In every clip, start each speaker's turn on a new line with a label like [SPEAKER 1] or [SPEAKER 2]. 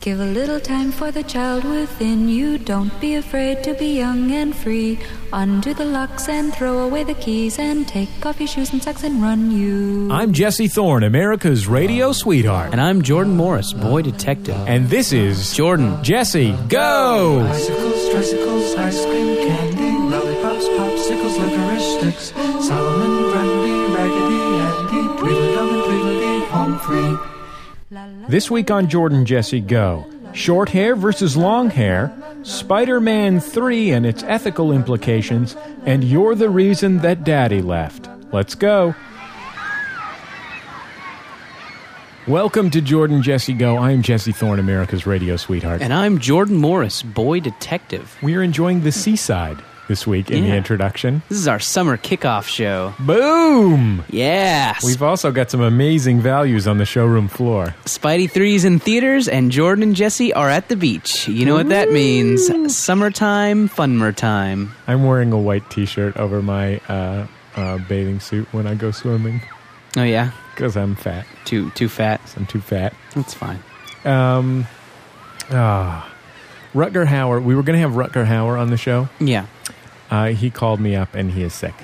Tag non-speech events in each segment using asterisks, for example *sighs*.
[SPEAKER 1] Give a little time for the child within you. Don't be afraid to be young and free. Undo the locks and throw away the keys and take off your shoes and socks and run you.
[SPEAKER 2] I'm Jesse Thorne, America's radio sweetheart.
[SPEAKER 3] And I'm Jordan Morris, boy detective.
[SPEAKER 2] And this is
[SPEAKER 3] Jordan.
[SPEAKER 2] Jesse Go!
[SPEAKER 4] Bicycles, tricycles, ice cream, candy, lollipops, popsicles, licorice sticks, Solomon, Grundy, Raggedy Andy, Tweedledum and Tweedledee, home free.
[SPEAKER 2] This week on Jordan Jesse Go short hair versus long hair, Spider Man 3 and its ethical implications, and You're the Reason That Daddy Left. Let's go. Welcome to Jordan Jesse Go. I am Jesse Thorne, America's radio sweetheart.
[SPEAKER 3] And I'm Jordan Morris, boy detective.
[SPEAKER 2] We are enjoying the seaside this week in the
[SPEAKER 3] Yeah.
[SPEAKER 2] introduction.
[SPEAKER 3] This is our summer kickoff show.
[SPEAKER 2] Boom!
[SPEAKER 3] Yes.
[SPEAKER 2] We've also got some amazing values on the showroom floor.
[SPEAKER 3] Spidey 3's in theaters, and Jordan and Jesse are at the beach. You know what that means. Summertime, funmer time.
[SPEAKER 2] I'm wearing a white t-shirt over my uh, uh, bathing suit when I go swimming
[SPEAKER 3] Oh, yeah.
[SPEAKER 2] because I'm fat.
[SPEAKER 3] Too, too fat.
[SPEAKER 2] 'Cause I'm too fat.
[SPEAKER 3] That's fine.
[SPEAKER 2] Um, ah, Rutger Hauer. We were going to have Rutger Hauer on the show.
[SPEAKER 3] Yeah.
[SPEAKER 2] Uh, he called me up and he is sick.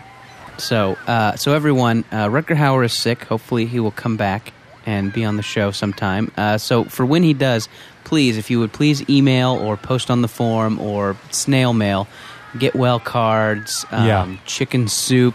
[SPEAKER 3] So, uh, so everyone, uh, Rutger Hauer is sick. Hopefully, he will come back and be on the show sometime. Uh, so, for when he does, please, if you would please email or post on the form or snail mail, get well cards, um,
[SPEAKER 2] Yeah.
[SPEAKER 3] chicken soup,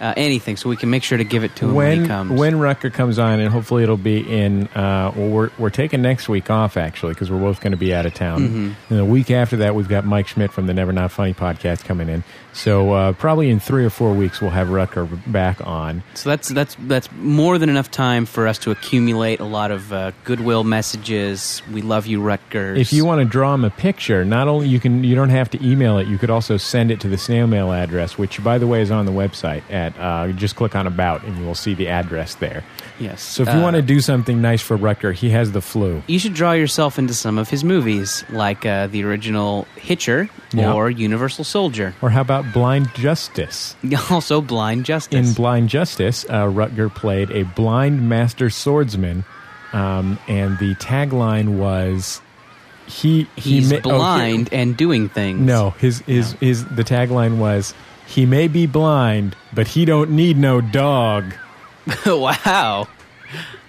[SPEAKER 3] uh, anything, so we can make sure to give it to him when,
[SPEAKER 2] when
[SPEAKER 3] he comes.
[SPEAKER 2] when Rutger comes on, and hopefully it'll be in. Uh, well, we're we're taking next week off actually because we're both going to be out of town.
[SPEAKER 3] Mm-hmm.
[SPEAKER 2] And the week after that, we've got Mike Schmidt from the Never Not Funny podcast coming in. So uh, probably in three or four weeks, we'll have Rutger back on.
[SPEAKER 3] so that's that's that's more than enough time for us to accumulate a lot of uh, goodwill messages. We love you, Rutgers.
[SPEAKER 2] If you want to draw him a picture, not only you can you don't have to email it. You could also send it to the snail mail address, which by the way is on the website. At uh, just click on about, and you will see the address there.
[SPEAKER 3] yes.
[SPEAKER 2] So if you
[SPEAKER 3] Uh,
[SPEAKER 2] want to do something nice for Rutger, he has the flu.
[SPEAKER 3] you should draw yourself into some of his movies, like uh, the original Hitcher
[SPEAKER 2] Yeah.
[SPEAKER 3] or Universal Soldier. *laughs*
[SPEAKER 2] Or how about Blind Justice?
[SPEAKER 3] Also, Blind Justice.
[SPEAKER 2] In Blind Justice, uh, Rutger played a blind master swordsman, um, and the tagline was, "He he
[SPEAKER 3] He's
[SPEAKER 2] may- oh, he-
[SPEAKER 3] blind and doing things.
[SPEAKER 2] No, his his his the tagline was, "He may be blind, but he don't need no dog."
[SPEAKER 3] *laughs* wow.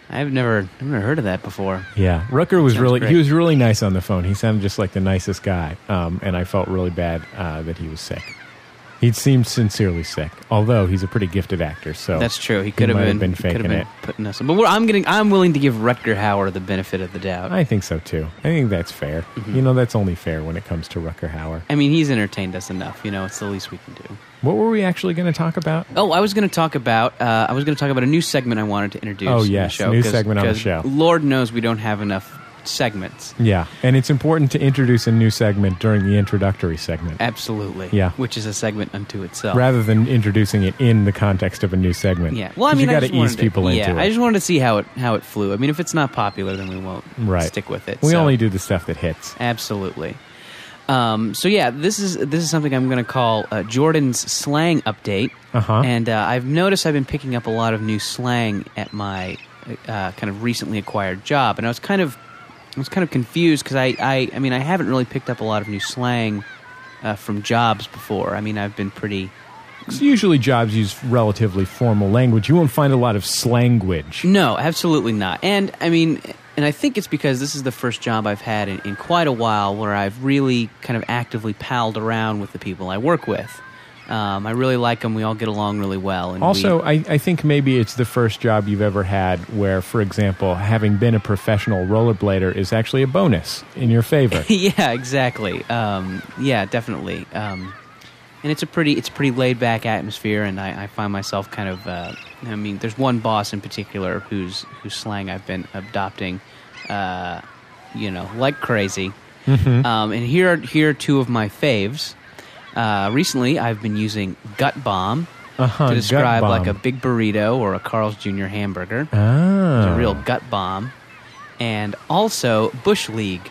[SPEAKER 3] I've never, I've never heard of that before.
[SPEAKER 2] Yeah, Rucker was
[SPEAKER 3] Sounds
[SPEAKER 2] really
[SPEAKER 3] great.
[SPEAKER 2] he was really nice on the phone. He sounded just like the nicest guy, um, and I felt really bad uh, that he was sick. He seemed sincerely sick, although he's a pretty gifted actor. So
[SPEAKER 3] That's true. He could have
[SPEAKER 2] might
[SPEAKER 3] been,
[SPEAKER 2] been
[SPEAKER 3] he could have
[SPEAKER 2] faking
[SPEAKER 3] been
[SPEAKER 2] it.
[SPEAKER 3] putting us. But we're, I'm getting, I'm willing to give Rutger Hauer the benefit of the doubt. I,
[SPEAKER 2] I think so too. I think that's fair.
[SPEAKER 3] Mm-hmm.
[SPEAKER 2] You know, that's only fair when it comes to Rucker Hauer.
[SPEAKER 3] mean, he's entertained us enough. You know, it's the least we can do.
[SPEAKER 2] What were we actually going to talk about?
[SPEAKER 3] Oh, I was going to talk about uh, I was going to talk about a new segment I wanted to introduce.
[SPEAKER 2] Oh,
[SPEAKER 3] on the
[SPEAKER 2] yes,
[SPEAKER 3] show,
[SPEAKER 2] new
[SPEAKER 3] 'cause-
[SPEAKER 2] segment on the
[SPEAKER 3] 'cause
[SPEAKER 2] show.
[SPEAKER 3] Lord knows we don't have enough segments.
[SPEAKER 2] Yeah, and it's important to introduce a new segment during the introductory segment.
[SPEAKER 3] Absolutely.
[SPEAKER 2] Yeah.
[SPEAKER 3] Which is a segment unto itself.
[SPEAKER 2] rather than introducing it in the context of a new segment.
[SPEAKER 3] Oh. yeah. Well, I
[SPEAKER 2] 'Cause
[SPEAKER 3] mean,
[SPEAKER 2] you
[SPEAKER 3] I
[SPEAKER 2] got
[SPEAKER 3] just
[SPEAKER 2] to ease
[SPEAKER 3] wanted to-
[SPEAKER 2] people
[SPEAKER 3] yeah,
[SPEAKER 2] into it.
[SPEAKER 3] I just wanted to see how it how it flew. I mean, if it's not popular, then we won't
[SPEAKER 2] right.
[SPEAKER 3] stick with it.
[SPEAKER 2] We
[SPEAKER 3] so-
[SPEAKER 2] only do the stuff that hits.
[SPEAKER 3] absolutely. Um, so yeah, this is this is something I'm going to call uh, Jordan's slang update,
[SPEAKER 2] Uh-huh.
[SPEAKER 3] and uh, I've noticed I've been picking up a lot of new slang at my uh, kind of recently acquired job, and I was kind of I was kind of confused because I, I I mean I haven't really picked up a lot of new slang uh, from jobs before. I mean I've been pretty
[SPEAKER 2] It's usually jobs use relatively formal language. You won't find a lot of slanguage.
[SPEAKER 3] No, absolutely not. And I mean, and I think it's because this is the first job I've had in, in quite a while where I've really kind of actively palled around with the people I work with. Um, I really like them. We all get along really well. And we-
[SPEAKER 2] Also, I, I think maybe it's the first job you've ever had where, for example, having been a professional rollerblader is actually a bonus in your
[SPEAKER 3] *laughs*
[SPEAKER 2] favor.
[SPEAKER 3] yeah, exactly. Um, yeah, definitely. Um, and it's a pretty it's a pretty laid back atmosphere, and I, I find myself kind of. Uh, I mean, there's one boss in particular whose whose slang I've been adopting, uh, you know, like crazy.
[SPEAKER 2] Mm-hmm.
[SPEAKER 3] Um, and here are, here are two of my faves. Uh, recently, I've been using gut bomb
[SPEAKER 2] Uh-huh,
[SPEAKER 3] to
[SPEAKER 2] gut
[SPEAKER 3] describe
[SPEAKER 2] bomb.
[SPEAKER 3] like a big burrito or a Carl's Jr. hamburger. It's
[SPEAKER 2] ah,
[SPEAKER 3] a real gut bomb. And also bush league.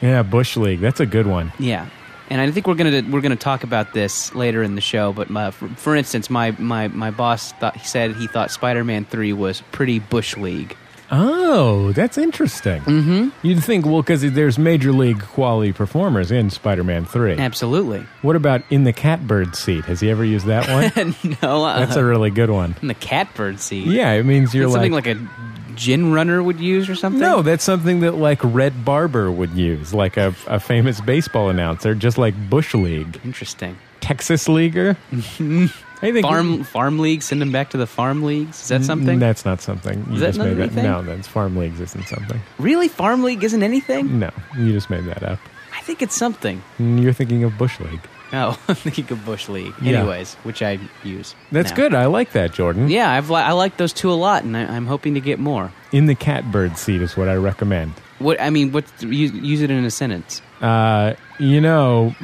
[SPEAKER 2] yeah, bush league. That's a good one.
[SPEAKER 3] Yeah, and I think we're gonna we're gonna talk about this later in the show. But my, for, for instance, my, my, my boss thought, he said he thought Spider Man Three was pretty bush league.
[SPEAKER 2] Oh, that's interesting. Mm-hmm. You'd think, well, because there's major league quality performers in Spider Man 3.
[SPEAKER 3] *laughs* Absolutely.
[SPEAKER 2] What about in the catbird seat? Has he ever used that one?
[SPEAKER 3] *laughs* no, uh,
[SPEAKER 2] that's a really good one.
[SPEAKER 3] in the catbird seat.
[SPEAKER 2] Yeah, it means you're
[SPEAKER 3] That's
[SPEAKER 2] like,
[SPEAKER 3] something like a gin runner would use or something.
[SPEAKER 2] No, that's something that like Red Barber would use, like a, a famous baseball announcer, just like Bush League,
[SPEAKER 3] Interesting.
[SPEAKER 2] Texas
[SPEAKER 3] *laughs*
[SPEAKER 2] Leaguer. I think
[SPEAKER 3] Farm farm leagues. Send them back to the farm leagues. Is that something?
[SPEAKER 2] That's not something. You
[SPEAKER 3] Is that
[SPEAKER 2] just made
[SPEAKER 3] another
[SPEAKER 2] that.
[SPEAKER 3] thing?
[SPEAKER 2] No, that's farm leagues isn't something.
[SPEAKER 3] Really, farm league isn't anything.
[SPEAKER 2] No, you just made that up.
[SPEAKER 3] I think it's something.
[SPEAKER 2] Mm, You're thinking of Bush League.
[SPEAKER 3] *laughs* Oh, I'm thinking of bush league.
[SPEAKER 2] Yeah.
[SPEAKER 3] Anyways, which I use.
[SPEAKER 2] That's
[SPEAKER 3] now.
[SPEAKER 2] good. I like that, Jordan.
[SPEAKER 3] Yeah, I've li- I like those two a lot, and I- I'm hoping to get more.
[SPEAKER 2] In the catbird seat is what I recommend.
[SPEAKER 3] What I mean, what use, use it in a sentence.
[SPEAKER 2] Uh, you know,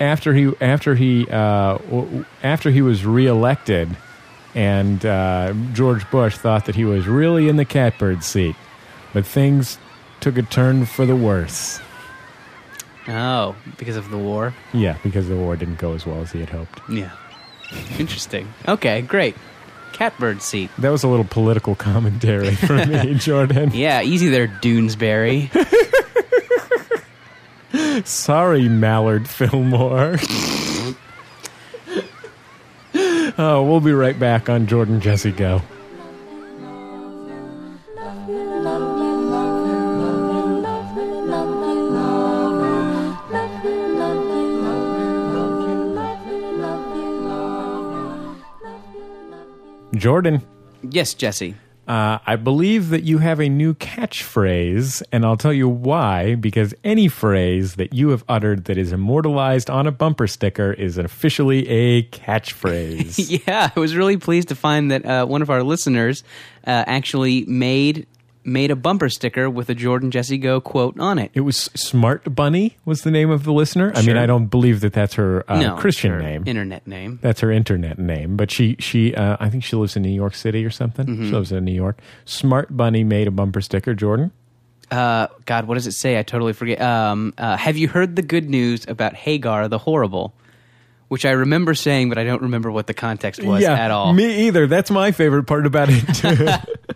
[SPEAKER 2] after he after he uh, w- after he was reelected, and uh, George Bush thought that he was really in the catbird seat, but things took a turn for the worse.
[SPEAKER 3] Oh, because of the war.
[SPEAKER 2] Yeah, because the war didn't go as well as he had hoped.
[SPEAKER 3] Yeah. Interesting. Okay, great. Catbird seat.
[SPEAKER 2] That was a little political *laughs* commentary for me, Jordan.
[SPEAKER 3] Yeah, easy there, Doonesbury. *laughs*
[SPEAKER 2] Sorry, Mallard Fillmore. oh, we'll be right back on Jordan Jesse Go. Jordan,
[SPEAKER 3] yes, Jesse.
[SPEAKER 2] uh, I believe that you have a new catchphrase, and I'll tell you why. Because any phrase that you have uttered that is immortalized on a bumper sticker is officially a catchphrase.
[SPEAKER 3] *laughs* Yeah, I was really pleased to find that uh, one of our listeners uh, actually made made a bumper sticker with a Jordan Jesse Go quote on it.
[SPEAKER 2] It was Smart Bunny was the name of the listener. I mean,
[SPEAKER 3] Sure.
[SPEAKER 2] I don't believe that that's her uh,
[SPEAKER 3] no,
[SPEAKER 2] Christian
[SPEAKER 3] her
[SPEAKER 2] name.
[SPEAKER 3] internet name.
[SPEAKER 2] that's her internet name, but she she uh, I think she lives in New York City or something. She
[SPEAKER 3] Mm-hmm.
[SPEAKER 2] lives in New York. Smart Bunny made a bumper sticker, Jordan.
[SPEAKER 3] Uh, God, what does it say? I totally forget. Um, uh, have you heard the good news about Hagar the Horrible? Which I remember saying, but I don't remember what the context was at all.
[SPEAKER 2] Me either. That's my favorite part about it.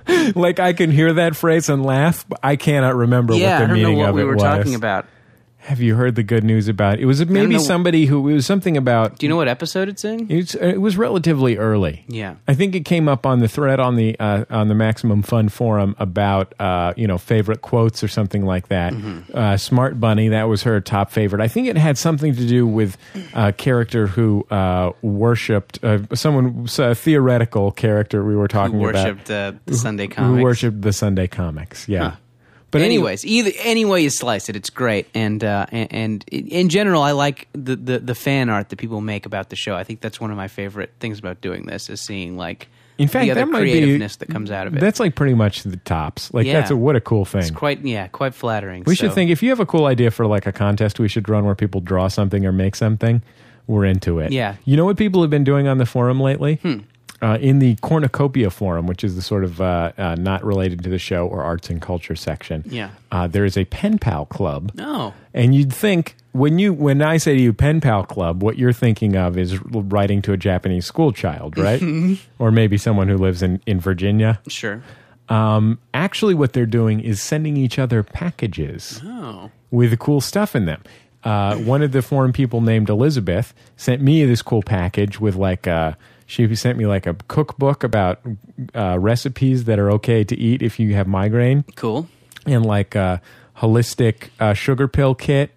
[SPEAKER 3] *laughs*
[SPEAKER 2] too. like I can hear that phrase and laugh, but I cannot remember
[SPEAKER 3] yeah,
[SPEAKER 2] what
[SPEAKER 3] I
[SPEAKER 2] the
[SPEAKER 3] don't know
[SPEAKER 2] meaning
[SPEAKER 3] what
[SPEAKER 2] of
[SPEAKER 3] we
[SPEAKER 2] it
[SPEAKER 3] were
[SPEAKER 2] was.
[SPEAKER 3] talking about.
[SPEAKER 2] Have you heard the good news about? It was maybe
[SPEAKER 3] know-
[SPEAKER 2] somebody who it was something about.
[SPEAKER 3] Do you know what episode it's in?
[SPEAKER 2] It's, it was relatively early.
[SPEAKER 3] Yeah.
[SPEAKER 2] I think it came up on the thread on the uh, on the Maximum Fun forum about uh, you know favorite quotes or something like that.
[SPEAKER 3] Mm-hmm.
[SPEAKER 2] Uh, Smart Bunny, that was her top favorite. I think it had something to do with a character who uh, worshipped uh, someone, a theoretical character we were
[SPEAKER 3] Who
[SPEAKER 2] talking about
[SPEAKER 3] worshipped uh, the Sunday
[SPEAKER 2] who
[SPEAKER 3] comics?
[SPEAKER 2] worshipped the Sunday comics. Yeah,
[SPEAKER 3] Huh.
[SPEAKER 2] but any-
[SPEAKER 3] anyways, either any way you slice it, it's great. And uh, and, and in general, I like the, the the fan art that people make about the show. I think that's one of my favorite things about doing this is seeing like
[SPEAKER 2] in fact,
[SPEAKER 3] the other
[SPEAKER 2] that might
[SPEAKER 3] creativeness
[SPEAKER 2] be
[SPEAKER 3] that comes out of it.
[SPEAKER 2] That's like pretty much the tops. Like
[SPEAKER 3] Yeah.
[SPEAKER 2] that's a, what a cool thing.
[SPEAKER 3] it's quite yeah, quite flattering.
[SPEAKER 2] We
[SPEAKER 3] so-
[SPEAKER 2] should think if you have a cool idea for like a contest we should run where people draw something or make something, we're into it.
[SPEAKER 3] Yeah. Hmm.
[SPEAKER 2] You know what people have been doing on the forum lately? Uh, in the cornucopia forum, which is the sort of uh, uh, not related to the show or arts and culture section,
[SPEAKER 3] Yeah.
[SPEAKER 2] uh, there is a pen pal club.
[SPEAKER 3] No.
[SPEAKER 2] And you'd think when you when I say to you pen pal club, what you're thinking of is writing to a Japanese school child, right?
[SPEAKER 3] Mm-hmm.
[SPEAKER 2] or maybe someone who lives in, in Virginia.
[SPEAKER 3] Sure.
[SPEAKER 2] Um, actually, what they're doing is sending each other packages
[SPEAKER 3] Oh.
[SPEAKER 2] with cool stuff in them. Uh, one of the foreign people named Elizabeth sent me this cool package with like a, she sent me like a cookbook about uh, recipes that are okay to eat if you have migraine
[SPEAKER 3] Cool.
[SPEAKER 2] and like a holistic uh, sugar pill kit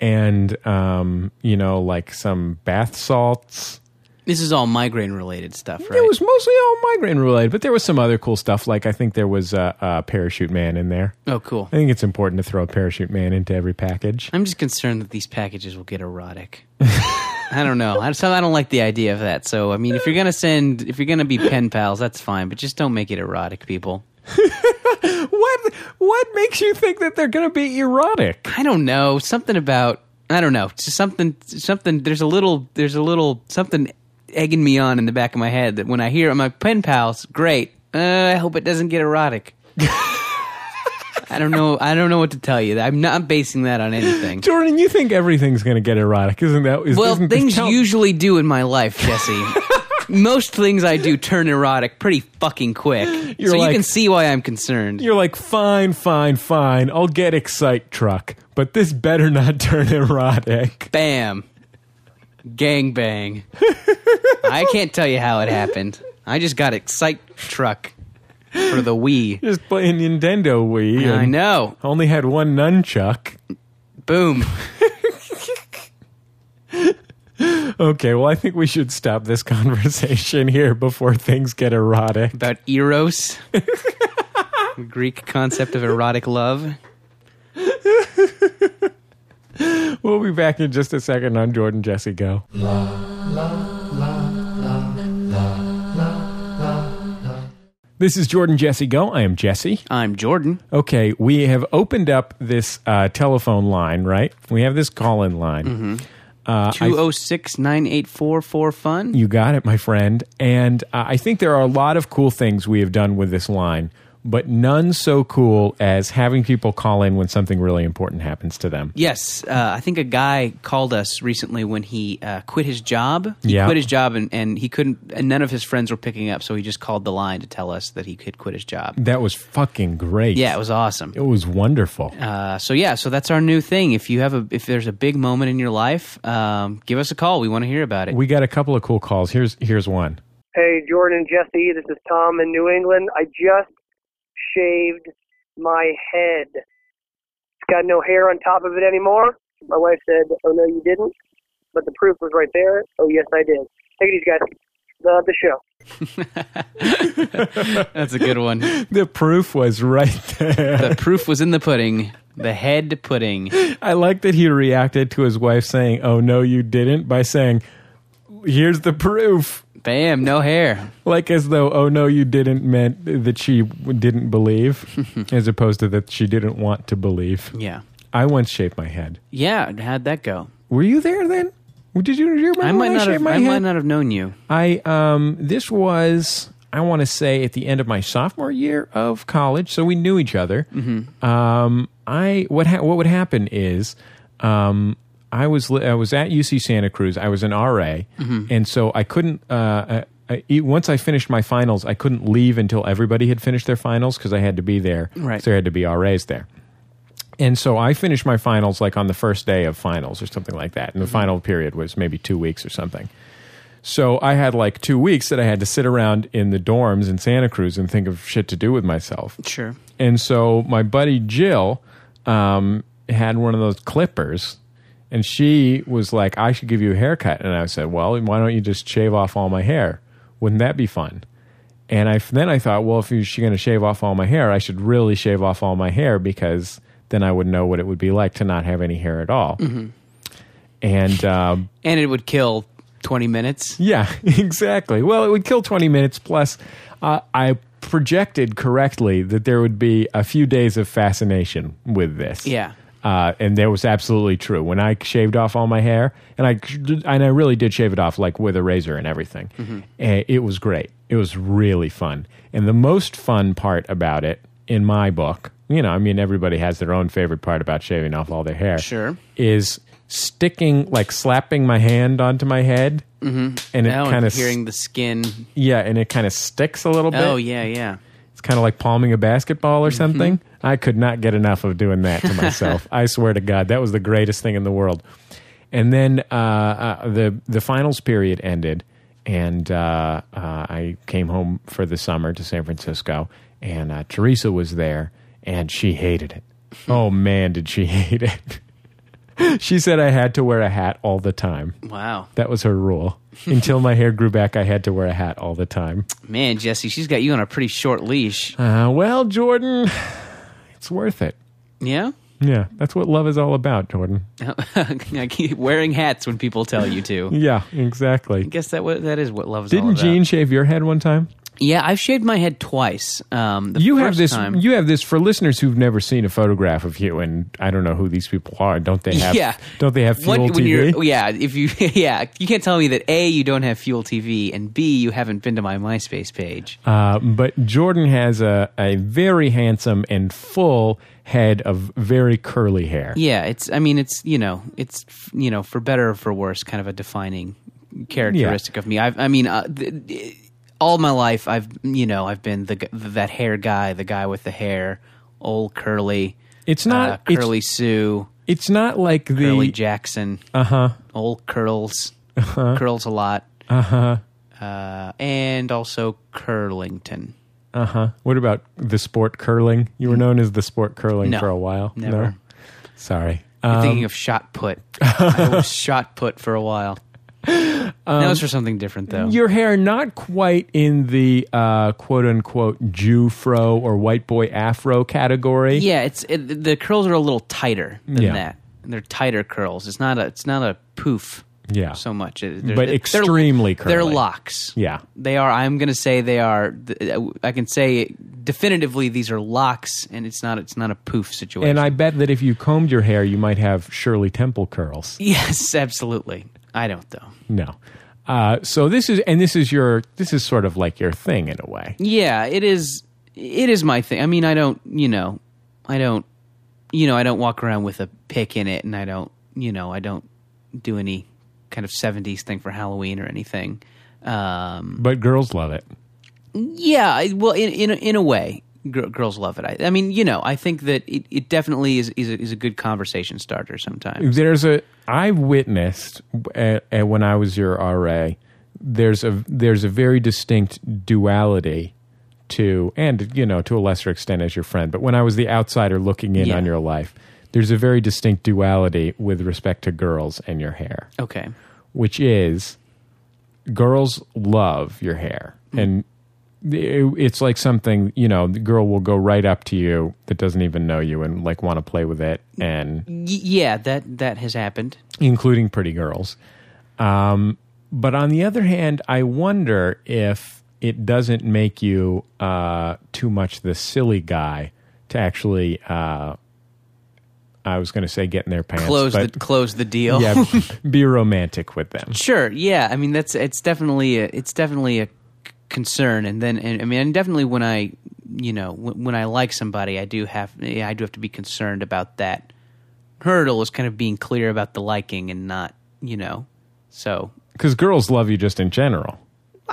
[SPEAKER 2] and um, you know like some bath salts.
[SPEAKER 3] This is all migraine related stuff, right?
[SPEAKER 2] It was mostly all migraine related, but there was some other cool stuff. Like I think there was a, a parachute man in there.
[SPEAKER 3] oh, cool.
[SPEAKER 2] I think it's important to throw a parachute man into every package.
[SPEAKER 3] I'm just concerned that these packages will get
[SPEAKER 2] *laughs*
[SPEAKER 3] erotic. I don't know. I, so I don't like the idea of that. So I mean, if you're gonna send, if you're gonna be pen pals, that's fine, but just don't make it erotic, people.
[SPEAKER 2] What what makes you think that they're going to be erotic?
[SPEAKER 3] I don't know. Something about I don't know. Just something. Something. There's a little. There's a little something egging me on in the back of my head that when I hear my pen pals, great. Uh, I hope it doesn't get
[SPEAKER 2] *laughs*
[SPEAKER 3] erotic. I don't know. I don't know what to tell you. I'm not basing that on anything.
[SPEAKER 2] Jordan, you think everything's going to get erotic, isn't that? Is,
[SPEAKER 3] Well,
[SPEAKER 2] isn't this
[SPEAKER 3] things
[SPEAKER 2] tell- *laughs*
[SPEAKER 3] usually do in my life, Jesse. most things I do turn erotic pretty fucking quick.
[SPEAKER 2] You're
[SPEAKER 3] so
[SPEAKER 2] like-
[SPEAKER 3] you can see why I'm concerned.
[SPEAKER 2] You're like, fine, fine, fine. I'll get excite truck, but this better not *laughs* turn erotic.
[SPEAKER 3] Bam.
[SPEAKER 2] *laughs*
[SPEAKER 3] Gang bang. I can't tell you how it happened. I just got excite truck for the Wii.
[SPEAKER 2] Just playing Nintendo Wii.
[SPEAKER 3] I
[SPEAKER 2] and
[SPEAKER 3] know.
[SPEAKER 2] Only had one nunchuck.
[SPEAKER 3] Boom.
[SPEAKER 2] Okay, well, I think we should stop this *laughs* conversation here before things get erotic.
[SPEAKER 3] About eros. Greek concept of erotic love.
[SPEAKER 2] We'll be back in just a second on Jordan Jesse Go. This is Jordan Jesse Go. I am Jesse.
[SPEAKER 3] I'm Jordan.
[SPEAKER 2] Okay, we have opened up this uh, telephone line, right? We have this call in line. Uh, I-
[SPEAKER 3] Mm-hmm. Two zero six nine eight four four fun.
[SPEAKER 2] You got it, my friend. And uh, I think there are a lot of cool things we have done with this line, but none so cool as having people call in when something really important happens to them.
[SPEAKER 3] Yes, uh, I think a guy called us recently when he uh, quit his job. He
[SPEAKER 2] Yeah.
[SPEAKER 3] quit his job and, and he couldn't, and none of his friends were picking up, so he just called the line to tell us that he could quit his job.
[SPEAKER 2] That was fucking great.
[SPEAKER 3] Yeah, it was awesome.
[SPEAKER 2] It was wonderful.
[SPEAKER 3] Uh, so yeah, so that's our new thing. If you have a, if there's a big moment in your life, um, give us a call. We want to hear about it.
[SPEAKER 2] We got a couple of cool calls. Here's here's one. *laughs*
[SPEAKER 5] Hey, Jordan and Jesse, this is Tom in New England. I just shaved my head. It's got no hair on top of it anymore. My wife said, Oh, no, you didn't. But the proof was right there. Oh, yes, I did. Take it easy, guys. Love the show.
[SPEAKER 3] that's a good
[SPEAKER 2] *laughs*
[SPEAKER 3] one. the
[SPEAKER 2] The proof was right there.
[SPEAKER 3] proof was in the pudding. The head pudding.
[SPEAKER 2] I like that he reacted to his wife saying, "Oh no, you didn't," by saying, "Here's the proof."
[SPEAKER 3] Bam, no hair.
[SPEAKER 2] Like as though, "Oh no, you didn't" meant that she w- didn't believe,
[SPEAKER 3] *laughs*
[SPEAKER 2] as opposed to that she didn't want to believe.
[SPEAKER 3] Yeah,
[SPEAKER 2] I once shaved my head.
[SPEAKER 3] yeah. How'd that go?
[SPEAKER 2] Were you there then? Did you, did you remember
[SPEAKER 3] I
[SPEAKER 2] when
[SPEAKER 3] might not
[SPEAKER 2] shaved
[SPEAKER 3] have.
[SPEAKER 2] my
[SPEAKER 3] I
[SPEAKER 2] head?
[SPEAKER 3] might not have known you.
[SPEAKER 2] I um this was I want to say at the end of my sophomore year of college, so we knew each other. Um, I what ha- what would happen is um I was li- I was at UC Santa Cruz. I was an RA, and so I couldn't. Uh, I, I, e- once I finished my finals, I couldn't leave until everybody had finished their finals because I had to be there.
[SPEAKER 3] Right.
[SPEAKER 2] So there had to be RAs there. And so I finished my finals like on the first day of finals or something like that. And the final period was maybe two weeks or something. So I had like two weeks that I had to sit around in the dorms in Santa Cruz and think of shit to do with myself.
[SPEAKER 3] Sure.
[SPEAKER 2] And so my buddy Jill um, had one of those clippers, and she was like, "I should give you a haircut." And I said, "Well, why don't you just shave off all my hair? Wouldn't that be fun?" And I then I thought, well, if she's going to shave off all my hair, I should really shave off all my hair because then I would know what it would be like to not have any hair at all. And um,
[SPEAKER 3] And it would kill twenty minutes.
[SPEAKER 2] yeah, *laughs* exactly. Well, it would kill 20 minutes. Plus, uh, I projected correctly that there would be a few days of fascination with this.
[SPEAKER 3] Yeah.
[SPEAKER 2] Uh, and that was absolutely true. When I shaved off all my hair, and I and I really did shave it off, like with a razor and everything,
[SPEAKER 3] Mm-hmm.
[SPEAKER 2] eh, it was great. It was really fun. And the most fun part about it, in my book, you know, I mean, everybody has their own favorite part about shaving off all their hair.
[SPEAKER 3] Sure.
[SPEAKER 2] is sticking like slapping my hand onto my head, and it
[SPEAKER 3] Mm-hmm. Now
[SPEAKER 2] kind
[SPEAKER 3] I'm
[SPEAKER 2] of
[SPEAKER 3] hearing the skin.
[SPEAKER 2] yeah, and it kind of sticks a little bit.
[SPEAKER 3] Oh yeah, yeah.
[SPEAKER 2] It's kind of like palming a basketball or something. I could not get enough of doing that to myself. I swear to God, that was the greatest thing in the world. And then uh, uh, the the finals period ended, and uh, uh, I came home for the summer to San Francisco, and uh, Teresa was there, and she hated it. Oh man, did she hate it! *laughs* she said I had to wear a hat all the time.
[SPEAKER 3] Wow,
[SPEAKER 2] That was her rule. Until my hair grew back, I had to wear a hat all the time.
[SPEAKER 3] man, Jesse, she's got you on a pretty short leash.
[SPEAKER 2] Uh, well, Jordan, *sighs* it's worth it.
[SPEAKER 3] Yeah. *laughs*
[SPEAKER 2] Yeah, that's what love is all about, Jordan.
[SPEAKER 3] I keep wearing hats when people tell you to.
[SPEAKER 2] Yeah,
[SPEAKER 3] I
[SPEAKER 2] exactly.
[SPEAKER 3] guess that what that is what love's all
[SPEAKER 2] Didn't
[SPEAKER 3] about.
[SPEAKER 2] Gene shave your head one time?
[SPEAKER 3] Yeah, I've shaved my head twice. Um, the
[SPEAKER 2] You have
[SPEAKER 3] first
[SPEAKER 2] this.
[SPEAKER 3] time-
[SPEAKER 2] You have this for listeners who've never seen a photograph of you, and I don't know who these people are. Don't they have?
[SPEAKER 3] *laughs* yeah.
[SPEAKER 2] Don't they have fuel
[SPEAKER 3] What- when
[SPEAKER 2] TV?
[SPEAKER 3] you're- yeah, if you *laughs* yeah, you can't tell me that a you don't have fuel TV and b you haven't been to my MySpace page.
[SPEAKER 2] Uh, but Jordan has a, a very handsome and full head of very curly hair.
[SPEAKER 3] Yeah, it's I mean it's you know it's you know for better or for worse kind of a defining characteristic of me. I've, I mean, uh, th- th- all my life, I've you know, I've been the g- that hair guy, the guy with the hair, old curly.
[SPEAKER 2] It's not-
[SPEAKER 3] uh,
[SPEAKER 2] it's-
[SPEAKER 3] curly Sue,
[SPEAKER 2] It's not like the Uh-huh.
[SPEAKER 3] curly Jackson. Uh huh. Old curls, curls a lot. Uh-huh. and also Curlington.
[SPEAKER 2] What about the sport curling? You were known as the sport curling
[SPEAKER 3] Mm. No,
[SPEAKER 2] for a while. No,
[SPEAKER 3] never.
[SPEAKER 2] sorry.
[SPEAKER 3] I'm
[SPEAKER 2] Um,
[SPEAKER 3] thinking of
[SPEAKER 2] *laughs*
[SPEAKER 3] shot put. I was shot put for a while.
[SPEAKER 2] Um,
[SPEAKER 3] that was for something different, though.
[SPEAKER 2] your hair not quite in the uh, quote unquote Jew fro or white boy afro category.
[SPEAKER 3] Yeah, it's it, the curls are a little tighter than
[SPEAKER 2] Yeah.
[SPEAKER 3] that. They're tighter curls. It's not a it's not a poof.
[SPEAKER 2] Yeah.
[SPEAKER 3] so much. It-
[SPEAKER 2] But
[SPEAKER 3] they're-
[SPEAKER 2] extremely
[SPEAKER 3] they're, They're
[SPEAKER 2] curly.
[SPEAKER 3] locks.
[SPEAKER 2] Yeah.
[SPEAKER 3] they are. I'm gonna say they are. th- I can say definitively these are locks, and it's not it's not a poof situation.
[SPEAKER 2] And I bet that if you combed your hair, you might have Shirley Temple curls.
[SPEAKER 3] *laughs* yes, absolutely. I don't though.
[SPEAKER 2] No. Uh, so this is and this is your this is sort of like your thing in a way.
[SPEAKER 3] Yeah, it is. It is my thing. I mean, I don't. You know, I don't. You know, I don't walk around with a pick in it, and I don't. You know, I don't do any kind of '70s thing for Halloween or anything. Um,
[SPEAKER 2] But girls love it.
[SPEAKER 3] yeah, I- well, in in a, in a way, gir- girls love it. I, I mean, you know, I think that it, it definitely is is a, is a good conversation starter sometimes.
[SPEAKER 2] There's a I witnessed uh uh when I was your RA. There's a there's a very distinct duality to and you know to a lesser extent as your friend, but when I was the outsider looking in
[SPEAKER 3] Yeah.
[SPEAKER 2] on your life, there's a very distinct duality with respect to girls and your hair,
[SPEAKER 3] Okay,
[SPEAKER 2] which is girls love your hair
[SPEAKER 3] Mm.
[SPEAKER 2] and. it- It's like something you know. The girl will go right up to you that doesn't even know you and like want to play with it, and
[SPEAKER 3] y- yeah, that that has happened.
[SPEAKER 2] including pretty girls. Um, but on the other hand, I wonder if it doesn't make you uh, too much the silly guy to actually. Uh, I was going to say get in their pants,
[SPEAKER 3] Close
[SPEAKER 2] but
[SPEAKER 3] the close the deal.
[SPEAKER 2] yeah, be romantic with them.
[SPEAKER 3] *laughs* Sure. Yeah. I mean, that's it's definitely a, it's definitely a c- concern, and then and, I mean, and definitely when I you know when, when I like somebody, I do have yeah, I do have to be concerned about that hurdle is kind of being clear about the liking and not you know. So
[SPEAKER 2] Because girls love you just in general.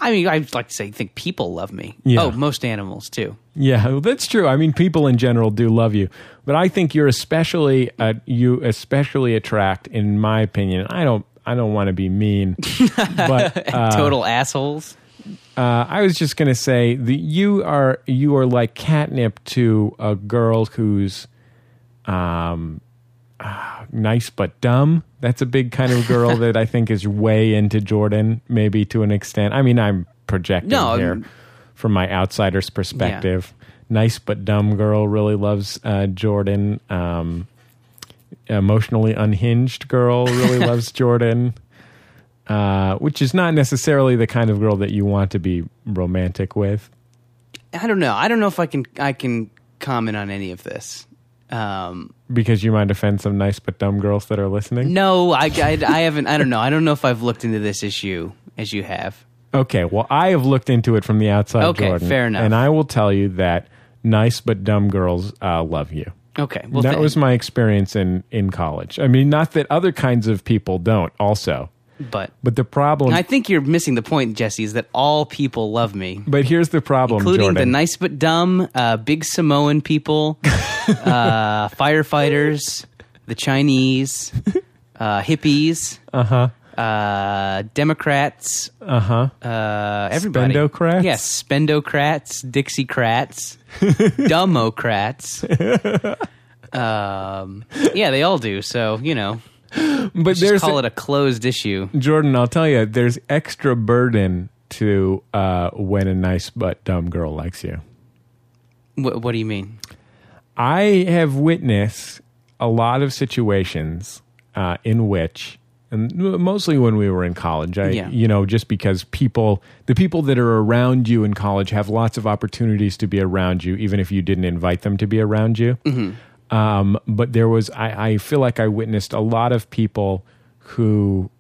[SPEAKER 3] I mean, I'd like to say think people love me.
[SPEAKER 2] Yeah.
[SPEAKER 3] Oh, most animals too.
[SPEAKER 2] Yeah, well, that's true. I mean, people in general do love you, but I think you're especially uh, you especially attract, in my opinion. I don't I don't want to be
[SPEAKER 3] *laughs*
[SPEAKER 2] mean, but uh,
[SPEAKER 3] Total assholes.
[SPEAKER 2] Uh, I was just gonna say that you are you are like catnip to a girl who's um, ah, nice but dumb. That's a big kind of girl that I think is way into Jordan, maybe to an extent. I mean, I'm projecting
[SPEAKER 3] No,
[SPEAKER 2] here
[SPEAKER 3] I'm-
[SPEAKER 2] from my outsider's perspective. Nice but dumb girl really loves uh, Jordan. Um, emotionally unhinged girl really
[SPEAKER 3] *laughs*
[SPEAKER 2] loves Jordan uh, which is not necessarily the kind of girl that you want to be romantic with.
[SPEAKER 3] I don't know. I don't know if I can I can comment on any of this. Um,
[SPEAKER 2] Because you might offend some nice but dumb girls that are listening.
[SPEAKER 3] no, I, I I haven't. I don't know. I don't know if I've looked into this issue as you have.
[SPEAKER 2] Okay, well, I have looked into it from the outside,
[SPEAKER 3] Okay,
[SPEAKER 2] Jordan.
[SPEAKER 3] fair enough.
[SPEAKER 2] And I will tell you that nice but dumb girls uh, love you.
[SPEAKER 3] Okay. Well,
[SPEAKER 2] that
[SPEAKER 3] th-
[SPEAKER 2] was my experience in, in college. I mean, not that other kinds of people don't, also.
[SPEAKER 3] but
[SPEAKER 2] But the problem.
[SPEAKER 3] and I think you're missing the point, Jesse. Is that all people love me,
[SPEAKER 2] but here's the problem,
[SPEAKER 3] including
[SPEAKER 2] Jordan.
[SPEAKER 3] the nice but dumb, uh, big Samoan people, uh, firefighters, the Chinese, uh, hippies, uh-huh. Democrats, uh-huh. everybody.
[SPEAKER 2] Spendocrats?
[SPEAKER 3] yes, spendocrats, Dixiecrats, Dummocrats. um, yeah, they all do. So you know,
[SPEAKER 2] but
[SPEAKER 3] just
[SPEAKER 2] there's
[SPEAKER 3] call it a closed issue.
[SPEAKER 2] Jordan, I'll tell you, there's extra burden to uh, when a nice but dumb girl likes you.
[SPEAKER 3] What, what do you mean?
[SPEAKER 2] I have witnessed a lot of situations uh, in which, and mostly when we were in college, I,
[SPEAKER 3] Yeah.
[SPEAKER 2] you know, just because people, the people that are around you in college have lots of opportunities to be around you, even if you didn't invite them to be around you. Um, but there was, I, I feel like I witnessed a lot of people who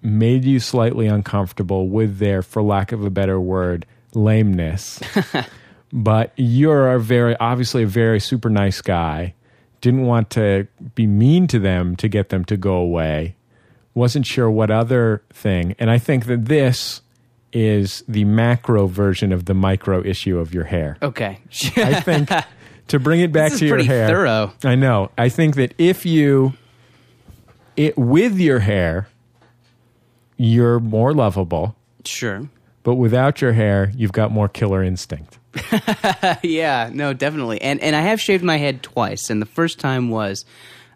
[SPEAKER 2] made you slightly uncomfortable with their, for lack of a better word, lameness. but you're a very obviously a very super nice guy. Didn't want to be mean to them to get them to go away, wasn't sure what other thing. And I think that this is the macro version of the micro issue of your hair.
[SPEAKER 3] Okay. *laughs*
[SPEAKER 2] I think to bring it back
[SPEAKER 3] This is
[SPEAKER 2] to your
[SPEAKER 3] pretty
[SPEAKER 2] hair.
[SPEAKER 3] thorough.
[SPEAKER 2] I know. I think that if you it with your hair, you're more lovable,
[SPEAKER 3] sure.
[SPEAKER 2] but without your hair, you've got more killer instinct.
[SPEAKER 3] *laughs* Yeah, no, definitely. And and I have shaved my head twice, and the first time was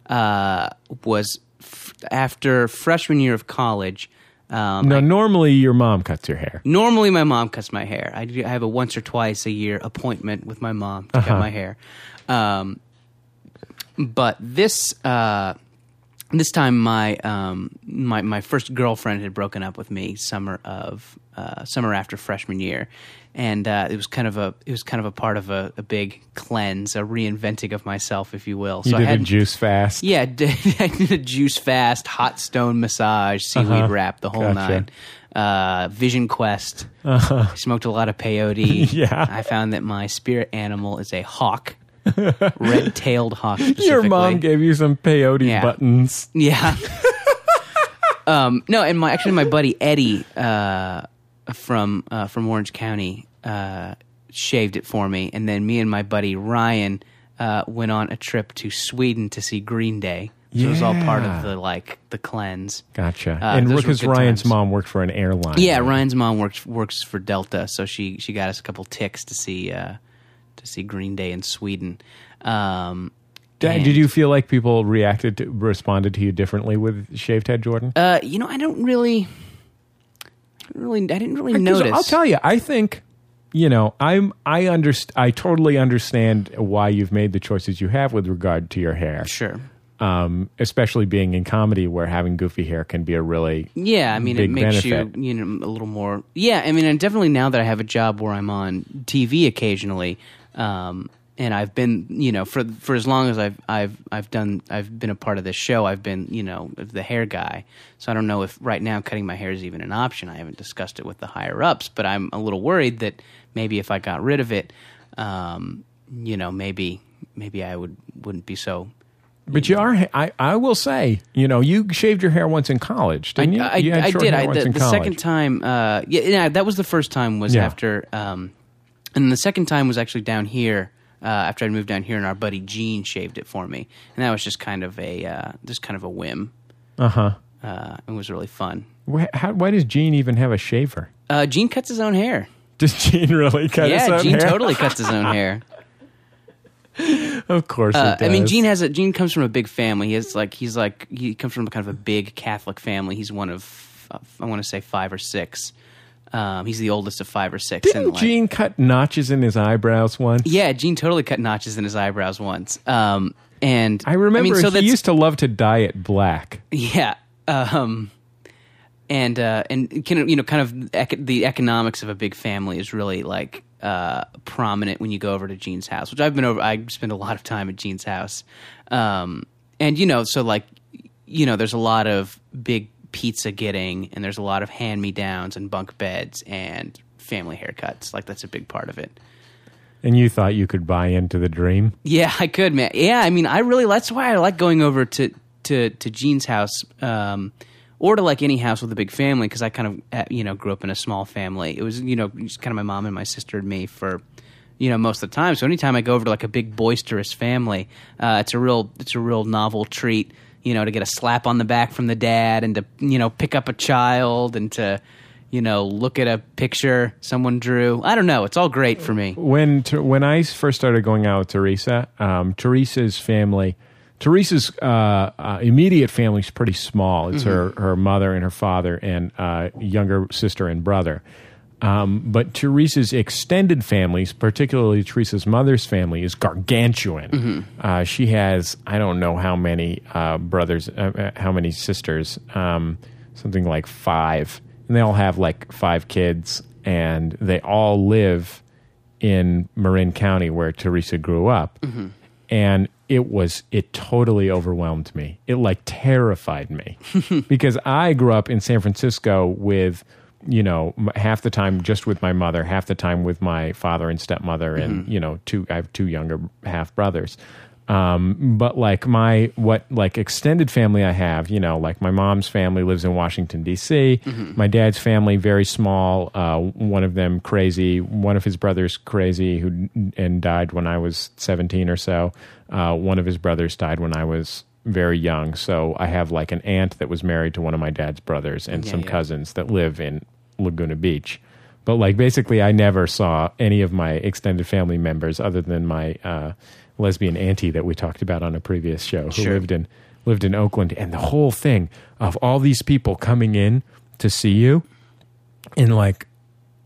[SPEAKER 3] uh, was f- after freshman year of college. Um,
[SPEAKER 2] Now, normally your mom cuts your hair.
[SPEAKER 3] Normally, my mom cuts my hair. I, do- I have a once or twice a year appointment with my mom to
[SPEAKER 2] Uh-huh.
[SPEAKER 3] cut my hair. Um, but this uh, this time, my um, my my first girlfriend had broken up with me summer of uh, summer after freshman year, and uh, it was kind of a it was kind of a part of a, a big cleanse, a reinventing of myself, if you will.
[SPEAKER 2] You
[SPEAKER 3] I
[SPEAKER 2] did a
[SPEAKER 3] hadn't-
[SPEAKER 2] juice fast.
[SPEAKER 3] yeah, *laughs* I did, I did a juice fast, hot stone massage, seaweed wrap, the whole
[SPEAKER 2] Uh-huh. Gotcha. Uh-huh.
[SPEAKER 3] nine. Uh, Vision Quest. I smoked a lot of
[SPEAKER 2] *laughs*
[SPEAKER 3] peyote.
[SPEAKER 2] Yeah.
[SPEAKER 3] I found that my spirit animal is a hawk, *laughs* red tailed hawk. Specifically.
[SPEAKER 2] Your mom gave you some peyote
[SPEAKER 3] Yeah.
[SPEAKER 2] buttons. *laughs*
[SPEAKER 3] Yeah. um, no, and my actually my buddy Eddie uh, from uh, from Orange County uh, shaved it for me, and then me and my buddy Ryan uh, went on a trip to Sweden to see Green Day. So it was all part
[SPEAKER 2] Yeah.
[SPEAKER 3] of the like the cleanse.
[SPEAKER 2] Gotcha.
[SPEAKER 3] Uh,
[SPEAKER 2] and
[SPEAKER 3] those were
[SPEAKER 2] because
[SPEAKER 3] good
[SPEAKER 2] Ryan's
[SPEAKER 3] times.
[SPEAKER 2] mom worked for an airline.
[SPEAKER 3] Yeah, Ryan's mom works works for Delta, so she she got us a couple ticks to see uh, to see Green Day in Sweden. Um,
[SPEAKER 2] Dad,
[SPEAKER 3] and-
[SPEAKER 2] did you feel like people reacted to, responded to you differently with shaved head, Jordan?
[SPEAKER 3] Uh, you know, I don't really, I don't really, I didn't really
[SPEAKER 2] Because
[SPEAKER 3] notice.
[SPEAKER 2] I'll tell you, I think you know, I'm I underst- I totally understand why you've made the choices you have with regard to your hair.
[SPEAKER 3] Sure.
[SPEAKER 2] Um, especially being in comedy where having goofy hair can be a really
[SPEAKER 3] Yeah, I mean,
[SPEAKER 2] Big
[SPEAKER 3] it makes
[SPEAKER 2] benefit.
[SPEAKER 3] you you know a little more. Yeah, I mean, and definitely now that I have a job where I'm on TV occasionally, um, and I've been you know for for as long as I've I've I've done I've been a part of this show. I've been you know the hair guy. So I don't know if right now cutting my hair is even an option. I haven't discussed it with the higher ups, but I'm a little worried that maybe if I got rid of it, um, you know, maybe maybe I would wouldn't be so
[SPEAKER 2] But you are. I, I will say, you know, you shaved your hair once in college, didn't you?
[SPEAKER 3] I, I,
[SPEAKER 2] you
[SPEAKER 3] I
[SPEAKER 2] short
[SPEAKER 3] did.
[SPEAKER 2] hair
[SPEAKER 3] I,
[SPEAKER 2] once
[SPEAKER 3] the
[SPEAKER 2] in
[SPEAKER 3] the
[SPEAKER 2] college.
[SPEAKER 3] second time, uh, yeah, yeah, that was the first time was
[SPEAKER 2] Yeah.
[SPEAKER 3] after, um, and the second time was actually down here uh, after I'd moved down here, and our buddy Gene shaved it for me, and that was just kind of a uh, just kind of a whim. Uh-huh. It was really fun.
[SPEAKER 2] Wh- how, why does Gene even have a shaver? *laughs*
[SPEAKER 3] Uh, Gene cuts his own hair.
[SPEAKER 2] Does Gene really cut his
[SPEAKER 3] yeah,
[SPEAKER 2] own
[SPEAKER 3] Gene
[SPEAKER 2] hair?
[SPEAKER 3] totally cuts his own hair.
[SPEAKER 2] *laughs* Of course,
[SPEAKER 3] Uh,
[SPEAKER 2] it
[SPEAKER 3] I
[SPEAKER 2] does.
[SPEAKER 3] mean, Gene has a Gene comes from a big family. He has like he's like he comes from kind of a big Catholic family. He's one of uh, I want to say five or six. Um, he's the oldest of five or six.
[SPEAKER 2] didn't
[SPEAKER 3] and, like,
[SPEAKER 2] Gene cut notches in his eyebrows once.
[SPEAKER 3] Yeah, Gene totally cut notches in his eyebrows once. Um, and
[SPEAKER 2] I remember
[SPEAKER 3] mean, so
[SPEAKER 2] he
[SPEAKER 3] that's,
[SPEAKER 2] used to love to dye it black.
[SPEAKER 3] yeah. Um, and uh, and kind of, you know, kind of ec- the economics of a big family is really like uh, prominent when you go over to Gene's house, which I've been over. I spend a lot of time at Gene's house, um, and you know, so like you know, there's a lot of big pizza getting, and there's a lot of hand me downs and bunk beds and family haircuts. Like that's a big part of it.
[SPEAKER 2] And you thought you could buy into the dream?
[SPEAKER 3] Yeah, I could, man. Yeah, I mean, I really that's why I like going over to to to Gene's house, um, or to like any house with a big family because I kind of uh, you know grew up in a small family. It was you know just kind of my mom and my sister and me for you know most of the time. So anytime I go over to like a big boisterous family, uh, it's a real it's a real novel treat. You know, to get a slap on the back from the dad and to you know pick up a child and to you know look at a picture someone drew. I don't know. It's all great for me.
[SPEAKER 2] when Ter- when I first started going out with Teresa, um, Teresa's family, Teresa's uh, uh, immediate family's pretty small. It's her her mother and her father and uh, younger sister and brother. Um, but Teresa's extended families, particularly Teresa's mother's family, is gargantuan. Uh, she has I don't know how many uh, brothers, uh, uh, how many sisters, um, something like five, and they all have like five kids, and they all live in Marin County where Teresa grew up. And it was, it totally overwhelmed me. It like terrified me because I grew up in San Francisco with, you know, m- half the time just with my mother, half the time with my father and stepmother, and, you know, two, I have two younger half brothers. Um, but like my what like extended family I have, you know, like my mom's family lives in Washington D.C.
[SPEAKER 3] Mm-hmm.
[SPEAKER 2] My dad's family very small. Uh, one of them crazy. One of his brothers crazy who and died when I was seventeen or so. Uh, one of his brothers died when I was very young. So I have like an aunt that was married to one of my dad's brothers and
[SPEAKER 3] Yeah,
[SPEAKER 2] some
[SPEAKER 3] yeah.
[SPEAKER 2] cousins that live in Laguna Beach. But like basically, I never saw any of my extended family members other than my uh, lesbian auntie that we talked about on a previous show, who
[SPEAKER 3] Sure.
[SPEAKER 2] lived in lived in Oakland. And the whole thing of all these people coming in to see you, and like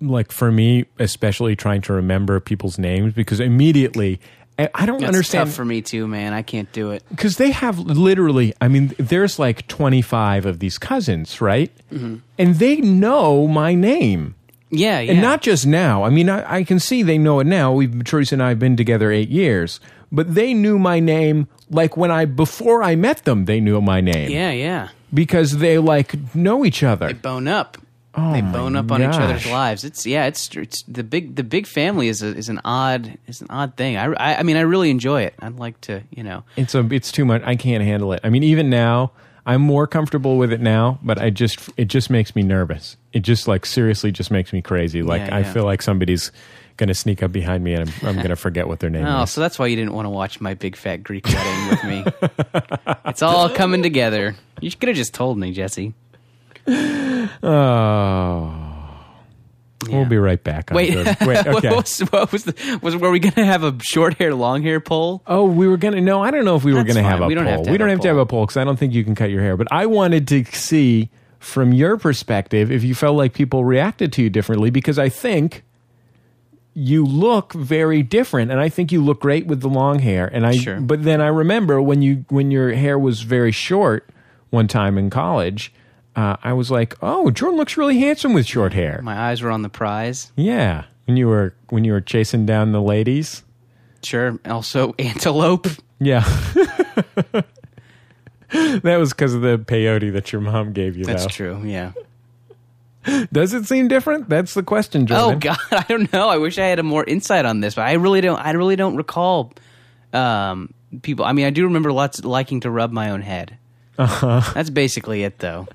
[SPEAKER 2] like for me, especially trying to remember people's names because immediately. I- I don't
[SPEAKER 3] That's
[SPEAKER 2] understand
[SPEAKER 3] tough for me too, man. I can't do it.
[SPEAKER 2] because they have literally i mean there's like 25 of these cousins right
[SPEAKER 3] Mm-hmm.
[SPEAKER 2] and they know my name
[SPEAKER 3] Yeah, yeah.
[SPEAKER 2] and not just now i mean I, I can see they know it now we've Teresa and i have been together eight years but they knew my name like when i before i met them they knew my name
[SPEAKER 3] Yeah, yeah.
[SPEAKER 2] because they like know each other
[SPEAKER 3] Bone up. they
[SPEAKER 2] Oh my
[SPEAKER 3] bone up on each other's
[SPEAKER 2] gosh.
[SPEAKER 3] lives. It's yeah. It's, it's the big the big family is a, is an odd is an odd thing. I, I I mean I really enjoy it. I'd like to you know.
[SPEAKER 2] it's a it's too much i can't handle it i mean even now i'm more comfortable with it now but i just it just makes me nervous it just like seriously just makes me crazy like
[SPEAKER 3] Yeah,
[SPEAKER 2] i
[SPEAKER 3] yeah.
[SPEAKER 2] feel like somebody's gonna sneak up behind me and i'm, I'm gonna forget what their name
[SPEAKER 3] Oh,
[SPEAKER 2] is
[SPEAKER 3] so that's why you didn't want to watch my big fat Greek wedding with me.
[SPEAKER 2] *laughs*
[SPEAKER 3] It's all coming together. You could have just told me, Jesse.
[SPEAKER 2] oh we'll be right back on
[SPEAKER 3] Wait,
[SPEAKER 2] the-
[SPEAKER 3] *laughs*
[SPEAKER 2] wait
[SPEAKER 3] what,
[SPEAKER 2] okay
[SPEAKER 3] was, what was the was were we gonna have a short hair, long hair poll?
[SPEAKER 2] Oh, we were gonna. No, I don't know if we were
[SPEAKER 3] That's
[SPEAKER 2] gonna have
[SPEAKER 3] fine.
[SPEAKER 2] a
[SPEAKER 3] We
[SPEAKER 2] poll.
[SPEAKER 3] don't have to
[SPEAKER 2] we
[SPEAKER 3] have
[SPEAKER 2] don't
[SPEAKER 3] a
[SPEAKER 2] have to have
[SPEAKER 3] poll.
[SPEAKER 2] a poll because I don't think you can cut your hair. But I wanted to see from your perspective if you felt like people reacted to you differently because I think you look very different, and I think you look great with the long hair. And I,
[SPEAKER 3] Sure.
[SPEAKER 2] but then I remember when you when your hair was very short one time in college. Uh, I was like, "Oh, Jordan looks really handsome with short hair."
[SPEAKER 3] My eyes were on the prize.
[SPEAKER 2] Yeah, when you were when you were chasing down the ladies.
[SPEAKER 3] Sure. Also antelope.
[SPEAKER 2] Yeah. *laughs* that was because of the peyote that your mom gave you,
[SPEAKER 3] That's
[SPEAKER 2] though.
[SPEAKER 3] true. Yeah.
[SPEAKER 2] Does it seem different? That's the question,
[SPEAKER 3] Oh
[SPEAKER 2] Jordan.
[SPEAKER 3] God, *laughs* I don't know. I wish I had a more insight on this, but I really don't. I really don't recall um, people. I mean, I do remember lots liking to rub my own head. Uh-huh. That's basically it, though.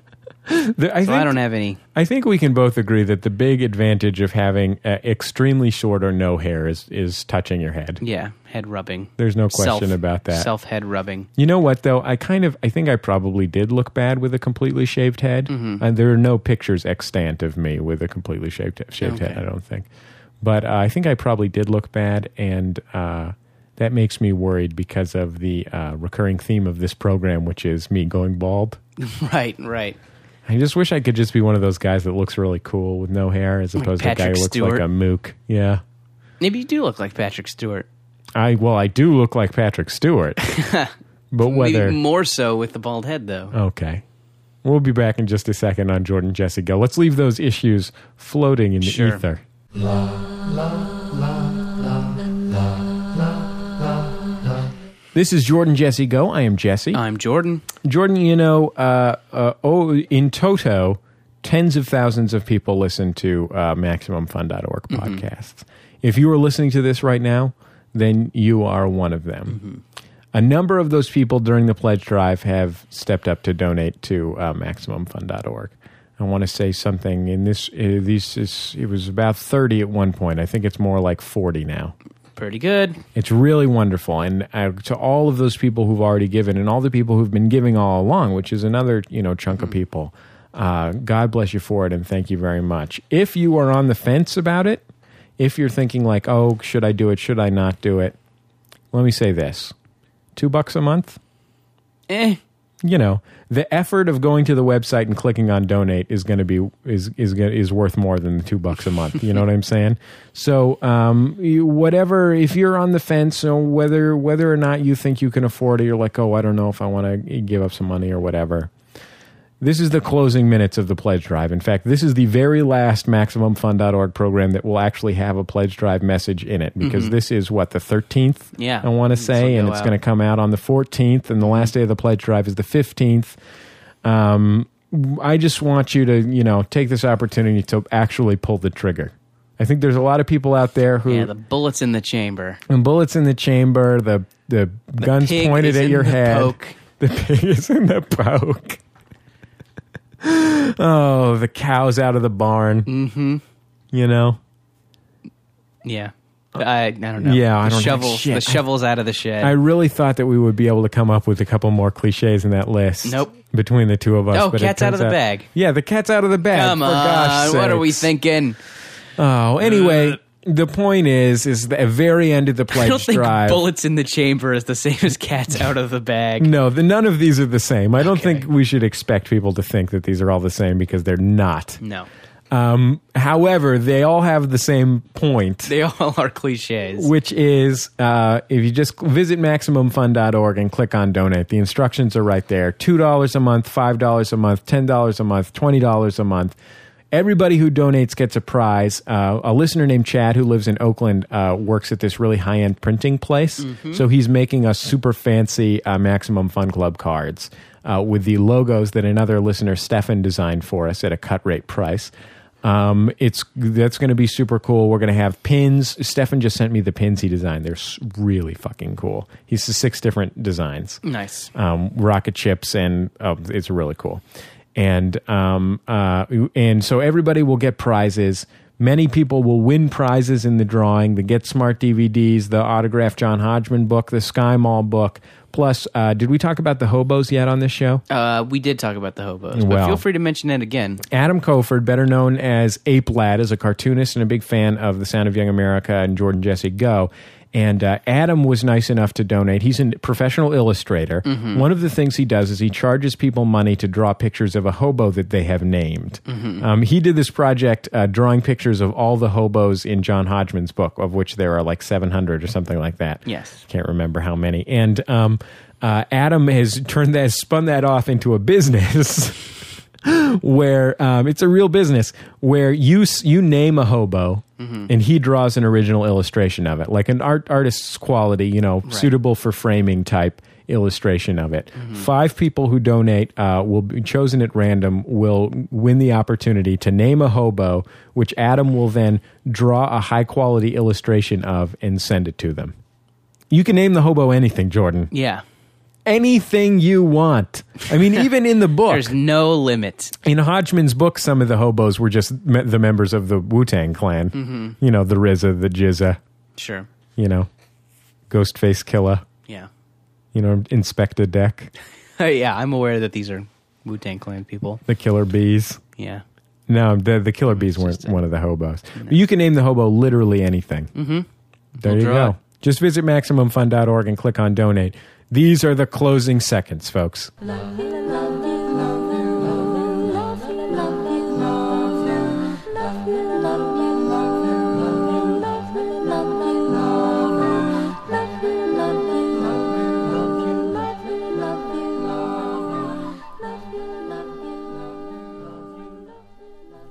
[SPEAKER 2] There- I, think,
[SPEAKER 3] So I don't have any.
[SPEAKER 2] I think we can both agree that the big advantage of having uh, extremely short or no hair is, is touching your head.
[SPEAKER 3] Yeah, head rubbing.
[SPEAKER 2] There's no question about that.
[SPEAKER 3] Self head rubbing. *laughs*
[SPEAKER 2] You know what, though? I kind of, I think I probably did look bad with a completely shaved head.
[SPEAKER 3] Mm-hmm.
[SPEAKER 2] Uh, there are no pictures extant of me with a completely shaved, shaved head,
[SPEAKER 3] Okay.
[SPEAKER 2] I don't think. But uh, I think I probably did look bad, and uh, that makes me worried because of the uh, recurring theme of this program, which is me going bald.
[SPEAKER 3] Right, right.
[SPEAKER 2] I just wish I could just be one of those guys that looks really cool with no hair as opposed to a guy
[SPEAKER 3] Patrick
[SPEAKER 2] who looks like
[SPEAKER 3] Stewart.
[SPEAKER 2] a mook. Yeah.
[SPEAKER 3] Maybe you do look like Patrick Stewart.
[SPEAKER 2] I Well, I do look like Patrick
[SPEAKER 3] *laughs*
[SPEAKER 2] Stewart. but whether.
[SPEAKER 3] Maybe more so with the bald head, though.
[SPEAKER 2] Okay. We'll be back in just a second on Jordan Jesse Go. Let's leave those issues floating in the
[SPEAKER 3] Sure.
[SPEAKER 2] ether. This is Jordan Jesse Go. I am Jesse.
[SPEAKER 3] I'm Jordan.
[SPEAKER 2] Jordan, you know, uh, uh, oh, in toto, tens of thousands of people listen to uh, MaximumFun.org podcasts. If you are listening to this right now, then you are one of them. A number of those people during the pledge drive have stepped up to donate to uh, MaximumFun.org. I want to say something in this. Uh, this is it was about thirty at one point. I think it's more like forty now.
[SPEAKER 3] Pretty good.
[SPEAKER 2] It's really wonderful. And uh, to all of those people who've already given and all the people who've been giving all along, which is another, you know, chunk of people, uh, God bless you for it and thank you very much. If you are on the fence about it, if you're thinking like, oh, should I do it? Should I not do it? Let me say this. Two bucks a month?
[SPEAKER 3] Eh.
[SPEAKER 2] you know the effort of going to the website and clicking on donate is going to be is is gonna- is worth more than the two bucks a month you know what i'm saying so um you, whatever if you're on the fence so whether whether or not you think you can afford it you're like oh i don't know if i want to give up some money or whatever this is the closing minutes of the pledge drive. In fact, this is the very last MaximumFund.org program that will actually have a pledge drive message in it because this is what the 13th,
[SPEAKER 3] Mm-hmm. Yeah.
[SPEAKER 2] I want to
[SPEAKER 3] This will
[SPEAKER 2] say, and
[SPEAKER 3] go
[SPEAKER 2] it's
[SPEAKER 3] out.
[SPEAKER 2] going to come out on the 14th, and the last day of the pledge drive is the 15th. Um, I just want you to, you know, take this opportunity to actually pull the trigger. I I think there's a lot of people out there who
[SPEAKER 3] Yeah, the bullets in the chamber.
[SPEAKER 2] and bullets in the chamber, the the, guns
[SPEAKER 3] pig
[SPEAKER 2] pointed
[SPEAKER 3] is
[SPEAKER 2] at
[SPEAKER 3] in
[SPEAKER 2] your
[SPEAKER 3] the
[SPEAKER 2] head.
[SPEAKER 3] poke.
[SPEAKER 2] The pig is in the poke. oh, the cow's out of the barn. Mm-hmm. You know,
[SPEAKER 3] Yeah. I, I don't know.
[SPEAKER 2] Yeah, I
[SPEAKER 3] the
[SPEAKER 2] don't know.
[SPEAKER 3] shovels.
[SPEAKER 2] Shit.
[SPEAKER 3] The shovels out of the shed.
[SPEAKER 2] I really thought that we would be able to come up with a couple more cliches in that list.
[SPEAKER 3] Nope.
[SPEAKER 2] Between the two of us.
[SPEAKER 3] Oh,
[SPEAKER 2] but it
[SPEAKER 3] cat's out of
[SPEAKER 2] turns
[SPEAKER 3] the bag.
[SPEAKER 2] Yeah, the cat's out of the bag.
[SPEAKER 3] Come
[SPEAKER 2] for
[SPEAKER 3] on,
[SPEAKER 2] gosh
[SPEAKER 3] what are we
[SPEAKER 2] sakes.
[SPEAKER 3] thinking?
[SPEAKER 2] Oh, anyway, the point is, is the very end of the
[SPEAKER 3] *laughs* I don't
[SPEAKER 2] pledge
[SPEAKER 3] think
[SPEAKER 2] drive.
[SPEAKER 3] bullets in the chamber is the same
[SPEAKER 2] *laughs*
[SPEAKER 3] as cats out of the bag.
[SPEAKER 2] No, the, none of these are the same. I don't think we should expect people to think that these are all the same because they're not.
[SPEAKER 3] No,
[SPEAKER 2] Um, however, they all have the same point,
[SPEAKER 3] they all are cliches.
[SPEAKER 2] which is uh, if you just visit MaximumFun.org and click on donate, the instructions are right there $2 a month, $5 a month, $10 a month, $20 a month. Everybody who donates gets a prize. Uh, a listener named Chad, who lives in Oakland, uh, works at this really high end printing place. So he's making us super fancy uh, Maximum Fun Club cards uh, with the logos that another listener, Stefan, designed for us at a cut rate price. Um, it's that's going to be super cool. We're going to have pins. Stefan just sent me the pins he designed. They're s- really fucking cool. He's six different designs
[SPEAKER 3] Nice.
[SPEAKER 2] um, rocket chips, and oh, it's really cool. And um, uh, and so everybody will get prizes. Many people will win prizes in the drawing: the Get Smart DVDs, the autographed John Hodgman book, the Sky Mall book. Plus, uh, did we talk about the hobos yet on this show?
[SPEAKER 3] Uh, we did talk about the hobos,
[SPEAKER 2] Well.
[SPEAKER 3] but feel free to mention that again.
[SPEAKER 2] Adam Koford, better known as Ape Lad, is a cartoonist and a big fan of The Sound of Young America and Jordan Jesse Go. And uh, Adam was nice enough to donate. He's a professional illustrator. One of the things he does is he charges people money to draw pictures of a hobo that they have named. Um, he did this project uh, drawing pictures of all the hobos in John Hodgman's book, of which there are like 700 or something like that.
[SPEAKER 3] Yes.
[SPEAKER 2] Can't remember how many. And um, uh, Adam has turned that, spun that off into a business. *laughs* where um, it's a real business where you s- you name a hobo and he draws an original illustration of it, like an art artist's quality, you know, suitable for framing type illustration of it. Five people who donate uh, will be chosen at random will win the opportunity to name a hobo, which Adam will then draw a high quality illustration of and send it to them. You can name the hobo anything, Jordan.
[SPEAKER 3] Yeah,
[SPEAKER 2] Anything you want. I mean, even in the book.
[SPEAKER 3] there's no limit.
[SPEAKER 2] In Hodgman's book, some of the hobos were just me- the members of the Wu Tang Clan.
[SPEAKER 3] Mm-hmm.
[SPEAKER 2] You know, the RZA, the Jizza,
[SPEAKER 3] Sure.
[SPEAKER 2] you know, Ghostface Killer,
[SPEAKER 3] Yeah. *laughs*
[SPEAKER 2] you know, Inspector Deck,
[SPEAKER 3] yeah, I'm aware that these are Wu Tang Clan people.
[SPEAKER 2] the Killer Bees.
[SPEAKER 3] Yeah.
[SPEAKER 2] No, the the Killer Bees weren't one of the hobos. You can name the hobo literally anything. Mm-hmm. There
[SPEAKER 3] We'll
[SPEAKER 2] you
[SPEAKER 3] draw
[SPEAKER 2] go.
[SPEAKER 3] it.
[SPEAKER 2] Just visit MaximumFun.org and click on donate. These are the closing seconds, folks.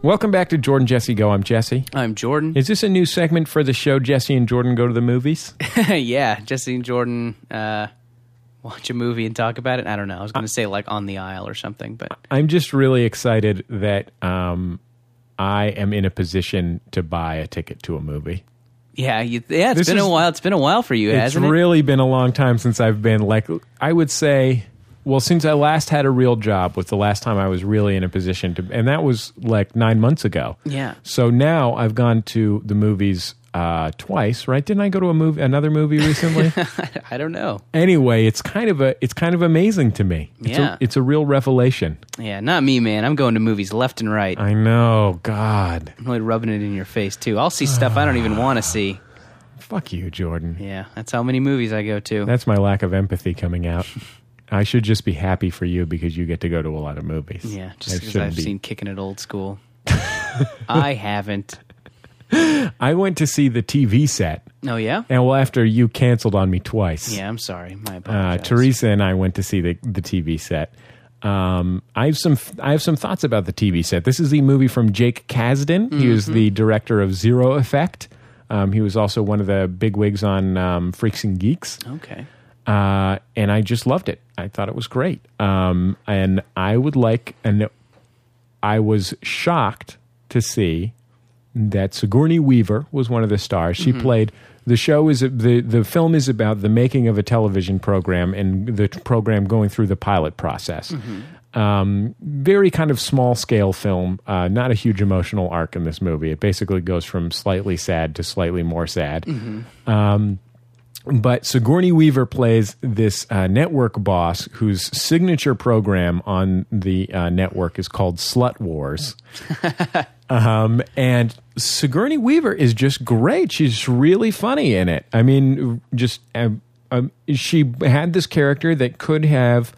[SPEAKER 2] Welcome back to Jordan Jesse Go. I'm Jesse.
[SPEAKER 3] I'm Jordan.
[SPEAKER 2] Is this a new segment for the show, Jesse and Jordan Go to the Movies?
[SPEAKER 3] *laughs* yeah, Jesse and Jordan uh, watch a movie and talk about it. I don't know. I was going to say like on the aisle or something, but
[SPEAKER 2] I'm just really excited that um, I am in a position to buy a ticket to a movie.
[SPEAKER 3] yeah, you, yeah. It's
[SPEAKER 2] This
[SPEAKER 3] been
[SPEAKER 2] is-
[SPEAKER 3] a while. It's been a while for you,
[SPEAKER 2] It's
[SPEAKER 3] hasn't
[SPEAKER 2] really been a long time since I've been like I would say well since I last had a real job was the last time I was really in a position to and that was like 9 months ago.
[SPEAKER 3] Yeah.
[SPEAKER 2] So now I've gone to the movies uh, twice, right? Didn't I go to a movie another movie
[SPEAKER 3] *laughs*
[SPEAKER 2] recently?
[SPEAKER 3] it? *laughs* I don't know.
[SPEAKER 2] anyway, it's kind of a it's kind of amazing to me. It's
[SPEAKER 3] Yeah.
[SPEAKER 2] a, it's a real revelation.
[SPEAKER 3] Yeah, not me, man. I'm going to movies left and right.
[SPEAKER 2] I know, god.
[SPEAKER 3] I'm really rubbing it in your face too. I'll see stuff I don't even want to see.
[SPEAKER 2] Fuck you, Jordan.
[SPEAKER 3] Yeah, that's how many movies I go to.
[SPEAKER 2] That's my lack of empathy coming out. I should just be happy for you because you get to go to a lot of movies.
[SPEAKER 3] yeah,
[SPEAKER 2] I
[SPEAKER 3] just because
[SPEAKER 2] shouldn't
[SPEAKER 3] I've
[SPEAKER 2] be.
[SPEAKER 3] seen Kicking It
[SPEAKER 2] *laughs*
[SPEAKER 3] Old School. I haven't.
[SPEAKER 2] I went to see the TV set,
[SPEAKER 3] Oh yeah,
[SPEAKER 2] and well, after you canceled on me twice,
[SPEAKER 3] yeah. I'm sorry. My
[SPEAKER 2] uh,
[SPEAKER 3] apologies.
[SPEAKER 2] Teresa and I went to see the, the TV set. Um, I have some I have some thoughts about the TV set. This is the movie from Jake Kasdan. He was
[SPEAKER 3] Mm-hmm.
[SPEAKER 2] the director of Zero Effect. Um, he was also one of the big wigs on um, Freaks and Geeks.
[SPEAKER 3] Okay.
[SPEAKER 2] uh, and I just loved it. I thought it was great. Um, and I would like, and I was shocked to see that Sigourney Weaver was one of the stars. She played the show is the the film is about the making of a television program and the t- program going through the pilot process. Um, very kind of small scale film, uh, not a huge emotional arc in this movie. It basically goes from slightly sad to slightly more sad but Sigourney Weaver plays this uh, network boss whose signature program on the uh, network is called Slut Wars. um, and Sigourney Weaver is just great. She's really funny in it. I mean, just um, um, she had this character that could have,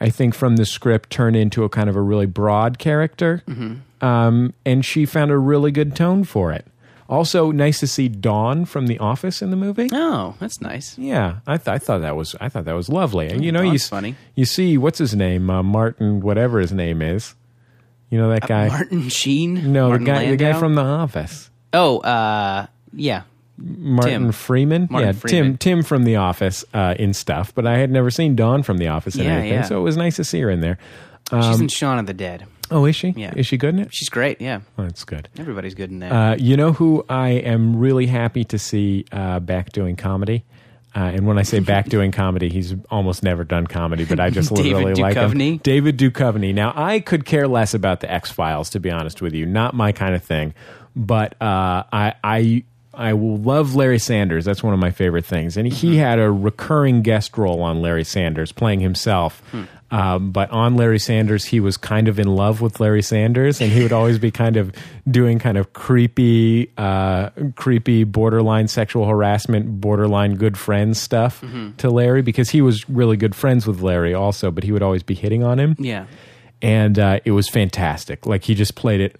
[SPEAKER 2] I think, from the script, turned into a kind of a really broad character. Um, and she found a really good tone for it. Also, nice to see Dawn from The Office in the movie.
[SPEAKER 3] Oh, that's nice.
[SPEAKER 2] Yeah, I, th- I thought that was I thought that was lovely. And you know,
[SPEAKER 3] Dawn's
[SPEAKER 2] you s-
[SPEAKER 3] Mm, funny.
[SPEAKER 2] You see, what's his name, uh, Martin, whatever his name is. You know that guy?
[SPEAKER 3] Uh, Martin Sheen.
[SPEAKER 2] no,
[SPEAKER 3] Martin
[SPEAKER 2] the guy, the guy
[SPEAKER 3] Landau?
[SPEAKER 2] from The Office,
[SPEAKER 3] Oh, uh, yeah.
[SPEAKER 2] Martin
[SPEAKER 3] Tim.
[SPEAKER 2] Freeman.
[SPEAKER 3] Martin
[SPEAKER 2] yeah,
[SPEAKER 3] Freeman.
[SPEAKER 2] Tim, Tim from The Office uh, in stuff. But I had never seen Dawn from The Office in
[SPEAKER 3] Yeah,
[SPEAKER 2] anything,
[SPEAKER 3] yeah.
[SPEAKER 2] so it was nice to see her in there.
[SPEAKER 3] She's
[SPEAKER 2] Um,
[SPEAKER 3] in Shaun of the Dead.
[SPEAKER 2] Oh, is she?
[SPEAKER 3] Yeah.
[SPEAKER 2] Is she good in it?
[SPEAKER 3] She's great. Yeah,
[SPEAKER 2] Oh, that's good.
[SPEAKER 3] everybody's good in that.
[SPEAKER 2] Uh, you know who I am really happy to see uh, back doing comedy? Uh, and when I say back doing comedy, he's almost never done comedy, but I just
[SPEAKER 3] *laughs* David
[SPEAKER 2] literally like him.
[SPEAKER 3] Duchovny?
[SPEAKER 2] David Duchovny. Now, I could care less about the X Files, to be honest with you. Not my kind of thing. But uh, I, I, I will love Larry Sanders. That's one of my favorite things. And
[SPEAKER 3] Mm-hmm.
[SPEAKER 2] he had a recurring guest role on Larry Sanders, playing himself.
[SPEAKER 3] Hmm.
[SPEAKER 2] Um, but on Larry Sanders, he was kind of in love with Larry Sanders, and he would always be kind of doing kind of creepy, uh, creepy borderline sexual harassment, borderline good friends stuff to Larry because he was really good friends with Larry also, but he would always be hitting on him
[SPEAKER 3] yeah,
[SPEAKER 2] and uh, it was fantastic. Like he just played it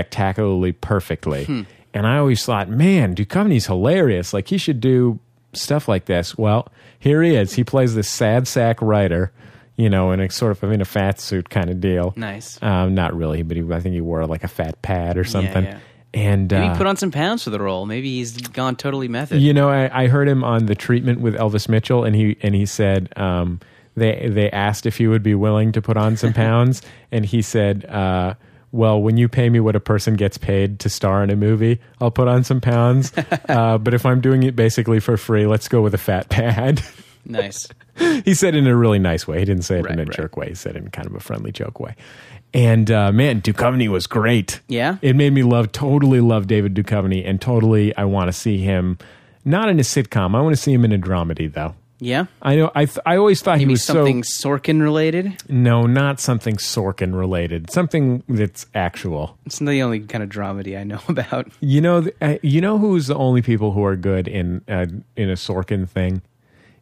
[SPEAKER 2] spectacularly, perfectly.
[SPEAKER 3] Hmm.
[SPEAKER 2] And I always thought, man, Duchovny's hilarious. Like he should do stuff like this. Well, here he is. He plays this sad sack writer, you know, in a sort of in a fat suit kind of deal.
[SPEAKER 3] nice.
[SPEAKER 2] Um, not really, but he, I think he wore like a fat pad or something.
[SPEAKER 3] yeah.
[SPEAKER 2] And
[SPEAKER 3] Maybe
[SPEAKER 2] uh,
[SPEAKER 3] he put on some pounds for the role. Maybe he's gone totally method.
[SPEAKER 2] you know, I, I heard him on the treatment with Elvis Mitchell, and he and he said um, they they asked if he would be willing to put on some pounds, and he said, uh, "Well, when you pay me what a person gets paid to star in a movie, I'll put on some pounds. uh, but if I'm doing it basically for free, let's go with a fat pad."
[SPEAKER 3] Nice.
[SPEAKER 2] he said it in a really nice way. He didn't say it
[SPEAKER 3] Right,
[SPEAKER 2] in a
[SPEAKER 3] right.
[SPEAKER 2] jerk way. He said it in kind of a friendly joke way. And uh, man, Duchovny was great.
[SPEAKER 3] Yeah?
[SPEAKER 2] it made me love, totally love David Duchovny, and totally I want to see him not in a sitcom. I want to see him in a dramedy, though.
[SPEAKER 3] Yeah.
[SPEAKER 2] I know. I th- I always thought he
[SPEAKER 3] Maybe
[SPEAKER 2] was
[SPEAKER 3] something
[SPEAKER 2] so
[SPEAKER 3] Sorkin related.
[SPEAKER 2] no, not something Sorkin related, something that's actual.
[SPEAKER 3] It's the only kind of dramedy I know *laughs* about.
[SPEAKER 2] You know, th- uh, you know who's the only people who are good in uh, in a Sorkin thing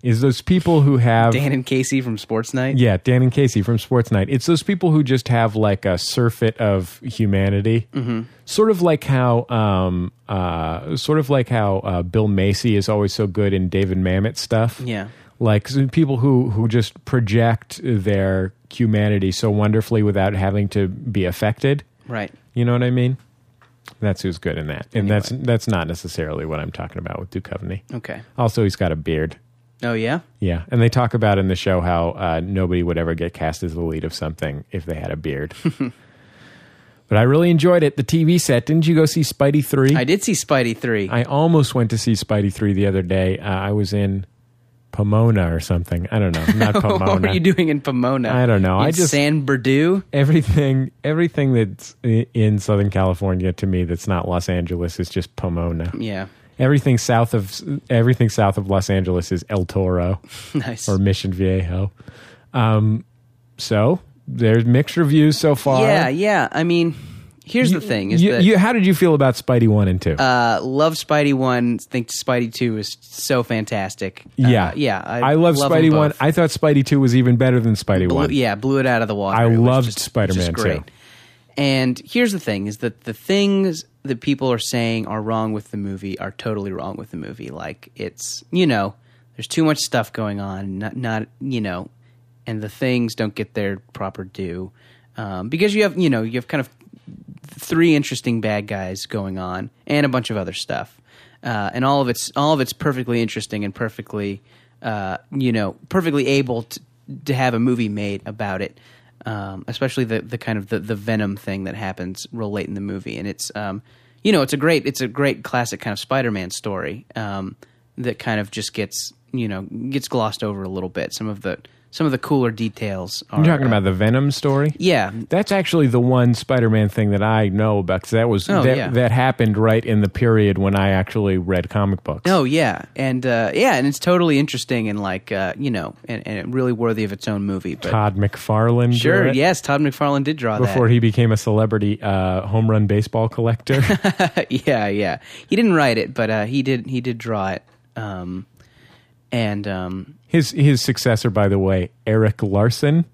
[SPEAKER 2] is those people who have
[SPEAKER 3] Dan and Casey from Sports Night.
[SPEAKER 2] Yeah, Dan and Casey from Sports Night. It's those people who just have like a surfeit of humanity, sort of like how, um, uh, sort of like how uh, Bill Macy is always so good in David Mamet stuff.
[SPEAKER 3] Yeah.
[SPEAKER 2] like so people who who just project their humanity so wonderfully without having to be affected.
[SPEAKER 3] Right.
[SPEAKER 2] You know what I mean? That's who's good in that, and that's that's not necessarily what I'm talking about with Duchovny.
[SPEAKER 3] Okay.
[SPEAKER 2] Also, he's got a beard.
[SPEAKER 3] Oh yeah.
[SPEAKER 2] Yeah, and they talk about in the show how uh, nobody would ever get cast as the lead of something if they had a
[SPEAKER 3] *laughs*
[SPEAKER 2] beard. but I really enjoyed it. The TV set. Didn't you go see Spidey three?
[SPEAKER 3] I did see Spidey three.
[SPEAKER 2] I almost went to see Spidey three the other day. Uh, I was in Pomona or something. I don't know.
[SPEAKER 3] *laughs*
[SPEAKER 2] Not Pomona.
[SPEAKER 3] what were you doing in Pomona?
[SPEAKER 2] I don't know.
[SPEAKER 3] In
[SPEAKER 2] I just-
[SPEAKER 3] San Berdue.
[SPEAKER 2] Everything, everything that's i- in Southern California to me that's not Los Angeles is just Pomona.
[SPEAKER 3] Yeah. *laughs*
[SPEAKER 2] Everything south of everything south of Los Angeles is El Toro.
[SPEAKER 3] Nice.
[SPEAKER 2] or Mission Viejo. Um, so there's mixed reviews so far.
[SPEAKER 3] yeah. Yeah. I mean, here's the thing: is
[SPEAKER 2] You-
[SPEAKER 3] that
[SPEAKER 2] you- how did you feel about Spidey one and two?
[SPEAKER 3] uh, love Spidey one. Think Spidey two is so fantastic. Uh,
[SPEAKER 2] yeah,
[SPEAKER 3] yeah.
[SPEAKER 2] I, love,
[SPEAKER 3] them
[SPEAKER 2] Spidey one.
[SPEAKER 3] both.
[SPEAKER 2] I thought Spidey two was even better than Spidey
[SPEAKER 3] blew,
[SPEAKER 2] one.
[SPEAKER 3] yeah, blew it out of the water.
[SPEAKER 2] I
[SPEAKER 3] It was
[SPEAKER 2] loved
[SPEAKER 3] just-
[SPEAKER 2] Spider-Man
[SPEAKER 3] just great.
[SPEAKER 2] too.
[SPEAKER 3] And here's the thing: is that the things that people are saying are wrong with the movie are totally wrong with the movie. Like it's you know, there's too much stuff going on. Not not you know, and the things don't get their proper due um, because you have you know you have kind of three interesting bad guys going on and a bunch of other stuff uh, and all of it's all of it's perfectly interesting and perfectly uh, you know perfectly able to, to have a movie made about it um, especially the, the kind of the, the venom thing that happens real late in the movie and it's um, you know, it's a great it's a great classic kind of Spider-Man story um, that kind of just gets you know gets glossed over a little bit. Some of the some of the cooler details. Are,
[SPEAKER 2] You're talking
[SPEAKER 3] uh,
[SPEAKER 2] about the Venom story?
[SPEAKER 3] yeah,
[SPEAKER 2] That's actually the one Spider-Man thing that I know about because that was
[SPEAKER 3] Oh,
[SPEAKER 2] that,
[SPEAKER 3] yeah.
[SPEAKER 2] that happened right in the period when I actually read comic books.
[SPEAKER 3] Oh yeah, and uh, yeah, and it's totally interesting and like uh, you know, and, and really worthy of its own movie. But
[SPEAKER 2] Todd McFarlane. drew
[SPEAKER 3] sure,
[SPEAKER 2] it
[SPEAKER 3] yes, Todd McFarlane did draw
[SPEAKER 2] Before he became a celebrity uh, home run baseball
[SPEAKER 3] *laughs*
[SPEAKER 2] collector.
[SPEAKER 3] that. yeah, yeah, he didn't write it, but uh, he did he did draw it. Um, and um,
[SPEAKER 2] his his successor, by the way, Eric Larson,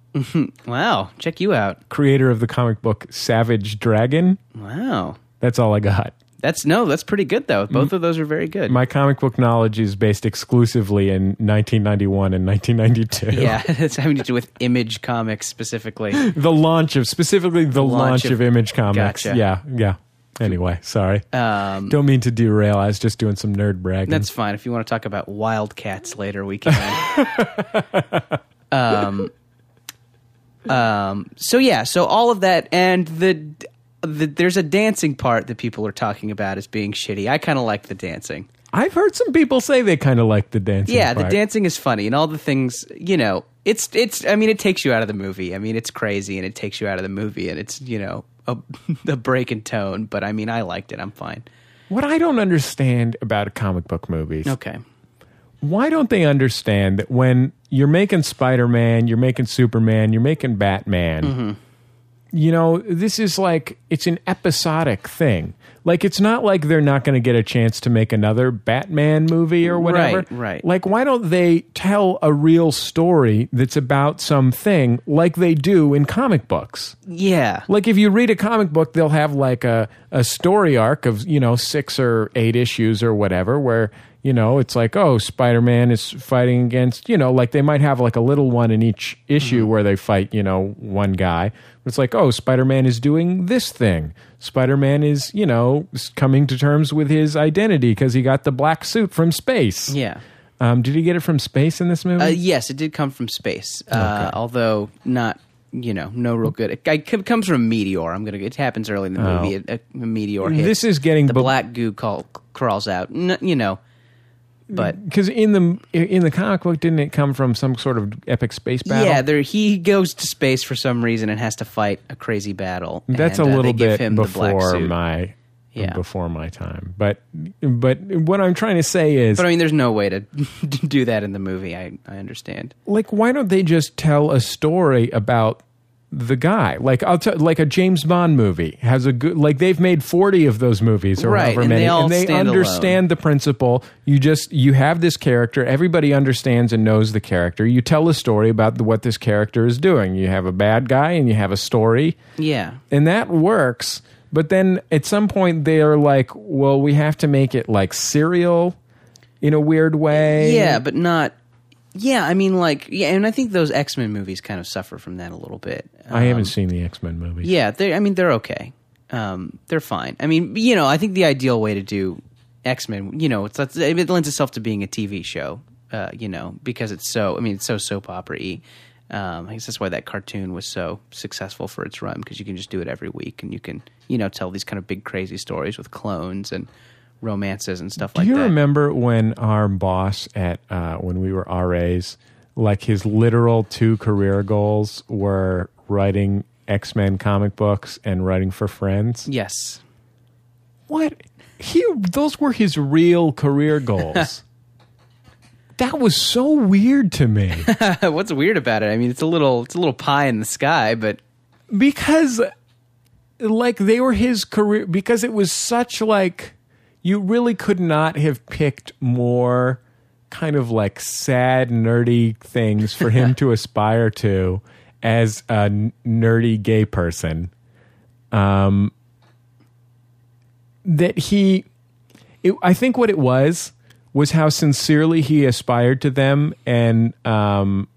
[SPEAKER 3] wow, check you out.
[SPEAKER 2] creator of the comic book Savage Dragon.
[SPEAKER 3] Wow,
[SPEAKER 2] That's all I got.
[SPEAKER 3] that's no, that's pretty good though. Both of those are very good.
[SPEAKER 2] My comic book knowledge is based exclusively in 1991 and 1992.
[SPEAKER 3] yeah, *laughs* it's having to do with Image Comics specifically.
[SPEAKER 2] *laughs* The launch of, specifically the launch,
[SPEAKER 3] launch
[SPEAKER 2] of,
[SPEAKER 3] of-
[SPEAKER 2] Image Comics.
[SPEAKER 3] Gotcha.
[SPEAKER 2] Yeah, yeah. Anyway, sorry.
[SPEAKER 3] Um,
[SPEAKER 2] Don't mean to derail. I was just doing some nerd bragging.
[SPEAKER 3] That's fine. If you want to talk about Wildcats later, we can. um, um, so yeah, so all of that, and the, the there's a dancing part that people are talking about as being shitty. I kind of like the dancing.
[SPEAKER 2] I've heard some people say they kind of like the dancing.
[SPEAKER 3] Yeah, the
[SPEAKER 2] part.
[SPEAKER 3] dancing is funny, and all the things you know. It's it's. I mean, it takes you out of the movie. I mean, it's crazy, and it takes you out of the movie, and it's you know a, *laughs* a break in tone. But I mean, I liked it. I'm fine.
[SPEAKER 2] What I don't understand about comic book movies,
[SPEAKER 3] Okay.
[SPEAKER 2] why don't they understand that when you're making Spider Man, you're making Superman, you're making Batman,
[SPEAKER 3] Mm-hmm.
[SPEAKER 2] you know, this is like, it's an episodic thing. Like, it's not like they're not going to get a chance to make another Batman movie or whatever.
[SPEAKER 3] Right, right.
[SPEAKER 2] Like, why don't they tell a real story that's about something like they do in comic books?
[SPEAKER 3] Yeah.
[SPEAKER 2] like if you read a comic book they'll have like a, a story arc of you know six or eight issues or whatever where you know it's like oh spider-man is fighting against you know like they might have like a little one in each issue
[SPEAKER 3] Mm-hmm.
[SPEAKER 2] where they fight you know one guy it's like oh spider-man is doing this thing spider-man is you know s- coming to terms with his identity because he got the black suit from space
[SPEAKER 3] Yeah.
[SPEAKER 2] um, did he get it from space in this movie
[SPEAKER 3] Uh, yes, it did come from space, uh, although not. You know, no real good. It, it comes from a meteor. I'm gonna. It happens early in the
[SPEAKER 2] Oh.
[SPEAKER 3] movie. A, a meteor hits.
[SPEAKER 2] This is getting
[SPEAKER 3] the
[SPEAKER 2] bu-
[SPEAKER 3] black goo call, crawls out. N- you know, but
[SPEAKER 2] because in the in the comic book didn't it come from some sort of epic space battle
[SPEAKER 3] yeah, there he goes to space for some reason and has to fight a crazy battle.
[SPEAKER 2] That's
[SPEAKER 3] and,
[SPEAKER 2] a
[SPEAKER 3] uh,
[SPEAKER 2] little
[SPEAKER 3] they give
[SPEAKER 2] bit
[SPEAKER 3] him the black
[SPEAKER 2] before
[SPEAKER 3] suit.
[SPEAKER 2] my
[SPEAKER 3] Yeah.
[SPEAKER 2] before my time. But but what I'm trying to say is
[SPEAKER 3] But I mean, there's no way to *laughs* do that in the movie. I I understand.
[SPEAKER 2] like why don't they just tell a story about the guy? Like I'll tell like a James Bond movie has a good like they've made 40 of those movies or
[SPEAKER 3] Right,
[SPEAKER 2] however
[SPEAKER 3] and they
[SPEAKER 2] many
[SPEAKER 3] all
[SPEAKER 2] and they
[SPEAKER 3] stand
[SPEAKER 2] understand the principle. You just you have this character, everybody understands and knows the character. You tell a story about the, what this character is doing. You have a bad guy and you have a story.
[SPEAKER 3] Yeah,
[SPEAKER 2] and that works. But then at some point they're like, well, we have to make it like serial in a weird way.
[SPEAKER 3] yeah, but not. Yeah, I mean, like, yeah, and I think those X Men movies kind of suffer from that a little bit.
[SPEAKER 2] I haven't seen the X Men movies.
[SPEAKER 3] Yeah, they I mean they're okay. Um, they're fine. I mean, you know, I think the ideal way to do X Men, you know, it's that's, it lends itself to being a TV show, uh, you know, because it's so. I mean, it's so soap opera y. Um, I guess that's why that cartoon was so successful for its run because you can just do it every week and you can, you know, tell these kind of big crazy stories with clones and romances and stuff
[SPEAKER 2] Do
[SPEAKER 3] like
[SPEAKER 2] you
[SPEAKER 3] that.
[SPEAKER 2] remember when our boss at uh, when we were RAs, like his literal two career goals were writing X Men comic books and writing for friends?
[SPEAKER 3] Yes. *laughs*
[SPEAKER 2] What? He those were his real career *laughs* goals. that was so weird to me.
[SPEAKER 3] What's weird about it? I mean, it's a little, it's a little pie in the sky, but
[SPEAKER 2] because like they were his career because it was such like you really could not have picked more kind of like sad nerdy things for him to aspire to as a n- nerdy gay person um that he it, I think what it was was how sincerely he aspired to them and um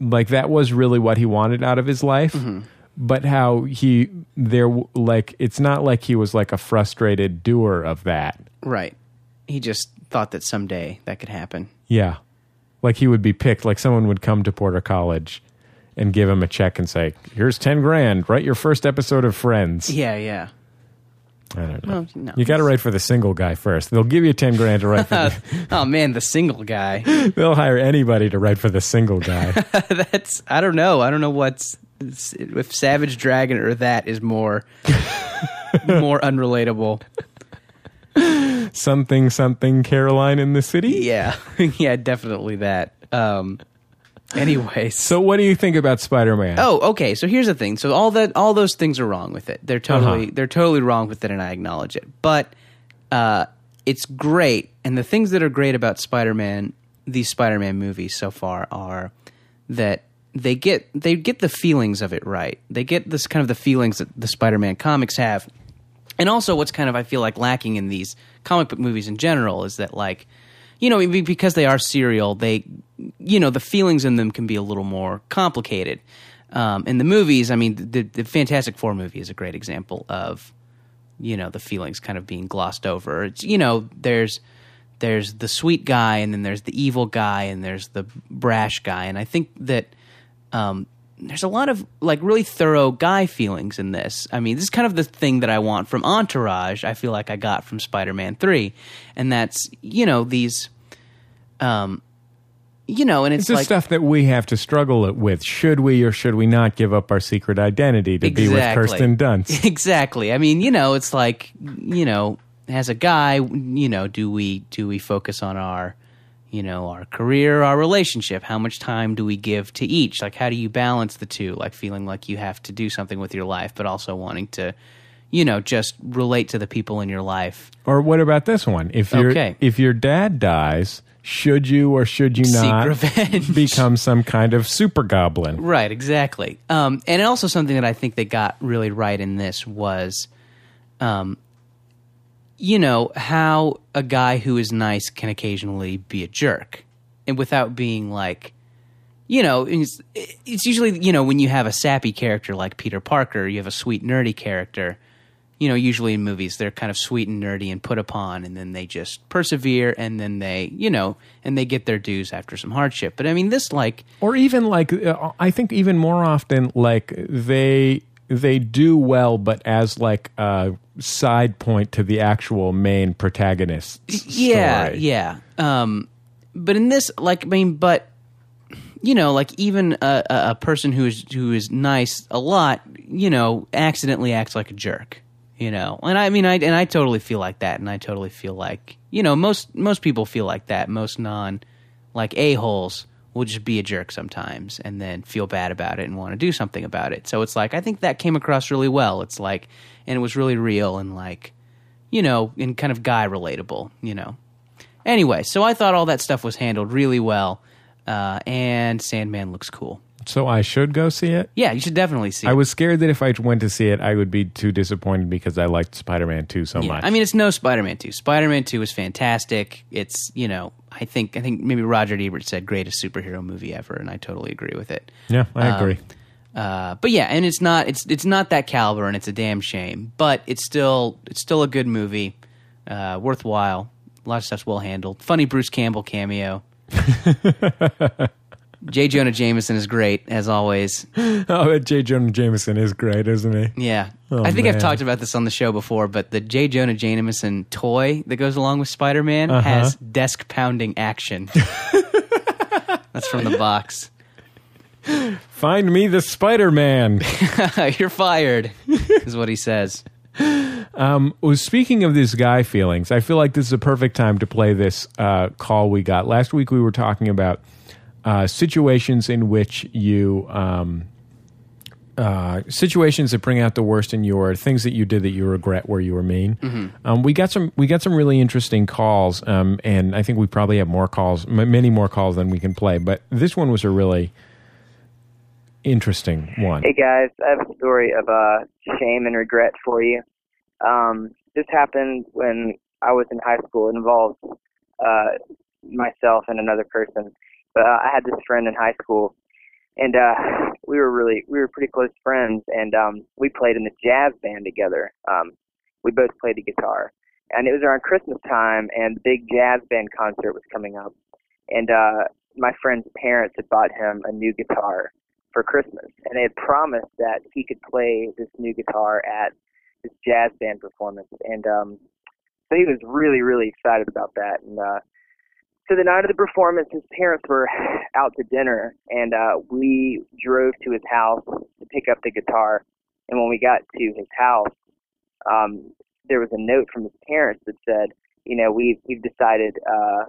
[SPEAKER 2] like that was really what he wanted out of his life
[SPEAKER 3] Mm-hmm.
[SPEAKER 2] but how he there w- like it's not like he was like a frustrated doer of that
[SPEAKER 3] right. He just thought that someday that could happen.
[SPEAKER 2] yeah like he would be picked like someone would come to porter college and give him a check and say here's 10 grand write your first episode of friends
[SPEAKER 3] Yeah, yeah.
[SPEAKER 2] I don't know.
[SPEAKER 3] No, no.
[SPEAKER 2] You got to write for the single guy first. They'll give you ten grand to write. For
[SPEAKER 3] *laughs* oh man, the single guy. *laughs*
[SPEAKER 2] the, they'll hire anybody to write for the single guy.
[SPEAKER 3] That's I don't know. I don't know what's if Savage Dragon or that is more more unrelatable.
[SPEAKER 2] something, something, Caroline in the city.
[SPEAKER 3] Yeah, *laughs* yeah, definitely that. Um, anyways,
[SPEAKER 2] So, what do you think about Spider Man?
[SPEAKER 3] Oh, okay. So here's the thing. So all that, all those things are wrong with it. They're totally,
[SPEAKER 2] Uh-huh.
[SPEAKER 3] they're totally wrong with it, and I acknowledge it. But uh, it's great, and the things that are great about Spider-Man, these Spider-Man movies so far are that they get they get the feelings of it right. They get this kind of the feelings that the Spider-Man comics have, and also what's kind of I feel like lacking in these comic book movies in general is that like you know be- because they are serial they you know the feelings in them can be a little more complicated um, in the movies i mean the, the fantastic four movie is a great example of you know the feelings kind of being glossed over it's you know there's there's the sweet guy and then there's the evil guy and there's the brash guy and i think that um, there's a lot of like really thorough guy feelings in this. I mean, this is kind of the thing that I want from Entourage. I feel like I got from Spider-Man Three, and that's you know these, um, you know, and it's,
[SPEAKER 2] It's the
[SPEAKER 3] like
[SPEAKER 2] stuff that we have to struggle it with. Should we or should we not give up our secret identity to be with Kirsten
[SPEAKER 3] *laughs*
[SPEAKER 2] Dunst?
[SPEAKER 3] Exactly. I mean, you know, it's like you know, as a guy, you know, do we do we focus on our you know our career, our relationship? How much time do we give to each? Like, how do you balance the two? Like, feeling like you have to do something with your life, but also wanting to, you know, just relate to the people in your life.
[SPEAKER 2] Or what about this one? If your
[SPEAKER 3] Okay.
[SPEAKER 2] if your dad dies, should you or should you
[SPEAKER 3] Seek
[SPEAKER 2] not *laughs*
[SPEAKER 3] revenge.
[SPEAKER 2] become some kind of super goblin?
[SPEAKER 3] Right, exactly. Um, and also something that I think they got really right in this was, um, you know, how a guy who is nice can occasionally be a jerk, and without being like, you know, it's, it's usually you know when you have a sappy character like Peter Parker, you have a sweet nerdy character. You know, usually in movies they're kind of sweet and nerdy and put upon, and then they just persevere, and then they, you know, and they get their dues after some hardship. But I mean, this like
[SPEAKER 2] Or even like uh, I think even more often like they they do well but as like a side point to the actual main protagonist.
[SPEAKER 3] yeah
[SPEAKER 2] story.
[SPEAKER 3] yeah um but in this like i mean but you know like even a, a a person who is who is nice a lot you know accidentally acts like a jerk you know and i mean i and i totally feel like that and i totally feel like you know most most people feel like that most non like a-holes will just be a jerk sometimes and then feel bad about it and want to do something about it so it's like i think that came across really well it's like and it was really real and like you know, and kind of guy relatable, you know. Anyway, so I thought all that stuff was handled really well, uh, and Sandman looks cool.
[SPEAKER 2] So I should go see it.
[SPEAKER 3] Yeah, you should definitely see.
[SPEAKER 2] I
[SPEAKER 3] it.
[SPEAKER 2] was scared that if I went to see it, I would be too disappointed because I liked Spider Man 2 so
[SPEAKER 3] Yeah.
[SPEAKER 2] much.
[SPEAKER 3] I mean, it's no Spider-Man two. Spider-Man two is fantastic. It's you know, I think I think maybe Roger Ebert said greatest superhero movie ever, and I totally agree with it.
[SPEAKER 2] yeah, I agree. *laughs*
[SPEAKER 3] Uh, but yeah, and it's not it's it's not that caliber, and it's a damn shame. But it's still it's still a good movie, uh, worthwhile. A lot of stuff's well handled. Funny Bruce
[SPEAKER 2] *laughs*
[SPEAKER 3] Campbell cameo. J. Jonah Jameson is great as always.
[SPEAKER 2] oh, but J. Jonah Jameson is great, isn't he?
[SPEAKER 3] Yeah,
[SPEAKER 2] Oh,
[SPEAKER 3] I think I've
[SPEAKER 2] man.
[SPEAKER 3] talked about this on the show before, but the J. Jonah Jameson toy that goes along with Spider Man
[SPEAKER 2] Uh-huh.
[SPEAKER 3] has desk pounding
[SPEAKER 2] *laughs*
[SPEAKER 3] action. That's from the box. *laughs*
[SPEAKER 2] Find me the Spider Man.
[SPEAKER 3] You're fired, is what he says.
[SPEAKER 2] well, speaking of these guy feelings, I feel like this is a perfect time to play this uh, call we got. Last week we were talking about uh, situations in which you. Um, uh, situations that bring out the worst in you, or things that you did that you regret where you were mean. Um, we got some, we got some really interesting calls, um, and I think we probably have more calls, m- many more calls than we can play. But this one was a really interesting one.
[SPEAKER 6] Hey guys, I have a story of uh, shame and regret for you. Um, this happened when I was in high school. It involved uh, myself and another person, but uh, I had this friend in high school, and uh, we were really we were pretty close friends, and um, we played in the jazz band together. Um, we both played the guitar, and it was around Christmas time, and the big jazz band concert was coming up, and uh, my friend's parents had bought him a new guitar for Christmas, and they had promised that he could play this new guitar at this jazz band performance, and um, so he was really really excited about that. And uh, so the night of the performance, his parents were *sighs* out to dinner, and uh, we drove to his house to pick up the guitar. And when we got to his house, um, there was a note from his parents that said, you know, we've we've decided uh,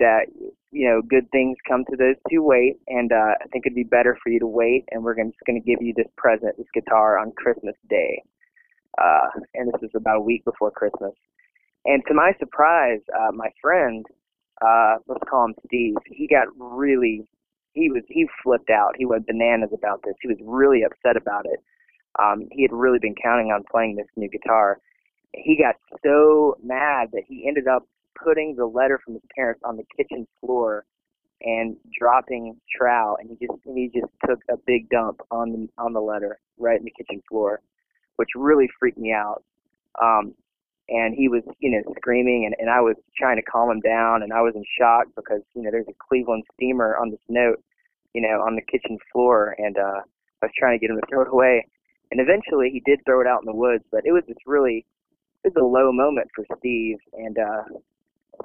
[SPEAKER 6] that you know good things come to those who wait, and uh, I think it'd be better for you to wait, and we're gonna, just going to give you this present, this guitar, on Christmas Day. Uh, and this is about a week before Christmas. And to my surprise, uh, my friend, uh, let's call him Steve, he got really, he was he flipped out. He went bananas about this. He was really upset about it. Um, he had really been counting on playing this new guitar. He got so mad that he ended up putting the letter from his parents on the kitchen floor and dropping trowel and he just and he just took a big dump on the on the letter right in the kitchen floor which really freaked me out um and he was you know screaming and, and i was trying to calm him down and i was in shock because you know there's a cleveland steamer on this note you know on the kitchen floor and uh i was trying to get him to throw it away and eventually he did throw it out in the woods but it was this really it was a low moment for steve and uh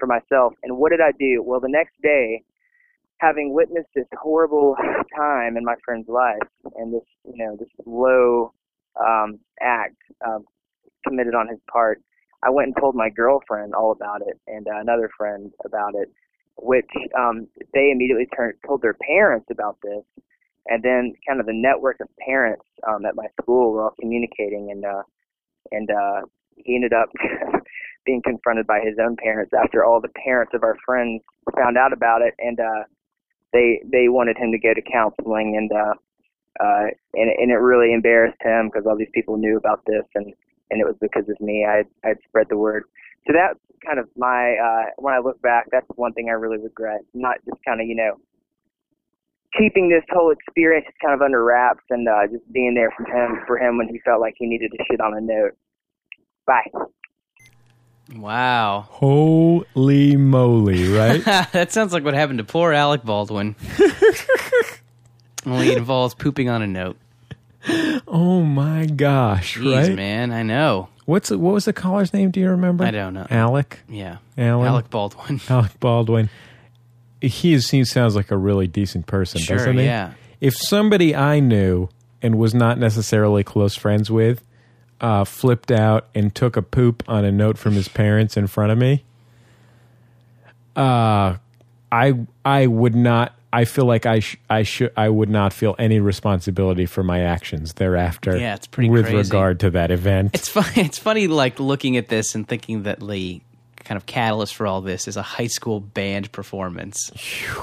[SPEAKER 6] for myself. And what did I do? Well, the next day, having witnessed this horrible time in my friend's life and this, you know, this low um, act um, committed on his part, I went and told my girlfriend all about it and uh, another friend about it, which um, they immediately turned, told their parents about this. And then, kind of the network of parents um, at my school were all communicating, and uh, and uh, he ended up *laughs* being confronted by his own parents after all the parents of our friends found out about it and uh they they wanted him to go to counseling and uh uh and and it really embarrassed him because all these people knew about this and and it was because of me i i spread the word so that's kind of my uh when i look back that's one thing i really regret not just kind of you know keeping this whole experience just kind of under wraps and uh just being there for him for him when he felt like he needed to shit on a note bye
[SPEAKER 3] Wow.
[SPEAKER 2] Holy moly, right?
[SPEAKER 3] *laughs* that sounds like what happened to poor Alec Baldwin. Only involves pooping on a note.
[SPEAKER 2] *laughs* oh my gosh,
[SPEAKER 3] Jeez,
[SPEAKER 2] right?
[SPEAKER 3] man, I know.
[SPEAKER 2] What's what was the caller's name? Do you remember?
[SPEAKER 3] I don't know.
[SPEAKER 2] Alec.
[SPEAKER 3] Yeah.
[SPEAKER 2] Alan?
[SPEAKER 3] Alec Baldwin.
[SPEAKER 2] Alec Baldwin. He is, he sounds like a really decent person,
[SPEAKER 3] Sure,
[SPEAKER 2] doesn't he?
[SPEAKER 3] yeah.
[SPEAKER 2] If somebody I knew and was not necessarily close friends with uh, flipped out and took a poop on a note from his parents in front of me, uh, I I would not. I feel like I sh- I should I would not feel any responsibility for my actions thereafter.
[SPEAKER 3] Yeah, it's pretty
[SPEAKER 2] with
[SPEAKER 3] crazy.
[SPEAKER 2] regard to that event.
[SPEAKER 3] It's funny. *laughs* It's funny, like looking at this and thinking that the kind of catalyst for all this is a high school band performance.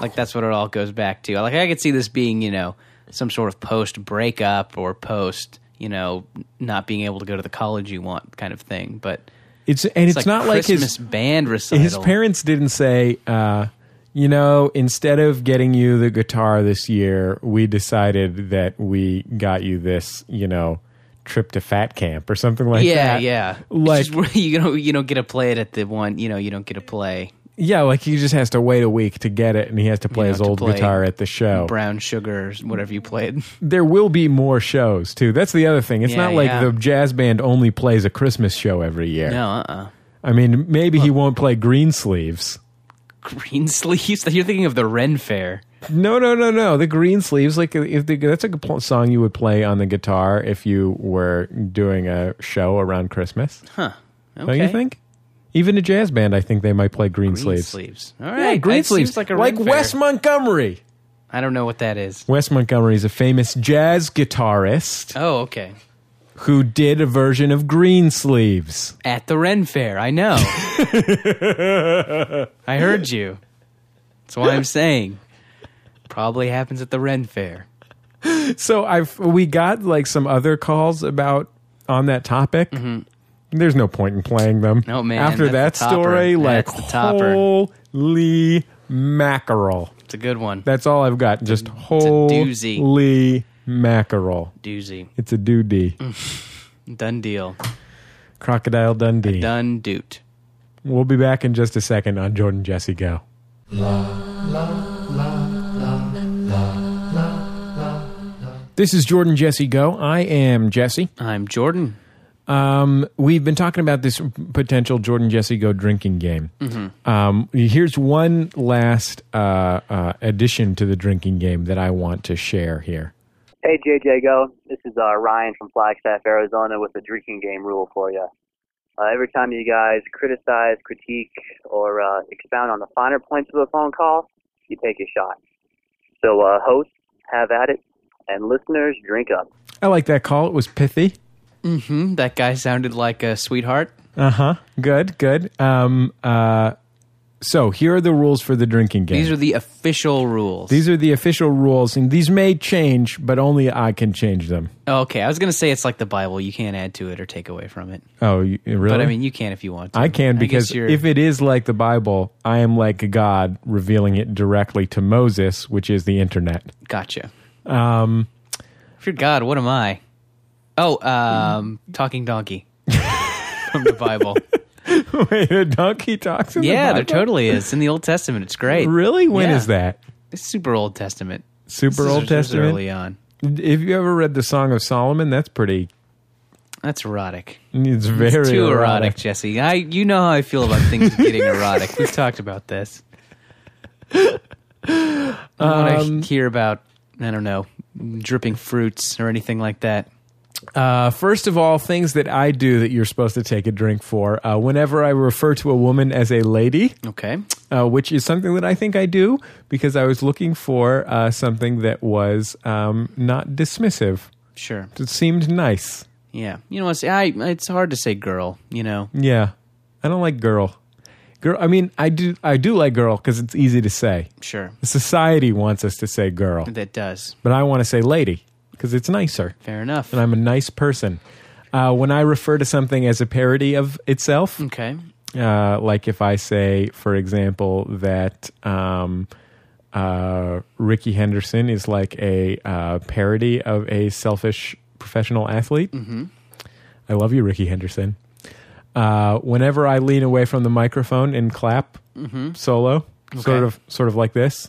[SPEAKER 3] Like that's what it all goes back to. Like I could see this being, you know, some sort of post breakup or post, you know, not being able to go to the college you want kind of thing. But
[SPEAKER 2] It's and it's,
[SPEAKER 3] it's, like
[SPEAKER 2] not like
[SPEAKER 3] Christmas
[SPEAKER 2] his
[SPEAKER 3] band recital.
[SPEAKER 2] His parents didn't say, uh, you know, instead of getting you the guitar this year, we decided that we got you this, you know, trip to fat camp or something like
[SPEAKER 3] yeah,
[SPEAKER 2] that.
[SPEAKER 3] yeah.
[SPEAKER 2] Like-
[SPEAKER 3] It's just where *laughs* you don't you don't get to play it at the one. You know, you don't get to play
[SPEAKER 2] Yeah, like he just has to wait a week to get it and he has to play
[SPEAKER 3] know,
[SPEAKER 2] his
[SPEAKER 3] to
[SPEAKER 2] old
[SPEAKER 3] play
[SPEAKER 2] guitar at the show.
[SPEAKER 3] Brown Sugar or whatever you played. *laughs*
[SPEAKER 2] there will be more shows too. That's the other thing. It's
[SPEAKER 3] Yeah,
[SPEAKER 2] not like
[SPEAKER 3] yeah.
[SPEAKER 2] the jazz band only plays a Christmas show every year.
[SPEAKER 3] no, uh, uh
[SPEAKER 2] I mean, maybe he won't play Green Sleeves.
[SPEAKER 3] green sleeves. You're thinking of the Ren Fair.
[SPEAKER 2] No, no, no, no. The green sleeves, like if the, that's a good pl- song you would play on the guitar if you were doing a show around Christmas.
[SPEAKER 3] Okay.
[SPEAKER 2] Don't you think? Even a jazz band, I think they might play green,
[SPEAKER 3] Green
[SPEAKER 2] sleeves.
[SPEAKER 3] sleeves. All right.
[SPEAKER 2] Yeah, green
[SPEAKER 3] that
[SPEAKER 2] sleeves,
[SPEAKER 3] Seems like a
[SPEAKER 2] like
[SPEAKER 3] Ren Fair.
[SPEAKER 2] Wes Montgomery.
[SPEAKER 3] I don't know what that is.
[SPEAKER 2] Wes Montgomery is a famous jazz guitarist
[SPEAKER 3] Oh, okay.
[SPEAKER 2] who did a version of Green Sleeves.
[SPEAKER 3] At the Ren Fair, I
[SPEAKER 2] *laughs*
[SPEAKER 3] know. I heard you. That's why I'm saying. Probably happens at the Ren Fair.
[SPEAKER 2] So I we got like some other calls about on that topic. There's no point in playing them.
[SPEAKER 3] Mm-hmm. No, man,
[SPEAKER 2] After
[SPEAKER 3] that's
[SPEAKER 2] that
[SPEAKER 3] the topper.
[SPEAKER 2] story, like
[SPEAKER 3] That's the topper.
[SPEAKER 2] holy mackerel.
[SPEAKER 3] It's a good one.
[SPEAKER 2] That's all I've got. Just
[SPEAKER 3] doozy.
[SPEAKER 2] holy mackerel.
[SPEAKER 3] Doozy.
[SPEAKER 2] It's a doodie.
[SPEAKER 3] Mm. Done deal.
[SPEAKER 2] Crocodile Dundee.
[SPEAKER 3] Done doot.
[SPEAKER 2] We'll be back in just a second on Jordan Jesse Go. This is Jordan Jesse Go. I am Jesse.
[SPEAKER 3] I'm Jordan.
[SPEAKER 2] Um, we've been talking about this potential Jordan Jesse Go drinking game.
[SPEAKER 3] Mm-hmm.
[SPEAKER 2] Um, here's one last uh, uh, addition to the drinking game that I want to share here.
[SPEAKER 5] Hey, JJ Go. This is uh, Ryan from Flagstaff, Arizona, with a drinking game rule for you. Uh, every time you guys criticize, critique, or uh, expound on the finer points of a phone call, you take a shot. So, uh, hosts, have at it, and listeners, drink up.
[SPEAKER 2] I like that call. It was pithy.
[SPEAKER 3] Hmm, that guy sounded like a sweetheart.
[SPEAKER 2] Uh huh. Good, good. Um, uh, so here are the rules for the drinking game.
[SPEAKER 3] These are the official rules.
[SPEAKER 2] These are the official rules, and these may change, but only I can change them.
[SPEAKER 3] okay, I was gonna say it's like the Bible. You can't add to it or take away from it.
[SPEAKER 2] Oh, you, really?
[SPEAKER 3] But I mean, you can if you want. to.
[SPEAKER 2] I can
[SPEAKER 3] guess
[SPEAKER 2] because
[SPEAKER 3] you're-
[SPEAKER 2] if it is like the Bible, I am like a God revealing it directly to Moses, which is the internet. *laughs*
[SPEAKER 3] gotcha. Um, if you're God, what am I? Oh, um,
[SPEAKER 2] *laughs*
[SPEAKER 3] talking donkey from the Bible.
[SPEAKER 2] Wait, a donkey talks in
[SPEAKER 3] yeah,
[SPEAKER 2] the
[SPEAKER 3] there
[SPEAKER 2] Bible?
[SPEAKER 3] totally is. It's in the Old Testament. It's great.
[SPEAKER 2] Really? When is
[SPEAKER 3] Yeah.
[SPEAKER 2] that?
[SPEAKER 3] It's super Old Testament.
[SPEAKER 2] Super
[SPEAKER 3] This is-
[SPEAKER 2] Old
[SPEAKER 3] this is
[SPEAKER 2] Testament?
[SPEAKER 3] Early on.
[SPEAKER 2] If you ever read the Song of Solomon, that's pretty.
[SPEAKER 3] That's erotic.
[SPEAKER 2] It's very
[SPEAKER 3] It's too erotic,
[SPEAKER 2] erotic.
[SPEAKER 3] Jesse. I, you know how I feel about things getting
[SPEAKER 2] *laughs*
[SPEAKER 3] erotic. We've talked about this. I don't
[SPEAKER 2] Um,
[SPEAKER 3] want to hear about I don't know dripping fruits or anything like that.
[SPEAKER 2] Uh, first of all, things that I do that you're supposed to take a drink for. Uh, whenever I refer to a woman as a lady,
[SPEAKER 3] Okay,
[SPEAKER 2] uh, which is something that I think I do because I was looking for uh, something that was um, not dismissive.
[SPEAKER 3] sure.
[SPEAKER 2] It seemed nice.
[SPEAKER 3] Yeah, you know, it's, I, it's hard to say girl. You know,
[SPEAKER 2] Yeah, I don't like girl. Girl, I mean, I do, I do like girl because it's easy to say.
[SPEAKER 3] sure
[SPEAKER 2] Society wants us to say girl,
[SPEAKER 3] that does.
[SPEAKER 2] but I want to say lady because it's nicer,
[SPEAKER 3] Fair enough.
[SPEAKER 2] and I'm a nice person. Uh, when I refer to something as a parody of itself,
[SPEAKER 3] okay,
[SPEAKER 2] uh, like if I say, for example, that um, uh, Ricky Henderson is like a uh, parody of a selfish professional athlete.
[SPEAKER 3] Mm-hmm.
[SPEAKER 2] I love you, Ricky Henderson. Uh, whenever I lean away from the microphone and clap solo, sort
[SPEAKER 3] Mm-hmm. Okay.
[SPEAKER 2] of, sort of like this.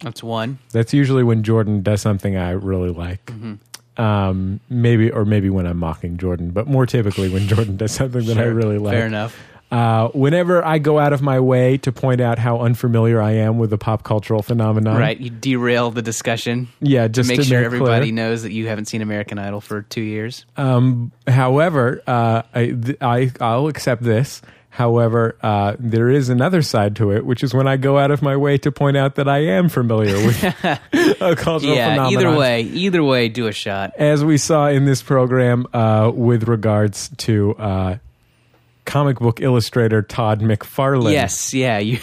[SPEAKER 3] that's one.
[SPEAKER 2] That's usually when Jordan does something I really like.
[SPEAKER 3] Mm-hmm.
[SPEAKER 2] Um, maybe, or maybe when I'm mocking Jordan, but more typically when Jordan does something that I
[SPEAKER 3] Sure.
[SPEAKER 2] really like.
[SPEAKER 3] Fair enough.
[SPEAKER 2] Uh, whenever I go out of my way to point out how unfamiliar I am with a pop cultural phenomenon,
[SPEAKER 3] right, you derail the discussion.
[SPEAKER 2] Yeah, just
[SPEAKER 3] make
[SPEAKER 2] to
[SPEAKER 3] sure
[SPEAKER 2] make
[SPEAKER 3] everybody
[SPEAKER 2] clear.
[SPEAKER 3] knows that you haven't seen American Idol for two years.
[SPEAKER 2] However, uh, I, th- I I'll accept this. However, uh, there is another side to it, which is when I go out of my way to point out that I am familiar
[SPEAKER 3] *laughs*
[SPEAKER 2] with a cultural
[SPEAKER 3] yeah.
[SPEAKER 2] phenomenon.
[SPEAKER 3] Either way, either way, do a shot.
[SPEAKER 2] as we saw in this program uh, with regards to uh, comic book illustrator Todd McFarlane.
[SPEAKER 3] Yes, yeah, you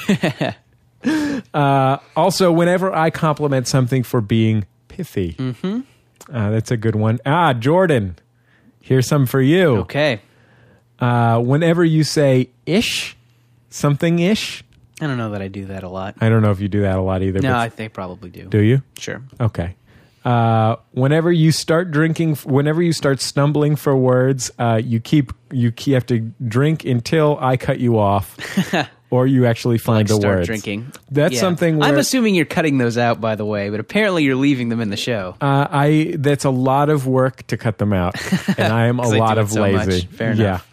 [SPEAKER 3] *laughs*
[SPEAKER 2] Also, whenever I compliment something for being pithy, mm-hmm. uh, that's a good one. Ah, Jordan, here's some for you.
[SPEAKER 3] okay?
[SPEAKER 2] Uh, whenever you say ish, something ish,
[SPEAKER 3] I don't know that I do that a lot.
[SPEAKER 2] I don't know if you do that a lot either.
[SPEAKER 3] No,
[SPEAKER 2] but
[SPEAKER 3] I think probably do.
[SPEAKER 2] do you?
[SPEAKER 3] Sure.
[SPEAKER 2] Okay. Uh, whenever you start drinking, whenever you start stumbling for words, uh, you keep you ke- have to drink until I cut you
[SPEAKER 3] *laughs*
[SPEAKER 2] off, or you actually find the
[SPEAKER 3] Start
[SPEAKER 2] words.
[SPEAKER 3] drinking.
[SPEAKER 2] That's
[SPEAKER 3] Yeah.
[SPEAKER 2] something. Where,
[SPEAKER 3] I'm assuming you're cutting those out, by the way, but apparently you're leaving them in the show.
[SPEAKER 2] Uh, I that's a lot of work to cut them
[SPEAKER 3] *laughs*
[SPEAKER 2] out, and I am a
[SPEAKER 3] 'Cause I
[SPEAKER 2] lot
[SPEAKER 3] do it
[SPEAKER 2] of
[SPEAKER 3] so much.
[SPEAKER 2] lazy.
[SPEAKER 3] Fair
[SPEAKER 2] yeah.
[SPEAKER 3] enough.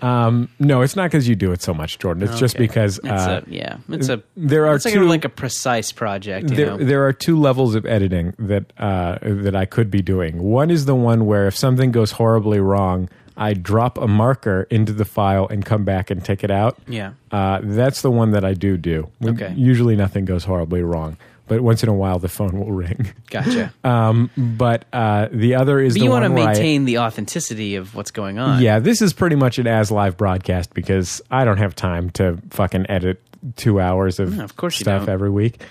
[SPEAKER 2] Um, no, it's not because you do it so much, Jordan. It's just
[SPEAKER 3] Okay.
[SPEAKER 2] because
[SPEAKER 3] It's
[SPEAKER 2] uh,
[SPEAKER 3] a, yeah, it's a.
[SPEAKER 2] there are
[SPEAKER 3] it's like,
[SPEAKER 2] two-
[SPEAKER 3] a, like a precise project. You
[SPEAKER 2] there
[SPEAKER 3] know?
[SPEAKER 2] there are two levels of editing that uh, that I could be doing. One is the one where if something goes horribly wrong, I drop a marker into the file and come back and take it out.
[SPEAKER 3] Yeah.
[SPEAKER 2] uh, that's the one that I do do. When-
[SPEAKER 3] Okay.
[SPEAKER 2] usually nothing goes horribly wrong, but once in a while the phone will *laughs* ring.
[SPEAKER 3] Gotcha.
[SPEAKER 2] Um, but uh, the other is
[SPEAKER 3] but
[SPEAKER 2] the
[SPEAKER 3] you want to
[SPEAKER 2] one where I-
[SPEAKER 3] maintain the authenticity of what's going on.
[SPEAKER 2] yeah, this is pretty much an as live broadcast because I don't have time to fucking edit two hours of,
[SPEAKER 3] No, of course you
[SPEAKER 2] stuff
[SPEAKER 3] don't.
[SPEAKER 2] every week.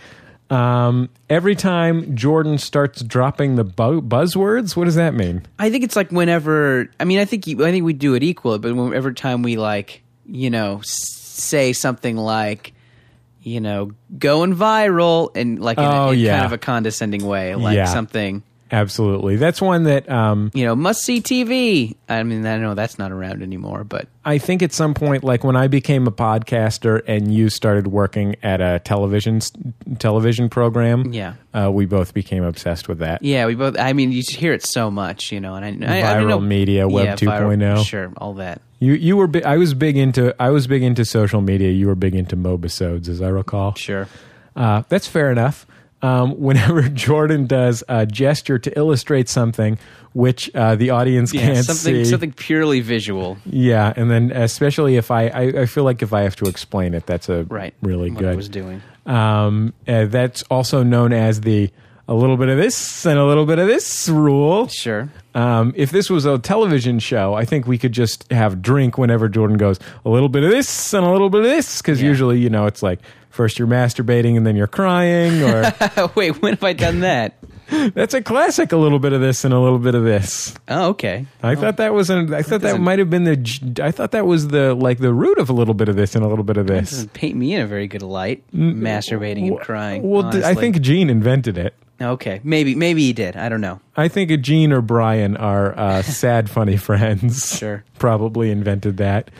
[SPEAKER 2] Um, every time Jordan starts dropping the bu- buzzwords, what does that mean?
[SPEAKER 3] I think it's like whenever. I mean, I think you, I think we do it equal, but whenever time we like, you know, s- say something like, you know, going viral and like in, a-
[SPEAKER 2] Oh,
[SPEAKER 3] in
[SPEAKER 2] yeah.
[SPEAKER 3] kind of a condescending way, like
[SPEAKER 2] Yeah.
[SPEAKER 3] something.
[SPEAKER 2] Absolutely. That's one that um,
[SPEAKER 3] You know, must see TV. I mean, I know that's not around anymore, but
[SPEAKER 2] I think at some point, like when I became a podcaster and you started working at a television television program,
[SPEAKER 3] Yeah.
[SPEAKER 2] uh, we both became obsessed with that.
[SPEAKER 3] yeah, we both. I mean, you just hear it so much, you know. And I, I, I don't
[SPEAKER 2] Viral
[SPEAKER 3] know,
[SPEAKER 2] media, Web oh.
[SPEAKER 3] yeah,
[SPEAKER 2] 2.0.
[SPEAKER 3] viral- sure, all that.
[SPEAKER 2] You you were bi- I was big into I was big into social media. You were big into mobisodes, as I recall. *laughs*
[SPEAKER 3] Sure.
[SPEAKER 2] Uh, that's fair enough. Um, *laughs* whenever Jordan does a gesture to illustrate something, which uh, the audience
[SPEAKER 3] Yeah,
[SPEAKER 2] can't
[SPEAKER 3] something
[SPEAKER 2] see,
[SPEAKER 3] something purely visual,
[SPEAKER 2] yeah, and then especially if I, I, I feel like if I have to explain it, that's a
[SPEAKER 3] right?
[SPEAKER 2] really
[SPEAKER 3] what
[SPEAKER 2] good.
[SPEAKER 3] I was doing.
[SPEAKER 2] Um, uh, that's also known as the a little bit of this and a little bit of this rule.
[SPEAKER 3] Sure. *laughs*
[SPEAKER 2] Um, if this was a television show, I think we could just have drink whenever Jordan goes a little bit of this and a little bit of this because
[SPEAKER 3] Yeah.
[SPEAKER 2] usually you know it's like first you're masturbating and then you're crying
[SPEAKER 3] *laughs*
[SPEAKER 2] or
[SPEAKER 3] Wait, when have I done that?
[SPEAKER 2] that's a classic a little bit of this and a little bit of this.
[SPEAKER 3] Oh, okay.
[SPEAKER 2] I thought that was an, I thought that
[SPEAKER 3] doesn't-
[SPEAKER 2] might have been the j- I thought that was the like the root of a little bit of this and a little bit of this.
[SPEAKER 3] Doesn't paint me in a very good light. Masturbating and crying.
[SPEAKER 2] Mm, Well, d- I
[SPEAKER 3] honestly.
[SPEAKER 2] think Gene invented it.
[SPEAKER 3] Okay, maybe maybe he did. I don't know.
[SPEAKER 2] I think a Gene or Brian are
[SPEAKER 3] *laughs*
[SPEAKER 2] uh, sad, funny friends.
[SPEAKER 3] Sure.
[SPEAKER 2] *laughs* Probably invented that.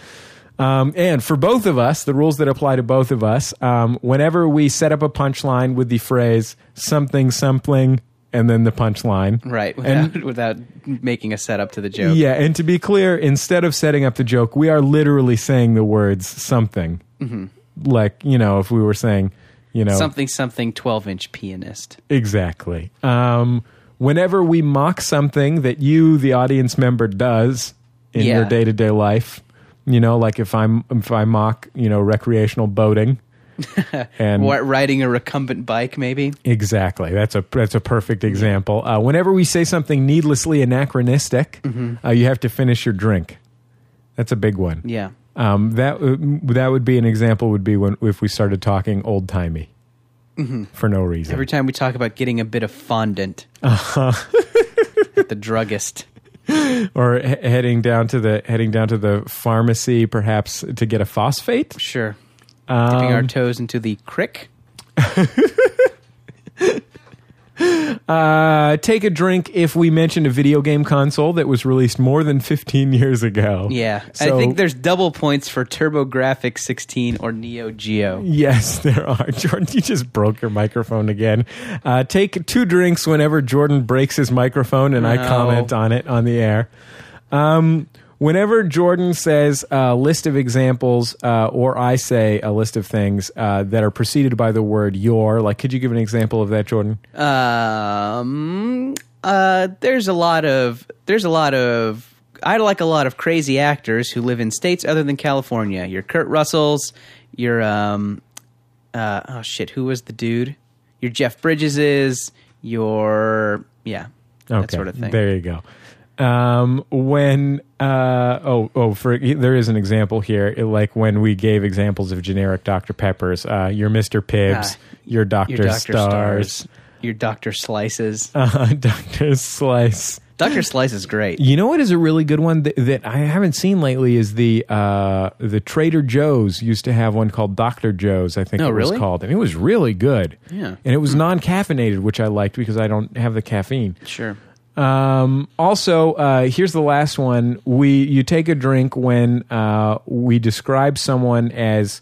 [SPEAKER 2] Um, and for both of us, the rules that apply to both of us, um, whenever we set up a punchline with the phrase something, something, and then the punchline.
[SPEAKER 3] Right. Without,
[SPEAKER 2] And
[SPEAKER 3] without making a setup to the joke.
[SPEAKER 2] yeah, and to be clear, instead of setting up the joke, we are literally saying the words something. Like, you know, if we were saying, you know,
[SPEAKER 3] Mm-hmm. Something something twelve inch pianist.
[SPEAKER 2] Exactly. Um, whenever we mock something that you, the audience member, does in
[SPEAKER 3] Yeah.
[SPEAKER 2] your day to day life, you know, like if I'm if I mock, you know, recreational
[SPEAKER 3] *laughs*
[SPEAKER 2] boating, and
[SPEAKER 3] What riding a recumbent bike maybe?
[SPEAKER 2] exactly that's a that's a perfect example. Uh, whenever we say something needlessly anachronistic,
[SPEAKER 3] Mm-hmm.
[SPEAKER 2] uh, you have to finish your drink. That's a big one.
[SPEAKER 3] Yeah.
[SPEAKER 2] Um, that that would be an example. Would be when if we started talking old timey for no reason.
[SPEAKER 3] Mm-hmm. Every time we talk about getting a bit of fondant
[SPEAKER 2] Uh-huh.
[SPEAKER 3] *laughs* at the druggist.
[SPEAKER 2] or he- heading down to the heading down to the pharmacy perhaps to get a phosphate
[SPEAKER 3] Sure. Dipping
[SPEAKER 2] Um,
[SPEAKER 3] our toes into the crick.
[SPEAKER 2] uh, take a drink if we mention a video game console that was released more than 15 years ago
[SPEAKER 3] Yeah.
[SPEAKER 2] So-
[SPEAKER 3] I think there's double points for TurboGrafx 16 or Neo Geo.
[SPEAKER 2] Yes, *laughs* there are. Jordan, you just broke your microphone again. Uh, take two drinks whenever Jordan breaks his microphone and I
[SPEAKER 3] No.
[SPEAKER 2] comment on it on the air. Um, whenever Jordan says a list of examples uh, or I say a list of things uh, that are preceded by the word your, like, could you give an example of that, Jordan?
[SPEAKER 3] Um uh there's a lot of there's a lot of I like a lot of crazy actors who live in states other than California. Your Kurt Russells, your um uh oh shit, who was the dude? Your Jeff Bridgeses, your yeah. That sort of thing.
[SPEAKER 2] There you go. Um, when uh, oh oh for there is an example here it- like when we gave examples of generic Dr Peppers, uh, your Mr Pibbs,
[SPEAKER 3] Ah,
[SPEAKER 2] your Dr
[SPEAKER 3] your Dr. Stars,
[SPEAKER 2] Stars,
[SPEAKER 3] your Dr. Slices.
[SPEAKER 2] *laughs* uh, Dr Slice.
[SPEAKER 3] Dr. Slice
[SPEAKER 2] *laughs*
[SPEAKER 3] is great.
[SPEAKER 2] You know what is a really good one that, that I haven't seen lately is the uh, the Trader Joe's used to have one called Doctor Joe's I think
[SPEAKER 3] Oh,
[SPEAKER 2] it was
[SPEAKER 3] really?
[SPEAKER 2] called and it was really good
[SPEAKER 3] Yeah. Hmm.
[SPEAKER 2] and it was non caffeinated which I liked because I don't have the caffeine
[SPEAKER 3] Sure.
[SPEAKER 2] Um, also, uh, here's the last one. We you take a drink when uh, we describe someone as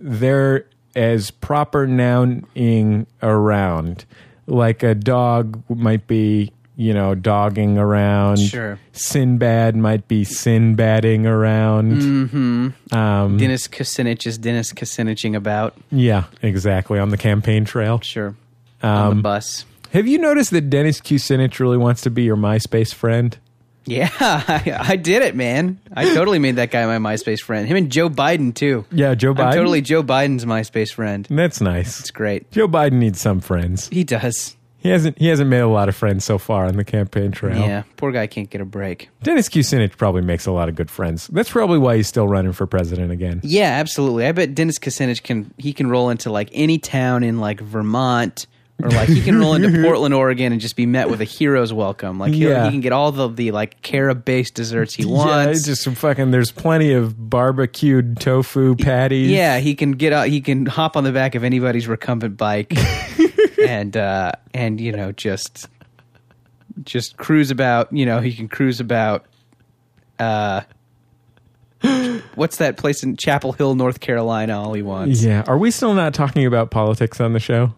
[SPEAKER 2] their as proper nouning around, like a dog might be you know dogging around.
[SPEAKER 3] Sure.
[SPEAKER 2] Sinbad might be sinbadding around.
[SPEAKER 3] Mm. Dennis Kucinich is Dennis Kuciniching about.
[SPEAKER 2] Yeah, exactly on the campaign trail.
[SPEAKER 3] Sure. On the bus.
[SPEAKER 2] Have you noticed that Dennis Kucinich really wants to be your MySpace friend?
[SPEAKER 3] Yeah, *laughs* I, I did it, man. I totally made that guy my MySpace friend. Him and Joe Biden too.
[SPEAKER 2] Yeah, Joe Biden.
[SPEAKER 3] I'm totally Joe Biden's MySpace friend.
[SPEAKER 2] That's nice.
[SPEAKER 3] It's great.
[SPEAKER 2] Joe Biden needs some friends.
[SPEAKER 3] He does.
[SPEAKER 2] He hasn't he hasn't made a lot of friends so far on the campaign trail.
[SPEAKER 3] Yeah, poor guy can't get a break.
[SPEAKER 2] Dennis Kucinich probably makes a lot of good friends. That's probably why he's still running for president again.
[SPEAKER 3] Yeah, absolutely. I bet Dennis Kucinich can he can roll into like any town in like Vermont or like he can
[SPEAKER 2] *laughs*
[SPEAKER 3] roll into Portland, Oregon, and just be met with a hero's welcome. Like he'll-
[SPEAKER 2] Yeah.
[SPEAKER 3] he can get all the the like carob based desserts
[SPEAKER 2] *laughs*
[SPEAKER 3] he
[SPEAKER 2] Yeah,
[SPEAKER 3] wants.
[SPEAKER 2] it's just some fucking. There's plenty of barbecued tofu patties.
[SPEAKER 3] Yeah, he can get out. He can hop on the
[SPEAKER 2] *laughs*
[SPEAKER 3] back of anybody's recumbent bike, and uh, and you know just just cruise about. You know, he can cruise about. Uh, *gasps* what's that place in Chapel Hill, North Carolina? All he wants.
[SPEAKER 2] Yeah. Are we still not talking about politics on the show?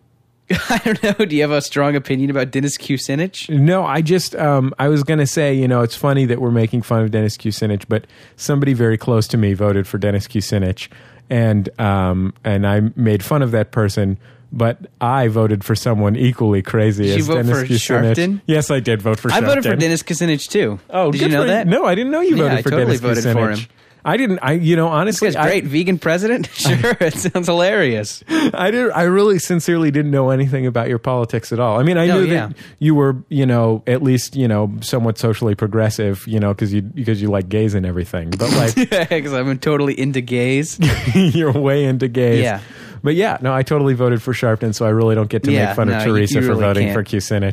[SPEAKER 3] *laughs* I don't know. Do you have a strong opinion about Dennis Kucinich?
[SPEAKER 2] No, I just um, I was gonna say, you know, it's funny that we're making fun of Dennis Kucinich, but somebody very close to me voted for Dennis Kucinich, and um, and I made fun of that person. But I voted for someone equally crazy
[SPEAKER 3] Did you
[SPEAKER 2] as
[SPEAKER 3] vote
[SPEAKER 2] Dennis
[SPEAKER 3] for
[SPEAKER 2] Kucinich.
[SPEAKER 3] Sharpton?
[SPEAKER 2] Yes, I did vote for.
[SPEAKER 3] I voted for
[SPEAKER 2] Sharpton.
[SPEAKER 3] Dennis Kucinich too.
[SPEAKER 2] Oh,
[SPEAKER 3] did
[SPEAKER 2] good
[SPEAKER 3] you know
[SPEAKER 2] for
[SPEAKER 3] that?
[SPEAKER 2] No, I didn't know you
[SPEAKER 3] Yeah,
[SPEAKER 2] voted
[SPEAKER 3] I
[SPEAKER 2] for
[SPEAKER 3] totally
[SPEAKER 2] Dennis
[SPEAKER 3] voted for
[SPEAKER 2] Kucinich.
[SPEAKER 3] him.
[SPEAKER 2] I didn't. I you know honestly,
[SPEAKER 3] This guy's great. Vegan president? *laughs* Sure. it sounds hilarious. *laughs*
[SPEAKER 2] I did. I really sincerely didn't know anything about your politics at all. I mean, I
[SPEAKER 3] No,
[SPEAKER 2] knew
[SPEAKER 3] yeah.
[SPEAKER 2] that you were, you know, at least you know, somewhat socially progressive, you know, because you because you like gays and everything. But
[SPEAKER 3] *laughs*
[SPEAKER 2] like, *laughs*
[SPEAKER 3] Because I'm totally into gays.
[SPEAKER 2] you're way into gays.
[SPEAKER 3] Yeah.
[SPEAKER 2] But yeah, no, I totally voted for Sharpton, so I really don't get to
[SPEAKER 3] Yeah,
[SPEAKER 2] make fun
[SPEAKER 3] no,
[SPEAKER 2] of
[SPEAKER 3] you-
[SPEAKER 2] Teresa
[SPEAKER 3] you
[SPEAKER 2] for
[SPEAKER 3] really
[SPEAKER 2] voting
[SPEAKER 3] can't. Mm-hmm.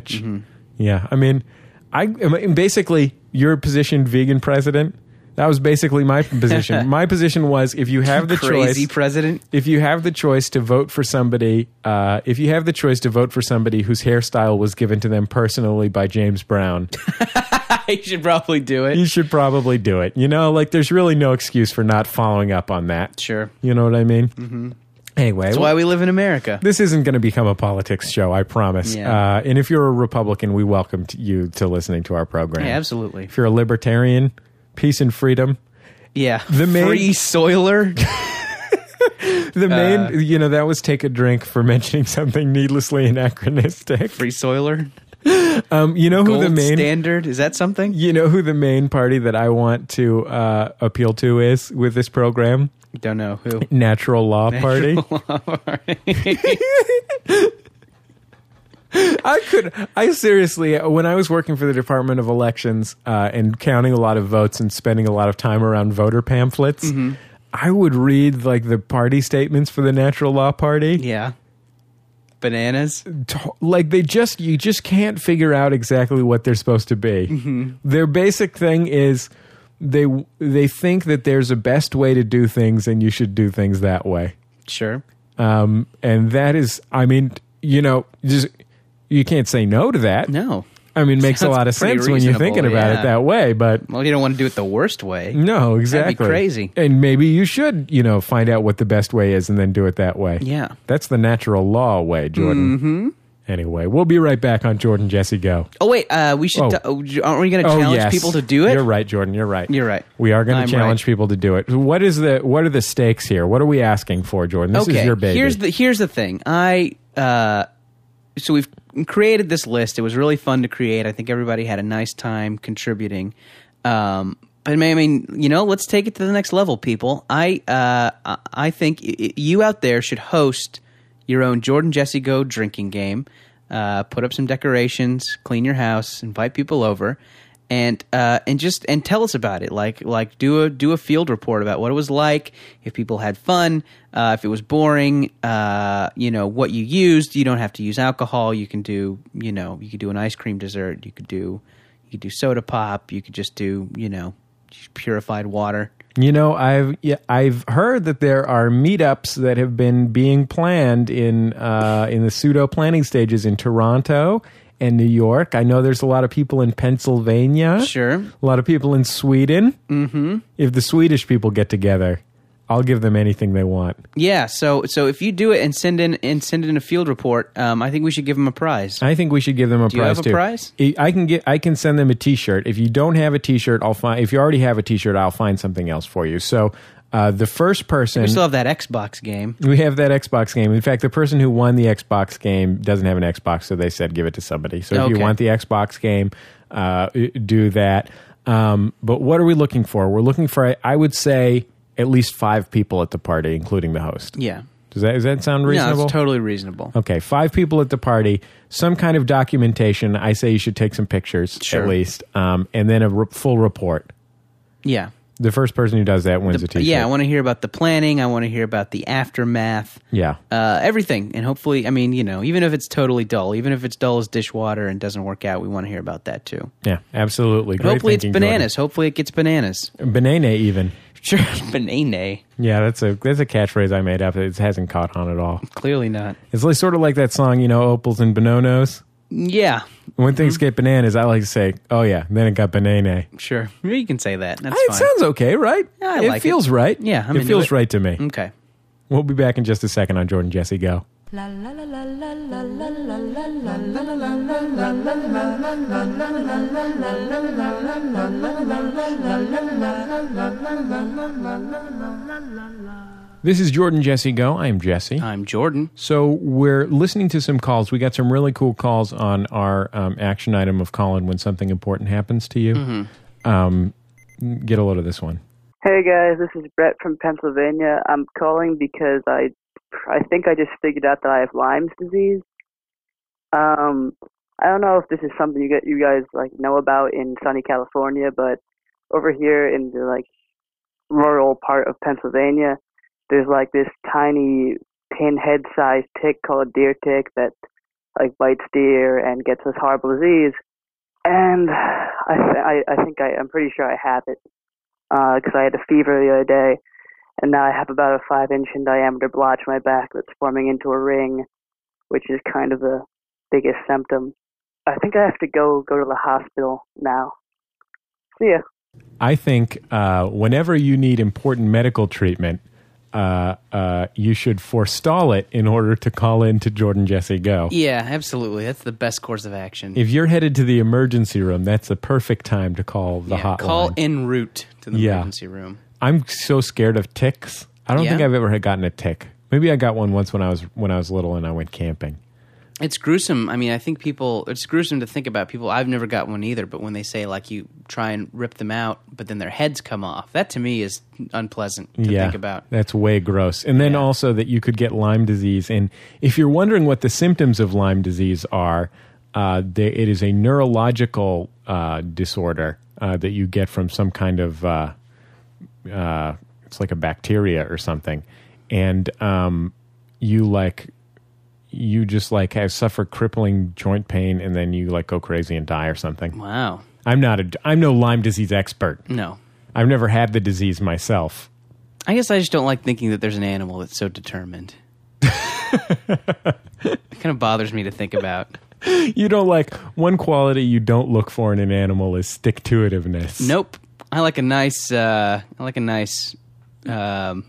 [SPEAKER 2] for Kucinich. Yeah, I mean, I, I mean, basically your position, vegan president. That was basically my
[SPEAKER 3] *laughs*
[SPEAKER 2] position. my position was if you have the
[SPEAKER 3] Crazy
[SPEAKER 2] choice,
[SPEAKER 3] president.
[SPEAKER 2] if you have the choice to vote for somebody, uh, if you have the choice to vote for somebody whose hairstyle was given to them personally by James
[SPEAKER 3] *laughs*
[SPEAKER 2] Brown,
[SPEAKER 3] I should probably do it.
[SPEAKER 2] you should probably do it. You know, like there's really no excuse for not following up on that.
[SPEAKER 3] Sure.
[SPEAKER 2] You know what I mean? Mm-hmm. Anyway,
[SPEAKER 3] That's why we live in America.
[SPEAKER 2] this isn't going to become a politics show, I promise.
[SPEAKER 3] Yeah.
[SPEAKER 2] Uh, and if you're a Republican, we welcome to you to listening to our program.
[SPEAKER 3] Yeah, absolutely.
[SPEAKER 2] If you're a libertarian, peace and freedom.
[SPEAKER 3] Yeah.
[SPEAKER 2] The main-
[SPEAKER 3] Free Soiler. *laughs* Uh,
[SPEAKER 2] The main, you know, that was take a drink for *laughs* mentioning something needlessly anachronistic.
[SPEAKER 3] Free Soiler.
[SPEAKER 2] Um, you know who
[SPEAKER 3] Gold
[SPEAKER 2] the main
[SPEAKER 3] standard. Is that something?
[SPEAKER 2] you know who the main party that I want to uh, appeal to is with this program?
[SPEAKER 3] Don't know
[SPEAKER 2] *laughs*
[SPEAKER 3] who. *laughs*
[SPEAKER 2] Natural Law Party. I could. I seriously, when I was working for the Department of Elections uh, and counting a lot of votes and spending a lot of time around voter pamphlets, I would read like the party statements for the Natural Law Party.
[SPEAKER 3] yeah. Bananas.
[SPEAKER 2] t- like they just you just can't figure out exactly what they're supposed to be. Their basic thing is they they think that there's a best way to do things and you should do things that way.
[SPEAKER 3] Sure.
[SPEAKER 2] Um, and that is, I mean, you know, just you can't say no to that.
[SPEAKER 3] No.
[SPEAKER 2] I mean, it makes a
[SPEAKER 3] Sounds
[SPEAKER 2] lot of
[SPEAKER 3] pretty
[SPEAKER 2] sense when you're
[SPEAKER 3] reasonable,
[SPEAKER 2] thinking about
[SPEAKER 3] yeah.
[SPEAKER 2] it that way, but.
[SPEAKER 3] Well, you don't want to do it the worst way.
[SPEAKER 2] No, exactly.
[SPEAKER 3] crazy.
[SPEAKER 2] And maybe you should, you know, find out what the best way is and then do it that way.
[SPEAKER 3] Yeah.
[SPEAKER 2] That's the natural law way, Jordan. Mm-hmm. Anyway, we'll be right back on Jordan Jesse Go.
[SPEAKER 3] Oh wait, uh, we should.
[SPEAKER 2] Oh.
[SPEAKER 3] t- oh, j- aren't we going to challenge
[SPEAKER 2] yes.
[SPEAKER 3] people to do it?
[SPEAKER 2] You're right, Jordan. You're right.
[SPEAKER 3] You're right.
[SPEAKER 2] We are going
[SPEAKER 3] I'm
[SPEAKER 2] to challenge people to do it. What is the What are the stakes here? What are we asking for, Jordan? This
[SPEAKER 3] okay.
[SPEAKER 2] is your baby.
[SPEAKER 3] Here's the here's the thing. I uh, so we've created this list. It was really fun to create. I think everybody had a nice time contributing. Um, but I mean- I mean, you know, let's take it to the next level, people. I uh, I- I think y- y- you out there should host your own Jordan Jesse Go drinking game. Uh, put up some decorations, clean your house, invite people over, and uh, and just and tell us about it. Like like do a do a field report about what it was like, if people had fun, uh, if it was boring, uh, you know what you used. You don't have to use alcohol. You can do you know you could do an ice cream dessert. You could do you could do soda pop. You could just do you know just purified water.
[SPEAKER 2] you know, I've yeah, I've heard that there are meetups that have been being planned in uh, in the pseudo planning stages in Toronto and New York. I know there's a lot of people in Pennsylvania.
[SPEAKER 3] Sure.
[SPEAKER 2] A lot of people in Sweden. Mm-hmm. If the Swedish people get together, I'll give them anything they want.
[SPEAKER 3] Yeah, so so if you do it and send in and send in a field report, um, I think we should give them a prize.
[SPEAKER 2] I think we should give them a
[SPEAKER 3] you
[SPEAKER 2] prize
[SPEAKER 3] have a
[SPEAKER 2] too.
[SPEAKER 3] prize?
[SPEAKER 2] I I can get. I can send them a T-shirt. If you don't have a T-shirt, I'll find. If you already have a T-shirt, I'll find something else for you. So uh, the first person
[SPEAKER 3] We still have that Xbox game.
[SPEAKER 2] we have that Xbox game. In fact, the person who won the Xbox game doesn't have an Xbox, so they said give it to somebody. So if you
[SPEAKER 3] Okay.
[SPEAKER 2] want the Xbox game, uh, do that. Um, but what are we looking for? We're looking for. I would say at least five people at the party, including the host.
[SPEAKER 3] Yeah.
[SPEAKER 2] Does that does that sound reasonable? Oh.
[SPEAKER 3] No, it's totally reasonable.
[SPEAKER 2] Okay, five people at the party, some kind of documentation. I say you should take some pictures
[SPEAKER 3] Sure.
[SPEAKER 2] at least, um, and then a re- full report.
[SPEAKER 3] Yeah.
[SPEAKER 2] The first person who does that wins a t-shirt.
[SPEAKER 3] Uh, Yeah, I want to hear about the planning. I want to hear about the aftermath.
[SPEAKER 2] yeah.
[SPEAKER 3] Uh, everything. And hopefully, I mean, you know, even if it's totally dull, even if it's dull as dishwater and doesn't work out, we want to hear about that too.
[SPEAKER 2] Yeah, absolutely.
[SPEAKER 3] But
[SPEAKER 2] Great
[SPEAKER 3] hopefully, it's
[SPEAKER 2] thinking, Jordan.
[SPEAKER 3] bananas. Hopefully, it gets bananas.
[SPEAKER 2] *laughs* Banana even.
[SPEAKER 3] Sure. Banana.
[SPEAKER 2] Yeah, that's a that's a catchphrase I made up. It hasn't caught on at all.
[SPEAKER 3] Clearly not.
[SPEAKER 2] It's like, sort of like that song, you know, Opals and Bononos.
[SPEAKER 3] Yeah,
[SPEAKER 2] When things
[SPEAKER 3] Mm-hmm.
[SPEAKER 2] get bananas, I like to say, "Oh yeah," then it got banana.
[SPEAKER 3] sure. You can say that. That's
[SPEAKER 2] It
[SPEAKER 3] fine.
[SPEAKER 2] sounds okay, right?
[SPEAKER 3] Yeah, I
[SPEAKER 2] it
[SPEAKER 3] like it.
[SPEAKER 2] feels right.
[SPEAKER 3] Yeah, I'm
[SPEAKER 2] it
[SPEAKER 3] into
[SPEAKER 2] feels
[SPEAKER 3] it. Mm.
[SPEAKER 2] right to me.
[SPEAKER 3] okay.
[SPEAKER 2] We'll be back in just a second on Jordan Jesse Go.
[SPEAKER 1] La la la la la la la la la la la.
[SPEAKER 2] This is Jordan Jesse Go. I am Jesse.
[SPEAKER 3] I'm Jordan.
[SPEAKER 2] So we're listening to some calls. We got some really cool calls on our um, action item of calling when something important happens to you.
[SPEAKER 3] Mm-hmm.
[SPEAKER 2] Um, get a load of this one.
[SPEAKER 6] Hey guys, this is Brett from Pennsylvania. I'm calling because I I think I just figured out that I have Lyme's disease. Um, I don't know if this is something you get you guys like know about in sunny California, but over here in the like rural part of Pennsylvania, there's like this tiny pinhead-sized tick called deer tick that like bites deer and gets this horrible disease. And I th- I, I think I, I'm pretty sure I have it because uh, I had a fever the other day, and now I have about a five inch in diameter blotch on my back that's forming into a ring, which is kind of the biggest symptom. I think I have to go go to the hospital now. See ya.
[SPEAKER 2] I think uh, whenever you need important medical treatment, uh, uh, you should forestall it in order to call in to Jordan Jesse Go.
[SPEAKER 3] Yeah, absolutely. That's the best course of action.
[SPEAKER 2] If you're headed to the emergency room, that's the perfect time to call the
[SPEAKER 3] yeah,
[SPEAKER 2] hotline.
[SPEAKER 3] call en route to the
[SPEAKER 2] Yeah.
[SPEAKER 3] emergency room.
[SPEAKER 2] I'm so scared of ticks. I don't
[SPEAKER 3] Yeah?
[SPEAKER 2] think I've ever had gotten a tick. Maybe I got one once when I was when I was little and I went camping.
[SPEAKER 3] It's gruesome. I mean, I think people. It's gruesome to think about people. I've never got one either. But when they say like you try and rip them out, but then their heads come off, that to me is unpleasant to think about.
[SPEAKER 2] That's way gross. And then
[SPEAKER 3] Yeah.
[SPEAKER 2] also that you could get Lyme disease. And if you're wondering what the symptoms of Lyme disease are, uh, they, it is a neurological uh, disorder uh, that you get from some kind of uh, uh, it's like a bacteria or something, and um, you like you just like have suffer crippling joint pain, and then you like go crazy and die or something.
[SPEAKER 3] Wow.
[SPEAKER 2] I'm not a I'm no Lyme disease expert.
[SPEAKER 3] No.
[SPEAKER 2] I've never had the disease myself.
[SPEAKER 3] I guess I just don't like thinking that there's an animal that's so determined. it kind of bothers me to think about.
[SPEAKER 2] You don't like one quality you don't look for in an animal is stick to itiveness.
[SPEAKER 3] Nope. I like a nice. Uh, I like a nice. Um,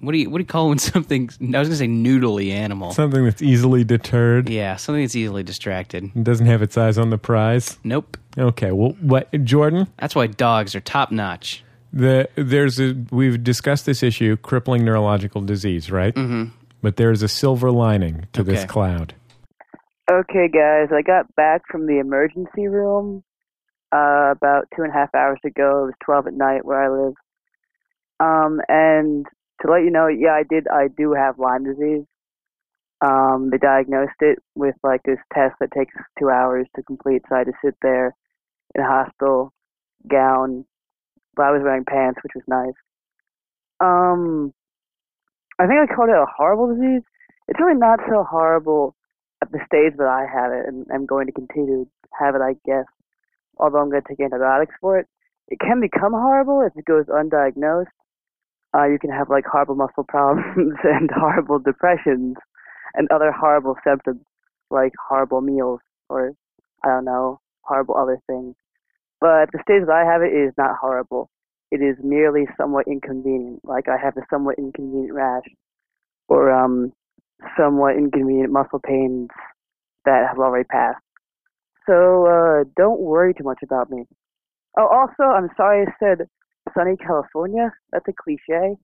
[SPEAKER 3] what do you What do you call when something's? I was gonna say noodly animal.
[SPEAKER 2] Something that's easily deterred
[SPEAKER 3] yeah, something that's easily distracted.
[SPEAKER 2] and doesn't have its eyes on the prize.
[SPEAKER 3] Nope.
[SPEAKER 2] Okay, well, what Jordan?
[SPEAKER 3] That's why dogs are top notch.
[SPEAKER 2] The there's a we've discussed this issue, crippling neurological disease, right? Mm-hmm. But there is a silver lining to this
[SPEAKER 3] Mm. Okay.
[SPEAKER 2] cloud.
[SPEAKER 6] Okay, guys, I got back from the emergency room uh, about two and a half hours ago. It was twelve at night where I live. Um, and to let you know, yeah, I did. I do have Lyme disease. Um, they diagnosed it with like this test that takes two hours to complete. So I had to sit there in a hospital gown, but I was wearing pants, which was nice. Um, I think I called it a horrible disease. It's really not so horrible at the stage that I have it and I'm going to continue to have it, I guess, although I'm going to take antibiotics for it. It can become horrible if it goes undiagnosed. Uh, you can have like horrible muscle problems *laughs* and horrible depressions and other horrible symptoms like horrible meals or I don't know, horrible other things. But at the stage that I have it, it is not horrible. It is merely somewhat inconvenient. Like I have a somewhat inconvenient rash or um, somewhat inconvenient muscle pains that have already passed. So uh, don't worry too much about me. Oh, also, I'm sorry I said sunny California. That's a cliche,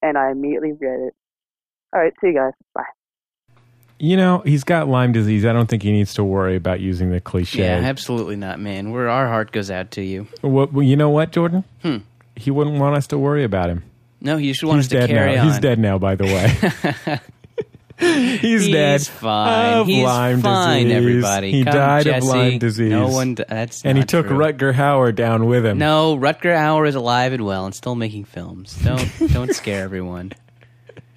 [SPEAKER 6] and I immediately read it. All right, see you guys. Bye.
[SPEAKER 2] You know, he's got Lyme disease. I don't think he needs to worry about using the cliche.
[SPEAKER 3] Yeah, absolutely not, man. Where our heart goes out to you.
[SPEAKER 2] What- well, you know what, Jordan?
[SPEAKER 3] Hmm.
[SPEAKER 2] He wouldn't want us to worry about him.
[SPEAKER 3] No, you should want
[SPEAKER 2] He's
[SPEAKER 3] us to
[SPEAKER 2] dead
[SPEAKER 3] carry
[SPEAKER 2] now.
[SPEAKER 3] on.
[SPEAKER 2] He's dead now, by the
[SPEAKER 3] *laughs*
[SPEAKER 2] way. *laughs* He's,
[SPEAKER 3] He's
[SPEAKER 2] dead.
[SPEAKER 3] fine.
[SPEAKER 2] Of
[SPEAKER 3] He's
[SPEAKER 2] Lyme
[SPEAKER 3] fine,
[SPEAKER 2] disease.
[SPEAKER 3] everybody.
[SPEAKER 2] He
[SPEAKER 3] Come,
[SPEAKER 2] died
[SPEAKER 3] Jesse.
[SPEAKER 2] of Lyme disease.
[SPEAKER 3] No one. d- That's
[SPEAKER 2] and he
[SPEAKER 3] not
[SPEAKER 2] took
[SPEAKER 3] true.
[SPEAKER 2] Rutger Hauer down with him.
[SPEAKER 3] No, Rutger Hauer is alive and well and still making films. Don't *laughs* don't scare everyone.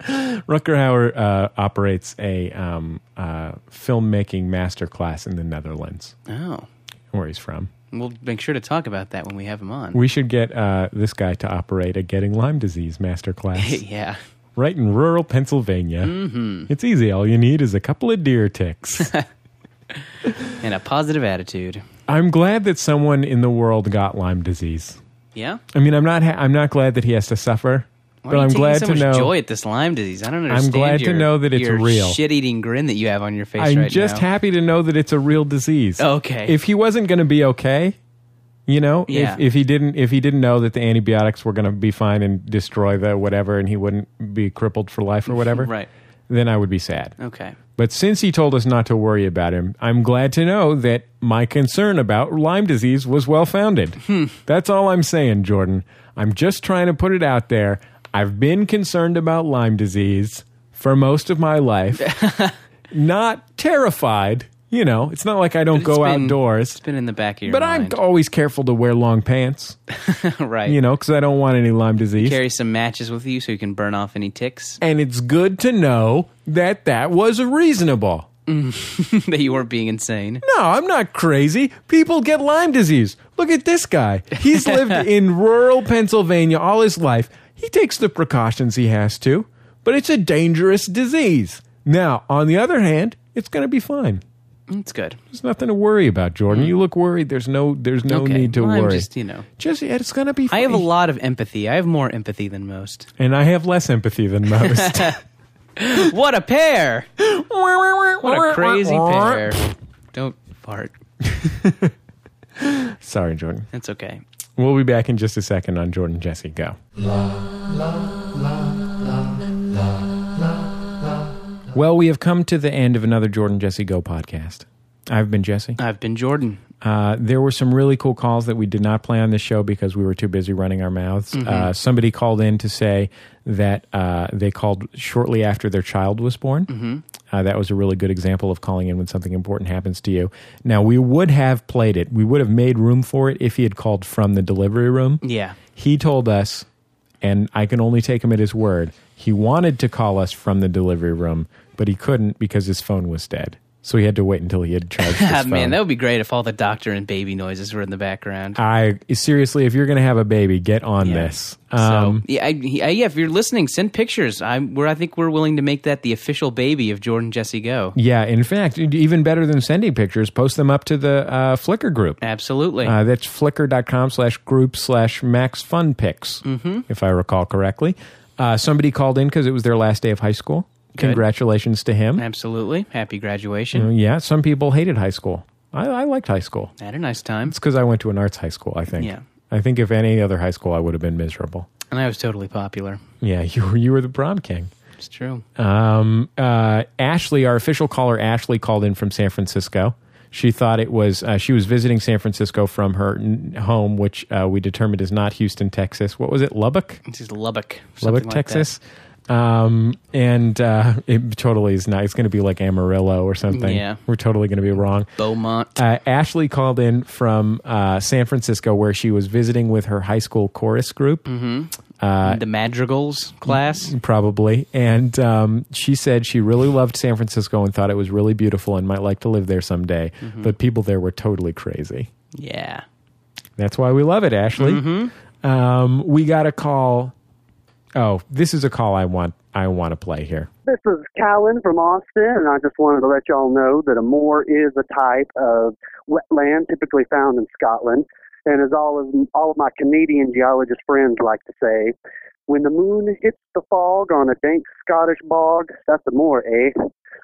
[SPEAKER 2] Rutger Hauer uh, operates a um, uh, filmmaking masterclass in the Netherlands,
[SPEAKER 3] Oh,
[SPEAKER 2] where he's from.
[SPEAKER 3] we'll make sure to talk about that when we have him on.
[SPEAKER 2] We should get uh, this guy to operate a Getting Lyme Disease masterclass
[SPEAKER 3] *laughs* yeah,
[SPEAKER 2] right
[SPEAKER 3] *laughs*
[SPEAKER 2] in rural Pennsylvania. Mm-hmm. It's easy. All you need is a couple of deer ticks.
[SPEAKER 3] and a positive attitude.
[SPEAKER 2] I'm glad that someone in the world got Lyme disease.
[SPEAKER 3] Yeah.
[SPEAKER 2] I mean, I'm not. Ha- I'm not glad that he has to suffer,
[SPEAKER 3] Why
[SPEAKER 2] but
[SPEAKER 3] are you
[SPEAKER 2] I'm
[SPEAKER 3] taking
[SPEAKER 2] glad
[SPEAKER 3] so
[SPEAKER 2] to
[SPEAKER 3] much
[SPEAKER 2] know.
[SPEAKER 3] joy at this Lyme disease. I don't understand.
[SPEAKER 2] glad to
[SPEAKER 3] your-
[SPEAKER 2] know that it's
[SPEAKER 3] your
[SPEAKER 2] real.
[SPEAKER 3] Shit-eating grin that you have on your face
[SPEAKER 2] I'm
[SPEAKER 3] right
[SPEAKER 2] just
[SPEAKER 3] now.
[SPEAKER 2] happy to know that it's a real disease.
[SPEAKER 3] Okay.
[SPEAKER 2] If he wasn't going to be okay, you know,
[SPEAKER 3] Yeah.
[SPEAKER 2] if if he didn't if he didn't know that the antibiotics were going to be fine and destroy the whatever, and he wouldn't be crippled for
[SPEAKER 3] *laughs*
[SPEAKER 2] life or whatever,
[SPEAKER 3] Right.
[SPEAKER 2] Then I would be sad.
[SPEAKER 3] Okay.
[SPEAKER 2] But since he told us not to worry about him, I'm glad to know that my concern about Lyme disease was well founded.
[SPEAKER 3] Hmm.
[SPEAKER 2] That's all I'm saying, Jordan. I'm just trying to put it out there. I've been concerned about Lyme disease for most of my
[SPEAKER 3] *laughs*
[SPEAKER 2] life, not terrified. You know, it's not like I don't
[SPEAKER 3] But it's
[SPEAKER 2] go
[SPEAKER 3] been-
[SPEAKER 2] outdoors,
[SPEAKER 3] It's been in the back of your
[SPEAKER 2] but I'm
[SPEAKER 3] mind.
[SPEAKER 2] always careful to wear long pants,
[SPEAKER 3] *laughs* right.
[SPEAKER 2] you know, because I don't want any Lyme disease.
[SPEAKER 3] Carry some matches with you so you can burn off
[SPEAKER 2] *laughs*
[SPEAKER 3] any ticks
[SPEAKER 2] and it's good to know that that was reasonable.
[SPEAKER 3] that you weren't being insane.
[SPEAKER 2] No, I'm not crazy. People get Lyme disease. Look at this guy. He's
[SPEAKER 3] *laughs*
[SPEAKER 2] lived in rural Pennsylvania all his life. He takes the precautions he has to, but it's a dangerous disease. Now, on the other hand, it's going to be fine.
[SPEAKER 3] It's good.
[SPEAKER 2] There's nothing to worry about, Jordan. You look worried. There's no there's no
[SPEAKER 3] Hmm. Okay.
[SPEAKER 2] need to
[SPEAKER 3] Well, I'm
[SPEAKER 2] worry.
[SPEAKER 3] just, you know.
[SPEAKER 2] Just, yeah, it's going to be fine.
[SPEAKER 3] I have a lot of empathy. I have more empathy than most.
[SPEAKER 2] and I have less empathy than
[SPEAKER 3] *laughs*
[SPEAKER 2] most.
[SPEAKER 3] What a pair! What
[SPEAKER 2] what
[SPEAKER 3] a crazy pair. Don't fart.
[SPEAKER 2] Sorry, Jordan.
[SPEAKER 3] That's okay.
[SPEAKER 2] We'll be back in just a second on Jordan Jesse Go. Well, we have come to the end of another Jordan Jesse Go podcast. I've been Jesse.
[SPEAKER 3] I've been Jordan.
[SPEAKER 2] Uh, there were some really cool calls that we did not play on this show because we were too busy running our mouths. Uh, somebody called in to say that uh, they called shortly after their child was born. Mm-hmm. Uh, that was a really good example of calling in when something important happens to you. Now, we would have played it, we would have made room for it if he had called from the delivery room.
[SPEAKER 3] Yeah.
[SPEAKER 2] He told us, and I can only take him at his word, he wanted to call us from the delivery room, but he couldn't because his phone was dead. So he had to wait until he had charged his
[SPEAKER 3] Ah,
[SPEAKER 2] phone.
[SPEAKER 3] *laughs* man, that would be great if all the doctor and baby noises were in the background.
[SPEAKER 2] I seriously, if you're going to have a baby, get on
[SPEAKER 3] Yeah.
[SPEAKER 2] this. Um,
[SPEAKER 3] so, yeah, I, I, yeah, if you're listening, send pictures. I, we're, I think we're willing to make that the official baby of Jordan Jesse Go.
[SPEAKER 2] yeah, in fact, e-, even better than sending pictures, post them up to the uh, Flickr group.
[SPEAKER 3] Absolutely.
[SPEAKER 2] Uh, that's flickr.com slash group slash max fun pics,
[SPEAKER 3] Mm-hmm.
[SPEAKER 2] if I recall correctly. Uh, somebody called in because it was their last day of high school. Congratulations to him.
[SPEAKER 3] Absolutely. Happy graduation.
[SPEAKER 2] Yeah, some people hated high school. I, I liked high school.
[SPEAKER 3] Had a nice time.
[SPEAKER 2] It's because I went to an arts high school, I think.
[SPEAKER 3] Yeah.
[SPEAKER 2] I think if any other high school, I would have been miserable.
[SPEAKER 3] And I was totally popular.
[SPEAKER 2] Yeah, *laughs* you were, you were the prom king.
[SPEAKER 3] It's true.
[SPEAKER 2] Um, uh, Ashley, our official caller, Ashley called in from San Francisco. She thought it was uh, she was visiting San Francisco from her n- home, which uh, we determined is not Houston, Texas. What was it, Lubbock,
[SPEAKER 3] This is Lubbock. something
[SPEAKER 2] Lubbock,
[SPEAKER 3] like that.
[SPEAKER 2] Texas? Um, and uh, it totally is not. It's going to be like Amarillo or something.
[SPEAKER 3] Yeah.
[SPEAKER 2] we're totally going to be wrong.
[SPEAKER 3] Beaumont.
[SPEAKER 2] Uh, Ashley called in from uh, San Francisco, where she was visiting with her high school chorus group. Uh,
[SPEAKER 3] the Madrigals
[SPEAKER 2] mm,
[SPEAKER 3] class.
[SPEAKER 2] probably. And um, she said she really loved San Francisco and thought it was really beautiful and might like to live there someday. But people there were totally crazy.
[SPEAKER 3] Yeah.
[SPEAKER 2] That's why we love it, Ashley. Um, we got a call. Oh, this is a call I want. I want to play here.
[SPEAKER 7] This is Callan from Austin, and I just wanted to let y'all know that a moor is a type of wetland typically found in Scotland. And as all of all of my Canadian geologist friends like to say, when the moon hits the fog on a dank Scottish bog, that's a moor, eh?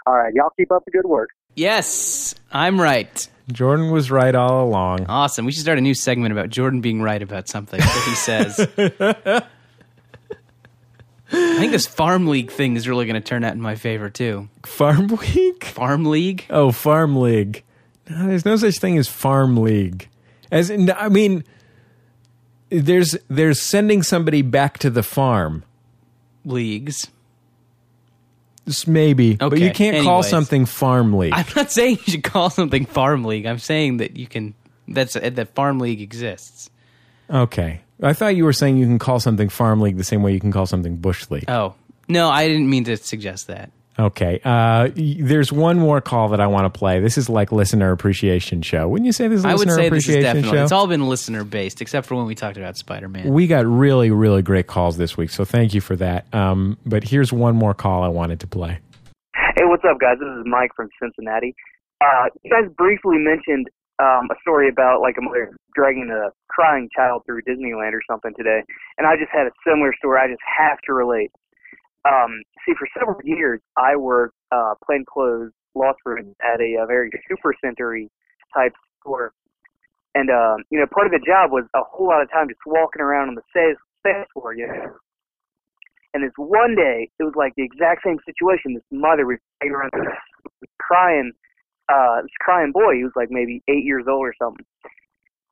[SPEAKER 7] All right, y'all keep up the good work.
[SPEAKER 3] Yes, I'm right.
[SPEAKER 2] Jordan was right all along. *laughs*
[SPEAKER 3] Awesome. We should start a new segment about Jordan being right about something that
[SPEAKER 2] *laughs*
[SPEAKER 3] he says. I think this farm league thing is really going to turn out in my favor too.
[SPEAKER 2] Farm League?
[SPEAKER 3] Farm league?
[SPEAKER 2] Oh, Farm League. No, there's no such thing as Farm League. As in, I mean, there's there's sending somebody back to the farm.
[SPEAKER 3] Leagues.
[SPEAKER 2] S- Maybe, but
[SPEAKER 3] Okay,
[SPEAKER 2] you can't call
[SPEAKER 3] anyways.
[SPEAKER 2] something farm league.
[SPEAKER 3] I'm not saying you should call something farm league. I'm saying that you can. That's that farm league exists.
[SPEAKER 2] okay, I thought you were saying you can call something farm league the same way you can call something bush league.
[SPEAKER 3] Oh no, I didn't mean to suggest that.
[SPEAKER 2] Okay, uh, y- there's one more call that I want to play. This is like listener appreciation show. Wouldn't you say this is
[SPEAKER 3] I would
[SPEAKER 2] listener
[SPEAKER 3] say this is
[SPEAKER 2] appreciation
[SPEAKER 3] definitely.
[SPEAKER 2] show?
[SPEAKER 3] It's all been listener based, except for when we talked about Spider Man.
[SPEAKER 2] we got really, really great calls this week, so thank you for that. Um, but here's one more call I wanted to play.
[SPEAKER 6] Hey, what's up, guys? This is Mike from Cincinnati. Uh, you guys briefly mentioned um, a story about like a mother dragging a crying child through Disneyland or something today, and I just had a similar story. I just have to relate. Um, see, for several years, I worked uh, plainclothes law firm at a, uh very super century type store, and um, you know, part of the job was a whole lot of time just walking around on the sales, sales floor, you know. And this one day, it was like the exact same situation. This mother was hanging around crying, uh, this crying boy. He was like maybe eight years old or something.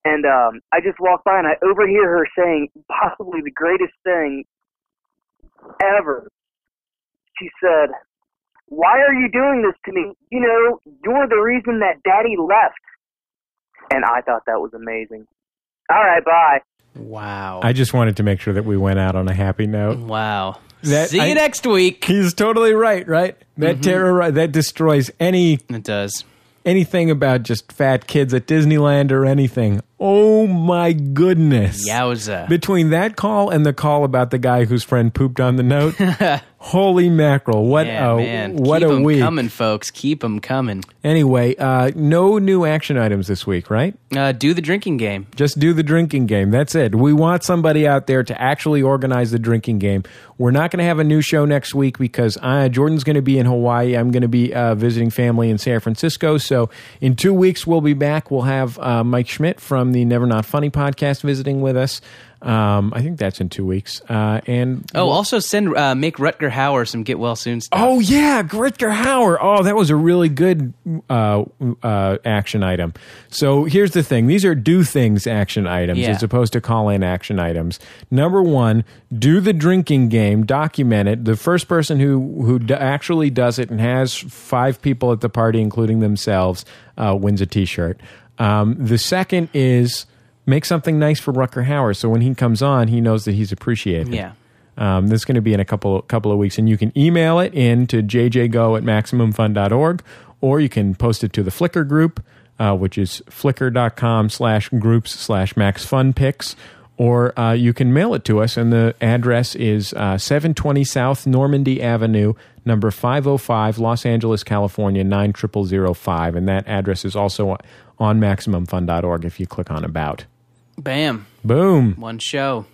[SPEAKER 6] And um, I just walked by and I overhear her saying possibly the greatest thing ever. She said, "Why are you doing this to me? You know, you're the reason that Daddy left." And I thought that was amazing. All right, bye.
[SPEAKER 3] Wow.
[SPEAKER 2] I just wanted to make sure that we went out on a happy note.
[SPEAKER 3] wow.
[SPEAKER 2] That-
[SPEAKER 3] See you
[SPEAKER 2] I-
[SPEAKER 3] next week.
[SPEAKER 2] He's totally right, right?
[SPEAKER 3] Mm-hmm.
[SPEAKER 2] That terror that destroys any
[SPEAKER 3] It does.
[SPEAKER 2] anything about just fat kids at Disneyland or anything. Oh my goodness.
[SPEAKER 3] Yowza.
[SPEAKER 2] Between that call and the call about the guy whose friend pooped on the
[SPEAKER 3] *laughs*
[SPEAKER 2] note, holy mackerel! What
[SPEAKER 3] yeah,
[SPEAKER 2] a
[SPEAKER 3] man.
[SPEAKER 2] what
[SPEAKER 3] Keep
[SPEAKER 2] a
[SPEAKER 3] 'em
[SPEAKER 2] week.
[SPEAKER 3] coming, folks. Keep them coming.
[SPEAKER 2] Anyway, uh, no new action items this week, right?
[SPEAKER 3] Uh, do the drinking game.
[SPEAKER 2] Just do the drinking game. That's it. We want somebody out there to actually organize the drinking game. We're not going to have a new show next week because uh, Jordan's going to be in Hawaii. I'm going to be uh, visiting family in San Francisco. So in two weeks, we'll be back. We'll have uh, Mike Schmidt from the Never Not Funny podcast visiting with us. Um, I think that's in two weeks. Uh, and
[SPEAKER 3] Oh, also send uh, make Rutger Hauer some get well soon stuff.
[SPEAKER 2] Oh yeah, Gritger Hauer. Oh, that was a really good uh, uh, action item. So here's the thing: these are do things action items
[SPEAKER 3] Yeah.
[SPEAKER 2] as opposed to call in action items. Number one, do the drinking game, document it. The first person who who d- actually does it and has five people at the party, including themselves, uh, wins a T-shirt. Um, the second is make something nice for Rucker Hauer, so when he comes on, he knows that he's appreciated.
[SPEAKER 3] Yeah.
[SPEAKER 2] Um, this is going to be in a couple couple of weeks, and you can email it in to jjgo at maximumfun.org, or you can post it to the Flickr group, uh, which is flickr.com slash groups slash maxfunpicks, or uh, you can mail it to us, and the address is uh, 720 South Normandy Avenue, number 505, Los Angeles, California, 90005, and that address is also on maximumfun.org if you click on About.
[SPEAKER 3] Bam.
[SPEAKER 2] Boom.
[SPEAKER 3] One show.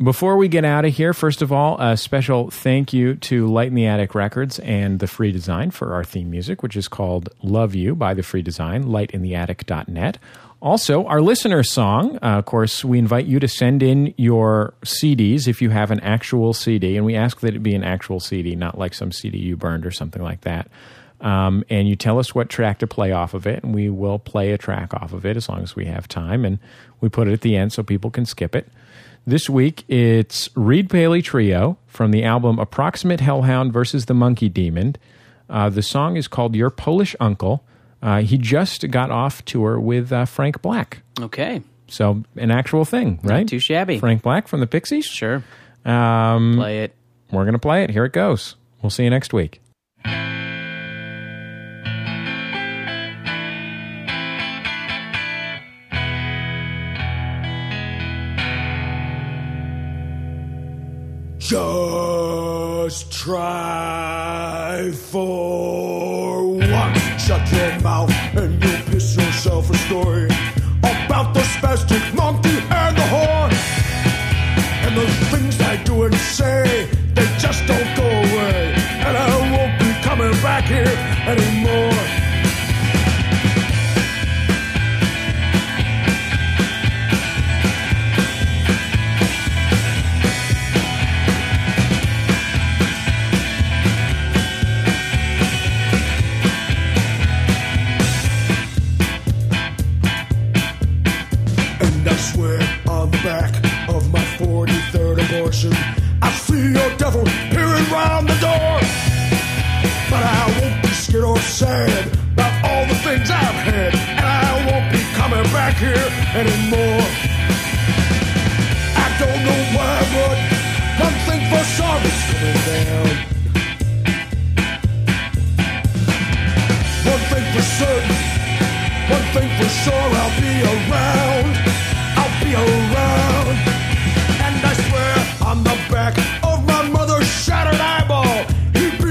[SPEAKER 2] Before we get out of here, first of all, a special thank you to Light in the Attic Records and The Free Design for our theme music, which is called Love You by The Free Design, lightintheattic.net. Also, our listener song, uh, of course, we invite you to send in your CDs if you have an actual CD, and we ask that it be an actual CD, not like some CD you burned or something like that. Um, and you tell us what track to play off of it, and we will play a track off of it as long as we have time, and we put it at the end so people can skip it. This week, it's Reed Paley Trio from the album Approximate Hellhound versus the Monkey Demon. Uh, the song is called Your Polish Uncle. Uh, he just got off tour with uh, Frank Black.
[SPEAKER 3] Okay.
[SPEAKER 2] So, an actual thing, right?
[SPEAKER 3] too shabby.
[SPEAKER 2] Frank Black from the Pixies.
[SPEAKER 3] Sure.
[SPEAKER 2] Um,
[SPEAKER 3] Play it.
[SPEAKER 2] we're going to play it. Here it goes. We'll see you next week.
[SPEAKER 8] Just try for once. Shut your mouth and you'll piss yourself a story about the spastic monkey and the horn. And the things I do and say, they just don't go away. And I won't be coming back here anymore. And I swear on the back of my 43rd abortion, I see your devil peering round the door. But I won't be scared or sad about all the things I've had, and I won't be coming back here anymore. I don't know why, but one thing for sure is coming down. One thing for certain. One thing for sure, I'll be around. I'll be around. And I swear on the back of my mother's shattered eyeball, he'd be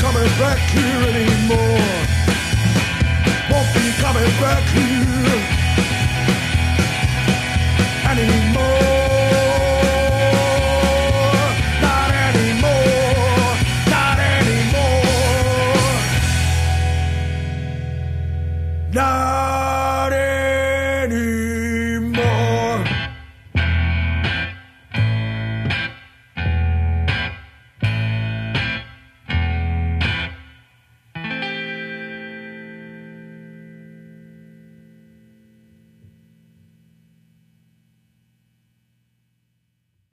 [SPEAKER 8] coming back here anymore. Won't be coming back here anymore. Not anymore. Not anymore. Not anymore.